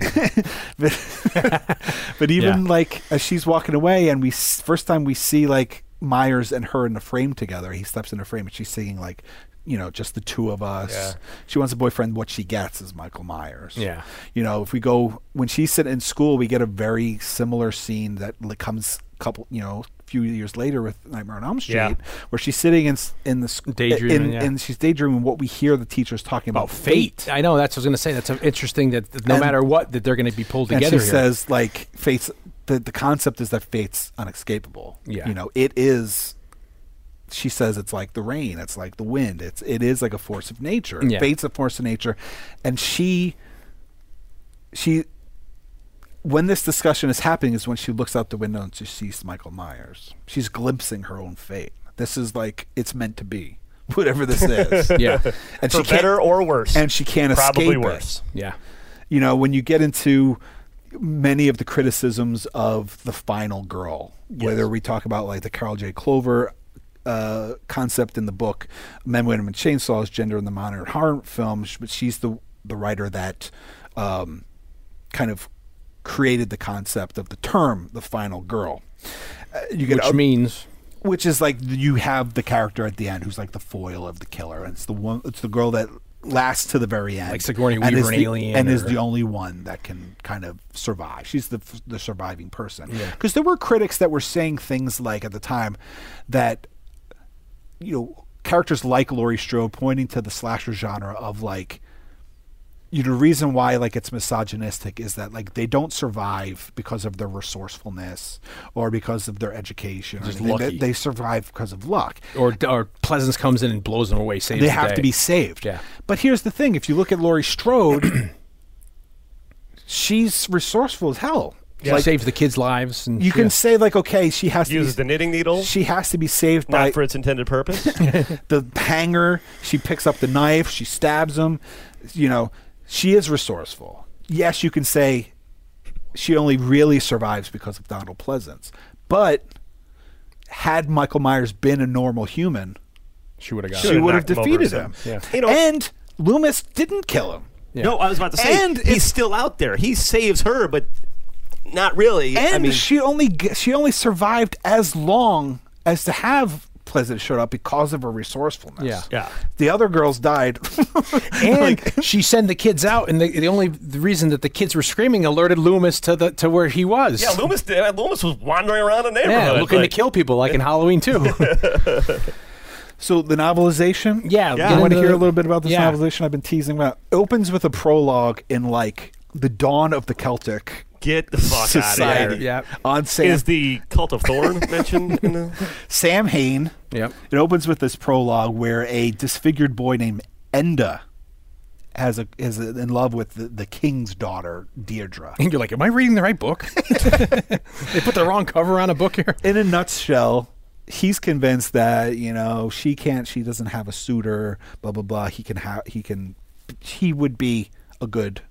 but even Yeah. like as she's walking away and we s- first time we see like myers and her in the frame together he steps in the frame and she's singing like you know just the two of us Yeah. she wants a boyfriend what she gets is michael myers Yeah. you know if we go when she's sitting in school we get a very similar scene that li- comes couple you know few years later with nightmare on elm street Yeah. where she's sitting in s- in the s- Daydreaming, in, yeah. and she's daydreaming what we hear the teachers talking about, About fate. I know that's what I was going to say. That's uh, interesting that that no And- matter what that they're going to be pulled together. And she here. says like fate's the, the concept is that fate's unescapable. Yeah. You know, it is she says it's like the rain, it's like the wind, it's it is like a force of nature. Yeah. Fate's a force of nature. And she she when this discussion is happening is when she looks out the window and she sees Michael Myers. She's glimpsing her own fate. This is like it's meant to be. Whatever this is. yeah, And for she can't- better or worse, and she can't probably escape it worse. yeah, you know, when you get into many of the criticisms of the final girl, whether we talk about like the Carl J. Clover uh, concept in the book Men, Women, and Chainsaws, Gender in the Modern Horror Film, sh- but she's the the writer that um, kind of created the concept of the term the final girl. Uh, you get which uh, means which is like you have the character at the end who's like the foil of the killer, and it's the one, it's the girl that lasts to the very end, Like Sigourney and Weaver is in the- Alien and is or- the only one that can kind of survive. She's the f- the surviving person because there were critics that were saying things like at the time that you know characters like Laurie Strode pointing to the slasher genre of like you know, the reason why like it's misogynistic is that like they don't survive because of their resourcefulness or because of their education. Or Just anything. They, lucky. they survive because of luck. or or Pleasance comes in and blows them away. Saves they the have to day. be saved. Yeah. But here's the thing: if you look at Laurie Strode, she's resourceful as hell. She saves the kids' lives. And You can yeah. say like, okay, she has Uses to the be, knitting needle, she has to be saved not by for its intended purpose. the hanger. She picks up the knife. She stabs him. you know, she is resourceful. Yes, you can say she only really survives because of Donald Pleasance. But had Michael Myers been a normal human, She would have got she it. would have knocked him over defeated or him. Yeah. You know- and Loomis didn't kill him. No, I was about to say, And and it's- he's still out there. He saves her, but not really. And I mean, she only g- she only survived as long as to have Pleasant showed up because of her resourcefulness. Yeah. Yeah. The other girls died. And she sent the kids out, and the, the only the reason that the kids were screaming alerted Loomis to the to where he was. yeah, Loomis, did- Loomis was wandering around the neighborhood. Yeah, looking like- to kill people, like in Halloween too. so the novelization. yeah, Yeah. get I want to into- hear a little bit about this yeah. novelization I've been teasing about. It opens with a prologue in like the dawn of the Celtic Get the fuck out of society. here. Yeah. On Sam Is the cult of Thorn mentioned? In the... Sam Hain. Yep. It opens with this prologue where a disfigured boy named Enda has a is in love with the, the king's daughter Deirdre. And you're like, am I reading the right book? they put the wrong cover on a book here. in a nutshell, he's convinced that you know she can't, she doesn't have a suitor, blah blah blah. He can have, he can, he would be a good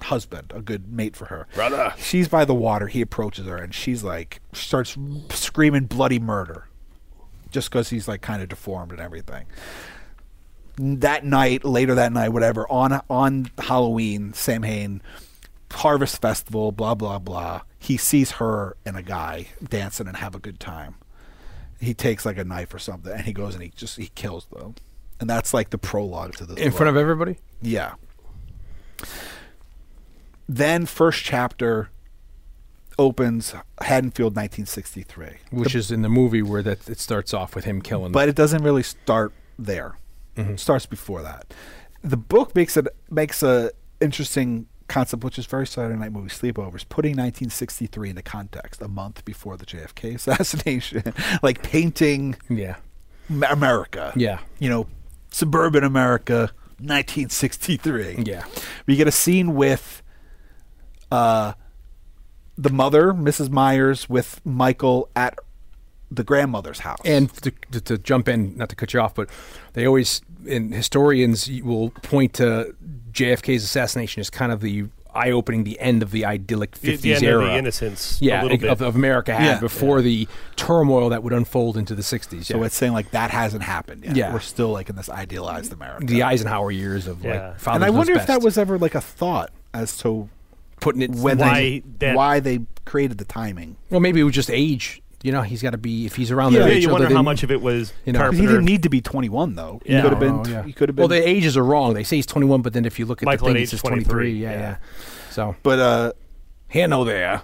husband, a good mate for her. Brother, she's by the water. He approaches her, and she's like, starts screaming bloody murder, just because he's like kind of deformed and everything. That night, later that night, whatever, on on Halloween, Samhain harvest festival, blah blah blah. He sees her and a guy dancing and have a good time. He takes like a knife or something and he goes and he just he kills them. And that's like the prologue to this. In front of everybody? Yeah. Then first chapter opens Haddonfield 1963. Which is in the movie where that it starts off with him killing but it doesn't really start there. Mm-hmm. It starts before that. The book makes it makes a interesting concept, which is very Saturday Night Movie sleepovers, putting 1963 into context, a month before the JFK assassination, like painting Yeah. Ma- America. Yeah. you know, suburban America, 1963. Yeah. we get a scene with uh, the mother, Mrs. Myers, with Michael at the grandmother's house, And to, to, to jump in, not to cut you off, but they always, and historians will point to JFK's assassination as kind of the eye opening, the end of the idyllic 50s the end of era. the innocence a yeah, little bit. Of, of America had Yeah. before the turmoil that would unfold into the 60s. So yeah. it's saying like that hasn't happened yet. Yeah. We're still like in this idealized America. the Eisenhower years of Yeah. like father's and I was wonder if best. that was ever like a thought as to putting it when Why they, that- why they created the timing. Well, maybe it was just age. You know, he's got to be if he's around Yeah, their yeah, age. you other wonder how than- much of it was you know. But Carpenter. he didn't need to be 21 though. He Yeah. could have been. Oh, yeah. He could have been. Well, the ages are wrong. They say he's 21, but then if you look at Michael the at thing, age it's 23. 23, Yeah, yeah. yeah, So, but uh, hello there,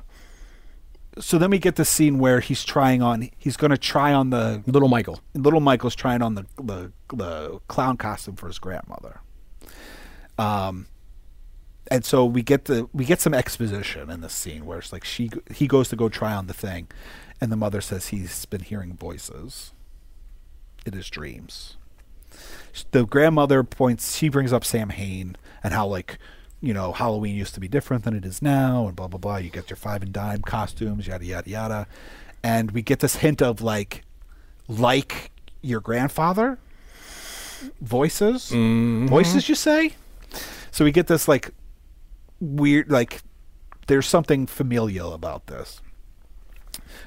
so then we get the scene where he's trying on. He's going to try on the little Michael. little Michael's trying on the the, the clown costume for his grandmother. Um, and so we get the we get some exposition in this scene where it's like she g- he goes to go try on the thing, and the mother says he's been hearing voices. in his dreams. S- The grandmother points. She brings up Sam Hain and how like. You know, Halloween used to be different than it is now, and blah blah blah. You get your five and dime costumes, yada yada yada, and we get this hint of like like your grandfather voices voices you say so we get this like weird like there's something familial about this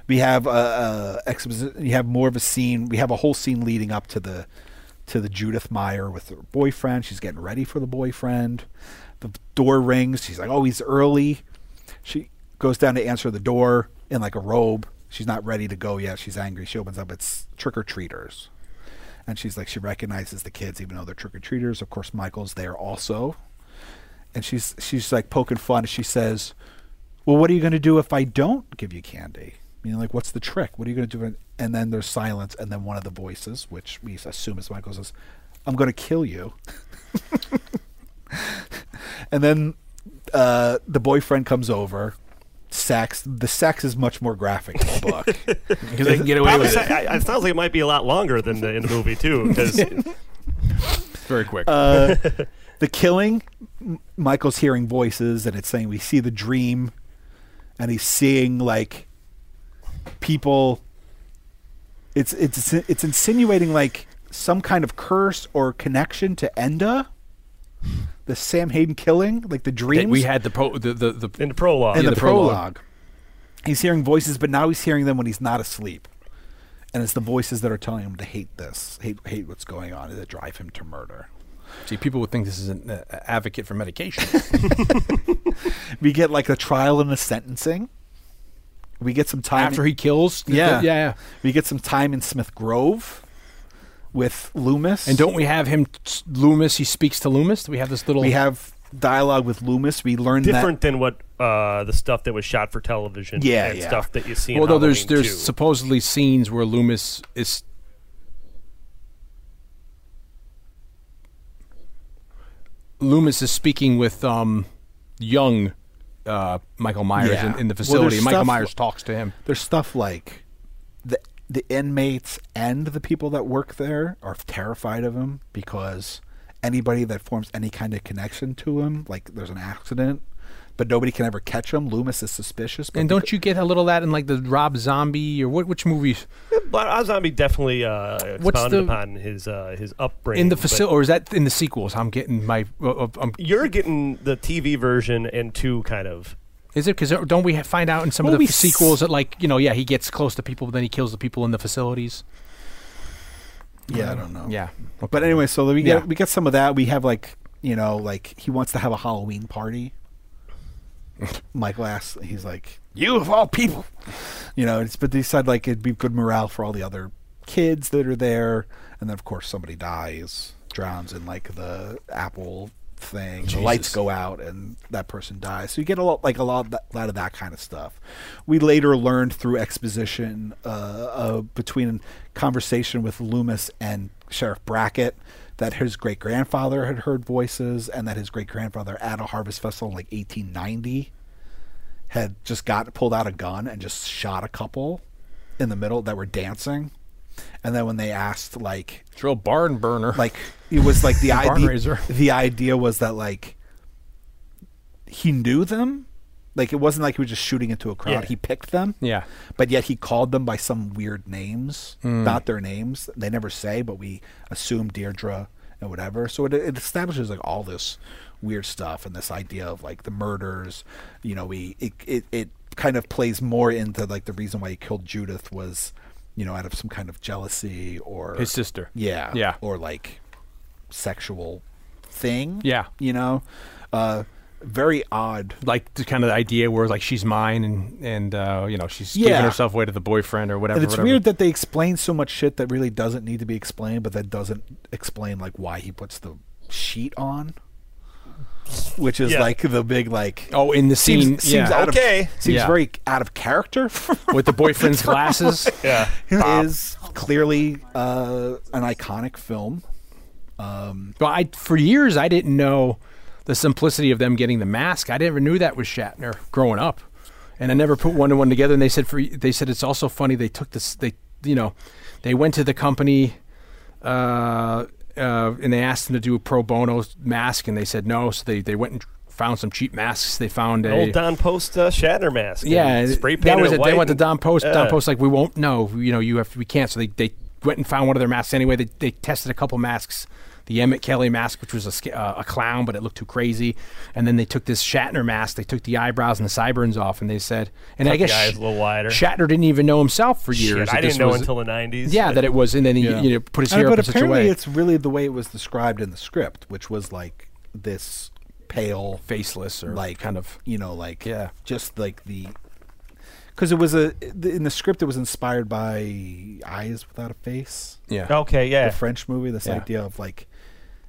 we have a, uh exposition you have more of a scene we have a whole scene leading up to the to the judith meyer with her boyfriend she's getting ready for the boyfriend the door rings she's like oh he's early she goes down to answer the door in like a robe she's not ready to go yet she's angry she opens up it's trick-or-treaters and she's like she recognizes the kids even though they're trick-or-treaters of course michael's there also and she's she's like poking fun and she says well what are you going to do if i don't give you candy you know like what's the trick what are you going to do and then there's silence and then one of the voices which we assume is michael says i'm going to kill you and then uh, the boyfriend comes over sex the sex is much more graphic in the book Because they can get away Probably with sa- it I- I- it sounds like it might be a lot longer than the, in the movie too, because very quick. the killing M- michael's hearing voices and it's saying we see the dream and he's seeing like people it's it's it's insinuating like some kind of curse or connection to enda the Sam Hayden killing, like the dreams. That we had the pro the the, the in the prologue. in yeah, the, the prologue. prologue. He's hearing voices, but now he's hearing them when he's not asleep. And it's the voices that are telling him to hate this, hate hate what's going on, and that drive him to murder. see people would think this is an uh, advocate for medication. We get like a trial and a sentencing. We get some time After he kills, the- yeah. the- yeah, yeah. We get some time in Smith Grove with Loomis. And don't we have him t- Loomis? He speaks to Loomis. Do we have this little? we have dialogue with Loomis? We learn Different than what uh, the stuff that was shot for television Yeah, and yeah. stuff that you see in Well, no, there's Halloween there's two. supposedly scenes where Loomis is. Loomis is speaking with um, young uh, Michael Myers Yeah. in, in the Well, there's facility. Michael stuff- Myers talks to him. that there's stuff like the the inmates and the people that work there are terrified of him because anybody that forms any kind of connection to him, like there's an accident, but nobody can ever catch him. Loomis is suspicious. But And don't you get a little of that in like the Rob Zombie or what? Which movies But Ozami definitely uh, What's expounded the- upon his uh, his upbringing in the but facility, or is that in the sequels? I'm getting my. Uh, uh, um, You're getting the TV version and two kind of is it because don't we ha- find out in some Well, of the we f- sequels that like you know yeah he gets close to people but then he kills the people in the facilities. yeah, I don't know. Yeah, But anyway, so we get Yeah. we get some of that. We have like you know like he wants to have a Halloween party. Michael asks, he's like, "You of all people," you know. It's, but they said like it'd be good morale for all the other kids that are there, and then of course somebody dies, drowns in like the apple thing. The lights go out, and that person dies. So you get a lot like a lot, of that, lot of that kind of stuff. We later learned through exposition uh, uh, between conversation with Loomis and Sheriff Brackett that his great grandfather had heard voices and that his great grandfather at a harvest festival in like 1890 had just got pulled out a gun and just shot a couple in the middle that were dancing. And then when they asked, like, It's real barn burner. like it was like the Barn idea. raiser. The idea was that like he knew them. Like it wasn't like he was just shooting into a crowd. Yeah. He picked them. Yeah. But yet he called them by some weird names, not their names. They never say, but we assume Deirdre and whatever. So it, it establishes like all this weird stuff and this idea of like the murders. You know, we it it, it kind of plays more into like the reason why he killed Judith was. You know, out of some kind of jealousy or His sister. yeah. Yeah. Or like sexual thing. Yeah. You know? Uh very odd. like the kind of the idea where like she's mine and and uh, you know she's Yeah. giving herself away to the boyfriend or whatever. And it's whatever. weird that they explain so much shit that really doesn't need to be explained, but that doesn't explain like why he puts the sheet on. Which is Yeah. like the big like Oh, in the scene, seems, yeah, seems out Okay. of seems Yeah. very out of character with the boyfriend's glasses. yeah. is clearly uh, an iconic film. But I, for years, I didn't know the simplicity of them getting the mask. I never knew that was Shatner growing up, and I never put one and one together. And they said for they said it's also funny they took this they you know they went to the company uh, uh, and they asked them to do a pro bono mask, and they said no, so they they went and found some cheap masks. They found a Old Don Post uh, Shatner mask. and Yeah, spray That painted was it it. white They went to and- Don Post. Yeah. Don Post like we won't know. You know, you have to, we can't. So they they went and found one of their masks anyway. They they tested a couple masks. The Emmett Kelly mask, which was a sca- uh, a clown, but it looked too crazy. And then they took this Shatner mask. They took the eyebrows and the sideburns off, and they said, and I Cut the guess eyes a little wider. Shatner didn't even know himself for years. Shit, that I this didn't know was- until the '90s. yeah that it was, and then he you know, put his Uh, hair but up in such a apparently way. it's really the way it was described in the script, which was like this pale, faceless or like kind of you know, like Yeah. just like the because it was a th- in the script it was inspired by Eyes Without a Face, yeah. Okay. Yeah. the French movie. This Yeah. idea of like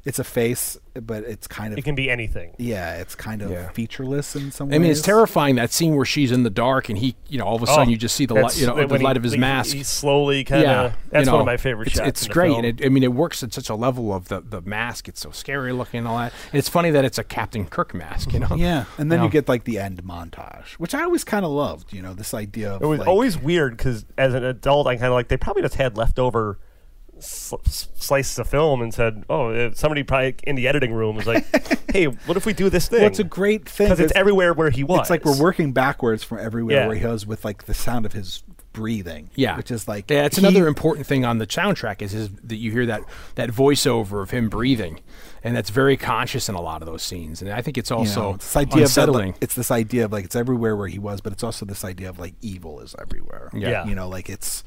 it's a face, but it's kind of It can be anything. yeah, it's kind of Yeah. featureless in some. I mean, it's ways. terrifying that scene where she's in the dark and he, you know, all of a sudden you just see the light, Oh, that's you know, the when he- light of his he- mask. He slowly kind of. you uh, that's one know, of my favorite it's, shots. It's in the great, film. and it, I mean, it works at such a level of the, the mask. It's so scary looking and all that. And it's funny that it's a Captain Kirk mask, you know? Yeah, and then No. you get like the end montage, which I always kind of loved. You know, this idea of It was like, always weird because as an adult, I kind of like they probably just had leftover sl- s- slices of film and said, "Oh, uh, somebody probably in the editing room was like, hey, what if we do this thing?" Well, it's a great thing because it's everywhere where he was. It's like we're working backwards from everywhere Yeah. where he was with like the sound of his breathing. Yeah, which is like yeah, it's he- another important thing on the soundtrack is, is that you hear that that voiceover of him breathing, and that's very conscious in a lot of those scenes. And I think it's you know, also it's this idea unsettling. of that, like, it's this idea of like it's everywhere where he was, but it's also this idea of like evil is everywhere. Yeah. you know, like it's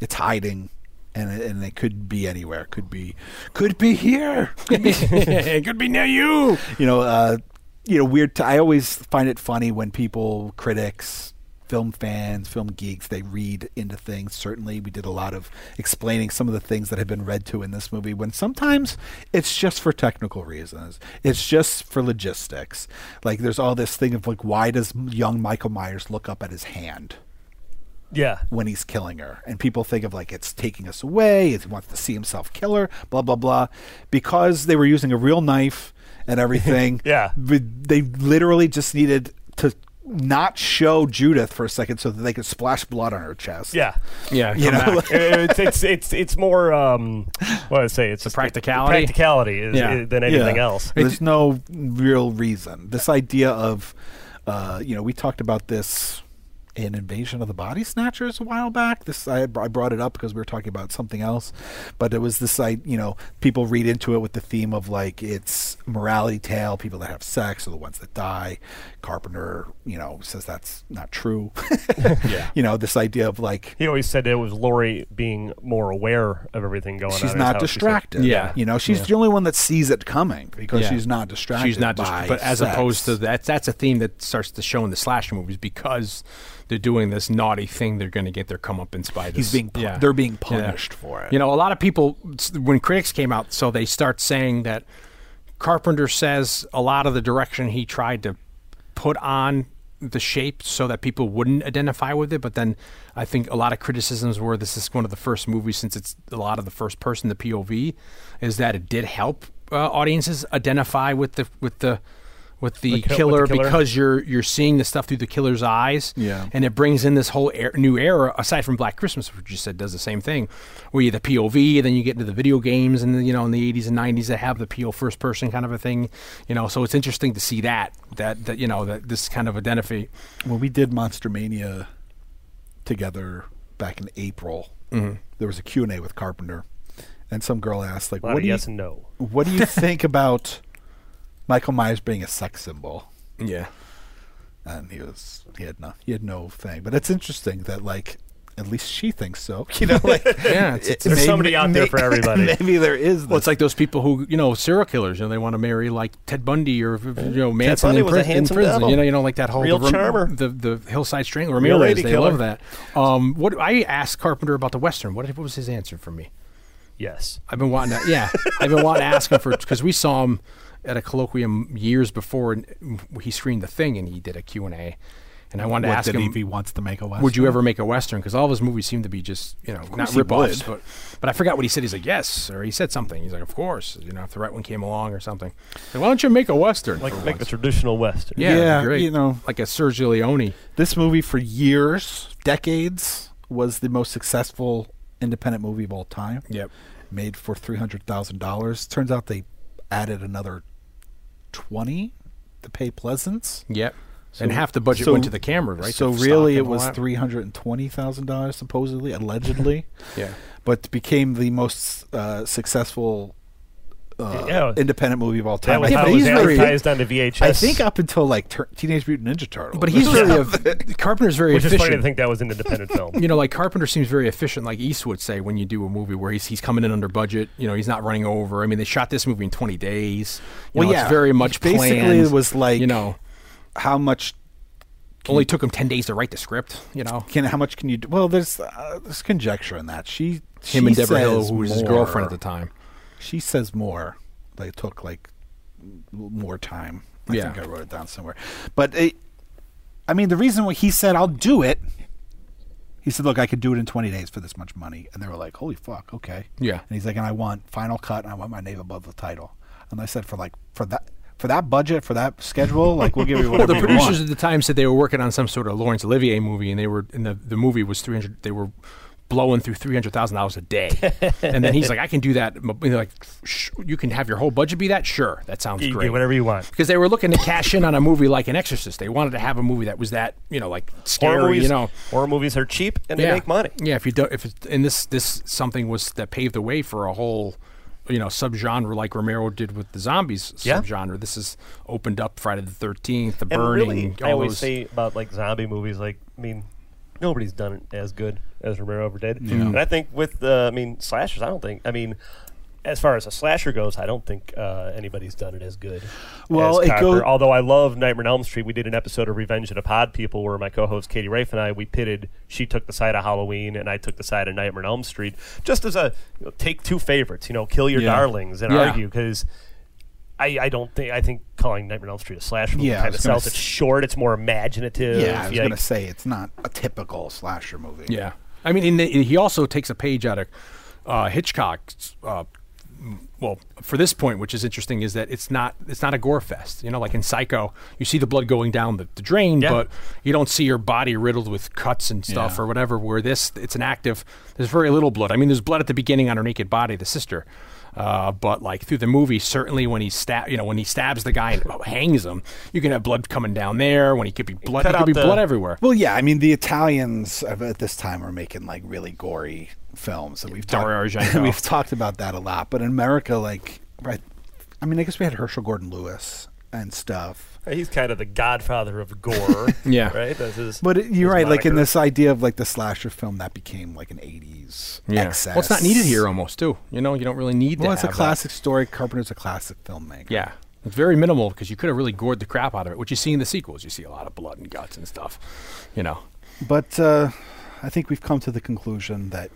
it's hiding. And it, and it could be anywhere. Could be, could be here. it could be near you. you know, uh, you know, weird. T- I always find it funny when people, critics, film fans, film geeks, they read into things. Certainly, we did a lot of explaining some of the things that have been read to in this movie. When sometimes it's just for technical reasons. It's just for logistics. Like there's all this thing of like, why does young Michael Myers look up at his hand? Yeah. when he's killing her. And people think of like it's taking us away, he wants to see himself kill her, blah blah blah. Because they were using a real knife and everything. Yeah. we- They literally just needed to not show Judith for a second so that they could splash blood on her chest. Yeah. Yeah, You come know, back. it's, it's it's it's more um what do I say it's just the practicality? practicality is, Yeah. is- than anything Yeah. else. There's no real reason. This idea of, uh, you know, we talked about this in Invasion of the Body Snatchers a while back. This I, I brought it up because we were talking about something else, but it was this I, you know, people read into it with the theme of like it's morality tale. People that have sex are the ones that die. Carpenter, you know, says that's not true. yeah. You know, this idea of like He always said it was Lori being more aware of everything going on. she's is not how she said- distracted. Yeah. You know, she's the only one that sees it coming because Yeah. she's not distracted. She's not, by just, but as sex. opposed to that, that's a theme that starts to show in the slasher movies because they're doing this naughty thing. They're going to get their comeuppance by this. He's being pu- they're being punished for it. You know, a lot of people when critics came out, so they start saying that Carpenter says a lot of the direction he tried to put on the shape so that people wouldn't identify with it. But then I think a lot of criticisms were this is one of the first movies since it's a lot of the first person, the POV, is that it did help uh, audiences identify with the with the with the, The kill- killer with the killer. because you're you're seeing the stuff through the killer's eyes, Yeah. and it brings in this whole er- new era. Aside from Black Christmas, which you said does the same thing, where you the POV, then you get into the video games, and you know in the 80s and 90s they have the PO first person kind of a thing, you know. So it's interesting to see that that that you know that this kind of identify. when we did Monster Mania together back in April, Mm-hmm. there was a Q&A with Carpenter, and some girl asked, like, A lot what of do, yes you, and no. what do you think about Michael Myers being a sex symbol? Yeah, And he was, he had no, he had no thing. But it's interesting that, like, at least she thinks so. You know, like, yeah. It's, it's, There's may- somebody out there may- for everybody. maybe there is. well, This. it's like those people who you know serial killers, you know, they want to marry like Ted Bundy or you know Manson Bundy in, was a prison in handsome prison. devil. You know, you know, like that whole Real the, Ram- charmer. the the Hillside Strangler. Real Ramirez, lady they killer. love that. Um, what I asked Carpenter about the western. What, what was his answer for me? Yes. I've been wanting to, yeah, I've been wanting to ask him for because we saw him at a colloquium years before, and he screened the thing and he did a Q and A, and I wanted What to ask did he- him if he wants to make a Western. would you ever make a western? Because all of his movies seem to be just you know not course he rip-offs, would. but but I forgot what he said. He's like yes, or he said something. He's like of course, you know if the right one came along or something. Like, why don't you make a western? Like for like the once? traditional Western. yeah, that'd be Yeah, great. you know. like a Sergio Leone. this movie for years, decades, was the most successful independent movie of all time. Yep. Made for three hundred thousand dollars. Turns out they added another twenty to pay Pleasance. Yep. and half the budget so- went to the camera, right? So The stock really, and it all was that. three hundred and twenty thousand dollars, supposedly, allegedly. Yeah. But became the most uh, successful uh, Yeah. independent movie of all That time. was I how it think- was he's very- advertised on the VHS. I think up until like Tur- Teenage Mutant Ninja Turtles. But he's really a, Carpenter's very which is efficient. funny to think that was an independent film. you know, like Carpenter seems very efficient, like East would say, when you do a movie where he's he's coming in under budget. You know, he's not running over. I mean, they shot this movie in twenty days. You Well, know, yeah. it's very much Basically, planned. it was like- you know, how much only took him ten days to write the script. You know, can how much can you do? Well, there's uh, there's conjecture in that. She him him and Deborah Hill, who was his girlfriend at the time. She says more. They took like m- more time. I Yeah. think I wrote it down somewhere. But it, I mean, the reason why he said I'll do it, he said, "Look, I could do it in 20 days for this much money," and they were like, "Holy fuck, okay." Yeah. And he's like, "And I want final cut, and I want my name above the title." And I said, "For like for that." For that budget, for that schedule, like we'll give you Well, whatever the you want." producers at the time said they were working on some sort of Laurence Olivier movie, and they were, and the, the movie was three hundred. They were blowing through three hundred thousand dollars a day, and then he's like, I can do that. You know, like, sh- you can have your whole budget be that. Sure, that sounds You can great. do whatever you want. Because they were looking to cash in on a movie like An Exorcist. They wanted to have a movie that was that you know like Horror scary. movies, You know, horror movies are cheap and they make money. yeah, if you don't, if it's, and this this something was that paved the way for a whole, you know, subgenre like Romero did with the zombies Yeah. subgenre. This has opened up Friday the Thirteenth, The And Burning. really, all I always those- say about like zombie movies. Like, I mean, nobody's done it as good as Romero ever did. And I think with, uh, I mean, slashers. I don't think. I mean, as far as a slasher goes, I don't think uh, anybody's done it as good. Well, as it Cocker. go- although I love Nightmare on Elm Street. We did an episode of Revenge of the Pod People where my co-host Katie Rafe and I we pitted. She took the side of Halloween and I took the side of Nightmare on Elm Street. Just as a you know, take two favorites, you know, kill your Yeah. darlings and Yeah. argue because. I, I don't think I think calling Nightmare on Elm Street a slasher movie Yeah, I kind of was gonna sells. s- It's short. It's more imaginative. Yeah, I was like- gonna say it's not a typical slasher movie. Yeah, I mean, and the, he also takes a page out of uh, Hitchcock's. Uh, m- well, for this point, which is interesting, is that it's not it's not a gore fest. You know, like in Psycho, you see the blood going down the, the drain, Yeah. but you don't see your body riddled with cuts and stuff Yeah. or whatever. Where this, it's an active. There's very little blood. I mean, there's blood at the beginning on her naked body, the sister. Uh, but like through the movie, certainly when he stab, you know, when he stabs the guy and oh, hangs him, you can have blood coming down there. When he could be blood, cut there out could be the- blood everywhere. Well, yeah, I mean the Italians of- at this time are making like really gory films, and we've Dario talked Argento. we've talked about that a lot. But in America, like, right, I mean, I guess we had Herschel Gordon Lewis and stuff. he's kind of the godfather of gore. Yeah. right. That's his, But it- you're his right, like in moniker. this idea of like the slasher film that became like an '80s excess. Well, it's not needed here almost too. You know, you don't really need. Well, to it's a have that. classic story. Carpenter's a classic filmmaker. Yeah, it's very minimal because you could have really gored the crap out of it, which you see in the sequels. You see a lot of blood and guts and stuff. You know. But uh, I think we've come to the conclusion that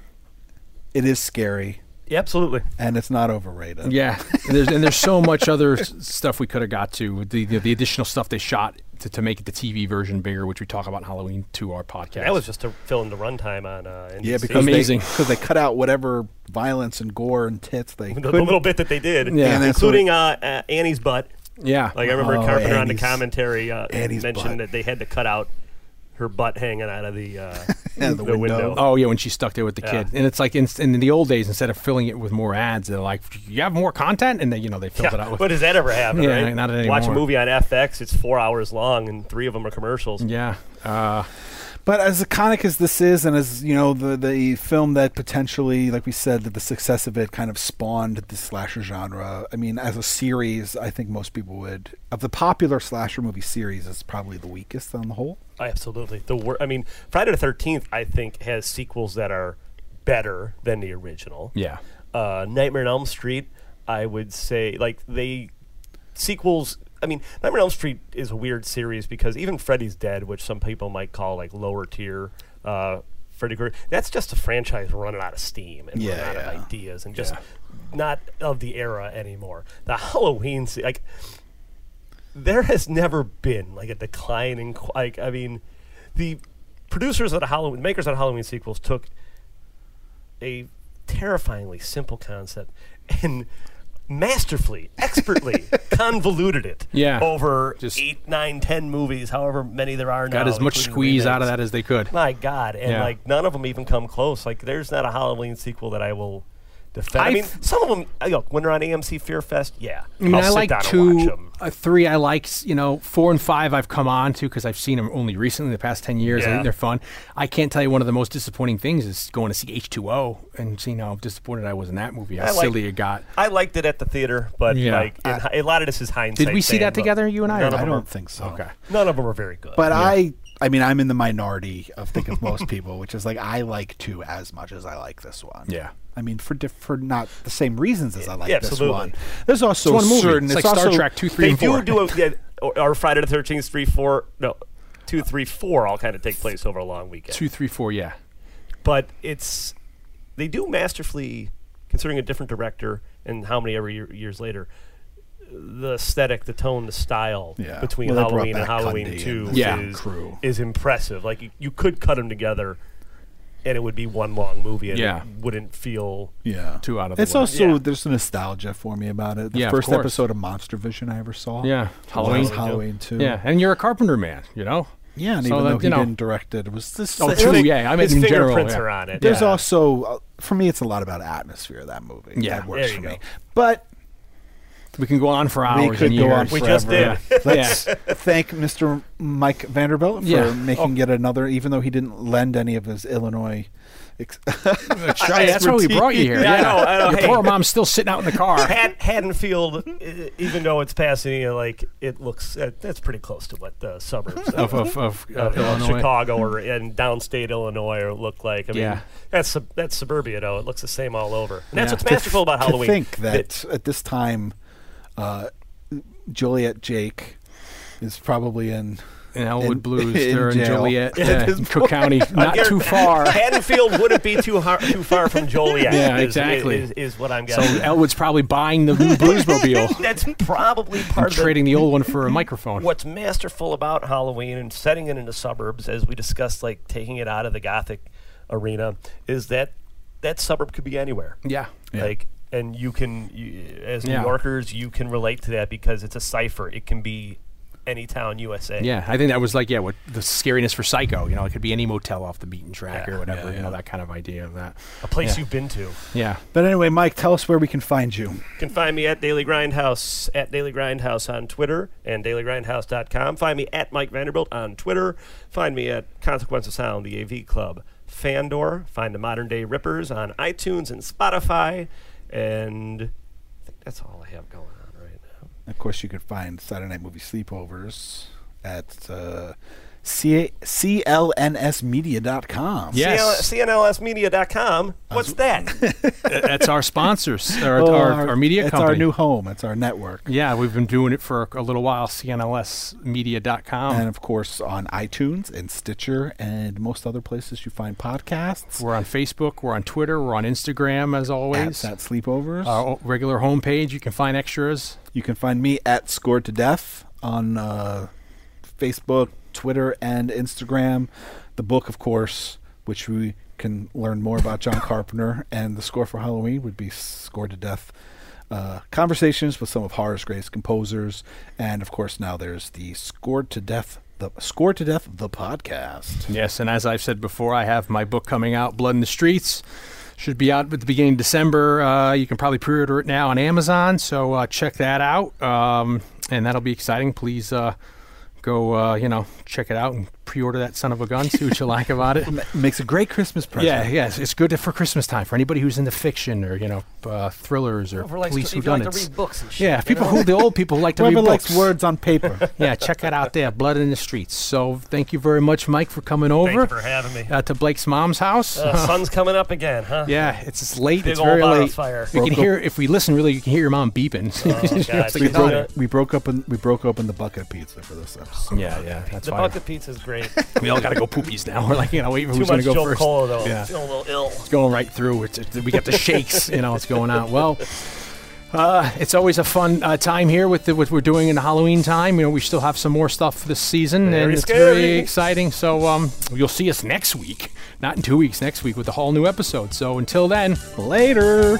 it is scary Yeah, absolutely. and it's not overrated. Yeah, and there's, and there's so much other s- stuff we could have got to with the you know, the additional stuff they shot to, to make the TV version bigger, which we talk about in Halloween to our podcast. That was just to fill in the runtime on. Uh, NBC. Yeah, because Amazing. because they, cut out whatever violence and gore and tits they the, could. the little bit that they did, Yeah. And that's including uh, uh, Annie's butt. yeah. Uh, Like I remember Oh, Carpenter on the Annie's- commentary uh, Annie's mentioned butt. that they had to cut out her butt hanging out of the uh, Yeah, the window. Oh yeah, when she stuck there with the Yeah. kid, and it's like in, in the old days, instead of filling it with more ads, they're like, "You have more content," and then you know they filled it Yeah, out with What does that ever happen? Yeah, right? not Watch a anymore. movie on FX. It's four hours long, and three of them are commercials. yeah. Uh, But as iconic as this is, and as you know, the the film that potentially, like we said, that the success of it kind of spawned the slasher genre. I mean, as a series, I think most people would of the popular slasher movie series is probably the weakest on the whole. Absolutely. The wor- I mean, Friday the Thirteenth, I think, has sequels that are better than the original. Yeah. Uh, Nightmare on Elm Street, I would say, like they sequels. I mean, Nightmare on Elm Street is a weird series because even Freddy's Dead, which some people might call like lower tier. Uh, Freddy Krueger. That's just a franchise running out of steam and running Yeah, out yeah. of ideas and just not of the era anymore. The Halloween, se- like there has never been like a decline in qu- like I mean, the producers of the Halloween makers of the Halloween sequels took a terrifyingly simple concept and masterfully, expertly convoluted it. Yeah. over Just- eight, nine, ten movies, however many there are now. got as much including squeeze out of remakes. that as they could. My God, and Yeah. like none of them even come close. Like there's not a Halloween sequel that I will. Defend. I, I mean, th- some of them. Look, when they're on AMC Fear Fest, yeah, I mean, I'll I sit like down and watch two, 'em. uh, three. I like s- you know four and five. I've come on to because I've seen them only recently, the past ten years. I Yeah. think they're fun. I can't tell you one of the most disappointing things is going to see H two O and seeing how disappointed I was in that movie. How I like- silly it got. I liked it at the theater, but Yeah. like in, hi- a lot of this is hindsight. Did we see saying, that look, together, you and I? or none no? of I them don't think so. Okay. None of them are very good. But I, I mean, I'm in the minority of think of most people, which is like I like two as much as I like this one. Yeah. I mean, for diff- for not the same reasons as I like Yeah, this absolutely. one. There's also It's one movie. certain. It's like Star also- Trek two, three, they and four. do do a, yeah, or, or Friday the Thirteenth, three, four, no, two, three, four. All kind of take place over a long weekend. two, three, four. Yeah. But it's they do masterfully, considering a different director and how many every year, years later. The aesthetic, the tone, the style Yeah. between Well, they brought Halloween and back Halloween Cundy and Two the Yeah. is, crew. is impressive. Like you, you could cut them together, and it would be one long movie, and Yeah. it wouldn't feel Yeah. Two out of the It's way. also Yeah. there's a nostalgia for me about it. The Yeah, of first course. episode of Monster Vision I ever saw. Yeah. Halloween. Halloween. Halloween too. Yeah, and you're a carpenter man. You know. Yeah, and So even that- though he you know- didn't direct it, it was this. Oh, it true. was- yeah, I meant his in general, fingerprints yeah. are on it. There's yeah. also, uh, for me, it's a lot about atmosphere of that movie. Yeah. that There works you for go. me. But We can go on for hours. we could and go years. on. We just forever. did. Let's thank Mr. Mike Vanderbilt for Yeah. Oh. making yet another, even though he didn't lend any of his Illinois. Ex- Hey, that's why we brought you here. Yeah, I know, I know. Your Hey. poor mom's still sitting out in the car. Had, Haddonfield, uh, even though it's Pasadena, like it looks, uh, that's pretty close to what the suburbs of, of of, of uh, of Illinois. Chicago or in downstate Illinois or look like. I mean, Yeah. that's sub- that's suburbia though. It looks the same all over. And that's Yeah. what's masterful about to Halloween. think that at this time, uh, Juliet Jake is probably in. In Elwood In- Blues, in they're in jail. Joliet, At yeah, this in Cook County, not too far. Haddonfield wouldn't be too har- too far from Joliet. Yeah, is- is, exactly. Is, is what I'm So getting. at. Elwood's probably buying the new Bluesmobile, that's probably part of the- trading the old one for a microphone. what's masterful about Halloween and setting it into suburbs, as we discussed, like taking it out of the gothic arena, is that that suburb could be anywhere. Yeah. Like, and you can, you, as Yeah. New Yorkers, you can relate to that because it's a cipher. It can be any town USA. Yeah, I think that was like yeah, what the scariness for Psycho. You know, it could be any motel off the beaten track Yeah, or whatever. You know, that kind of idea of that. A place Yeah. you've been to. Yeah, But anyway, Mike, tell us where we can find you. You can find me at Daily Grindhouse at Daily Grindhouse on Twitter and DailyGrindhouse.com. Find me at Mike Vanderbilt on Twitter. Find me at Consequence of Sound, the AV Club, Fandor. Find the Modern Day Rippers on iTunes and Spotify. And I think that's all I have going on right now. Of course, you can find Saturday Night Movie Sleepovers at uh, C- CLNSmedia.com. Yes. CNL CNLSmedia.com. What's that? that's our sponsors, our, Oh, our, our media it's company. our new home. It's our network. yeah, we've been doing it for a little while. CNLSmedia.com. And of course, on iTunes and Stitcher and most other places you find podcasts. we're on Facebook. We're on Twitter. We're on Instagram, as At always. Sat Sleepovers. Our o- uh, regular homepage. You can find extras. You can find me at Scored to Death on uh, Facebook, Twitter, and Instagram. The book, of course, which we can learn more about John Carpenter, and the score for Halloween would be Scored to Death. Uh, conversations with some of horror's greatest composers, and of course now there's the Scored to Death, the Scored to Death, the podcast. Yes, and as I've said before, I have my book coming out, Blood in the Streets. Should be out at the beginning of December. Uh, you can probably pre-order it now on Amazon, so uh, check that out, um, and that'll be exciting. Please uh, go, uh, you know, check it out and pre-order that son of a gun. See what you like about it. Makes a great Christmas present. Yeah, yes, it's good for Christmas time for anybody who's into fiction or you know uh, thrillers or For like, police if you like to whodunits. read books and shit. yeah, you people know? who the old people who like to read Whoever books. likes words on paper. yeah, check it out there, Blood in the Streets. So thank you very much, Mike, for coming over Thank you for having me. uh, to Blake's mom's house. Uh, sun's coming up again, huh? Yeah, it's, it's late. Big it's old very bonfire late. fire. Oh, You can hear if we listen really. You can hear your mom beeping. God, It's we like, broke- "Mom." we broke up and we broke open the bucket pizza for this episode. yeah, yeah, that's The fine. bucket pizza's great. We all gotta go poopies now. We're like, you know, wait for Too who's gonna much go Joe first. Cola, though. Yeah. I'm Feeling a little ill. It's going right through. It's, it's, we got the shakes. you know, it's going out well. Uh, it's always a fun uh, time here with the, what we're doing in Halloween time. You know, we still have some more stuff this season, and Very it's scary. very exciting. So um, you'll see us next week, not in two weeks, next week with a whole new episode. So until then, later.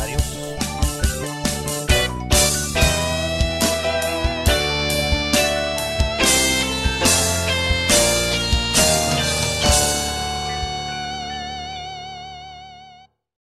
Adios.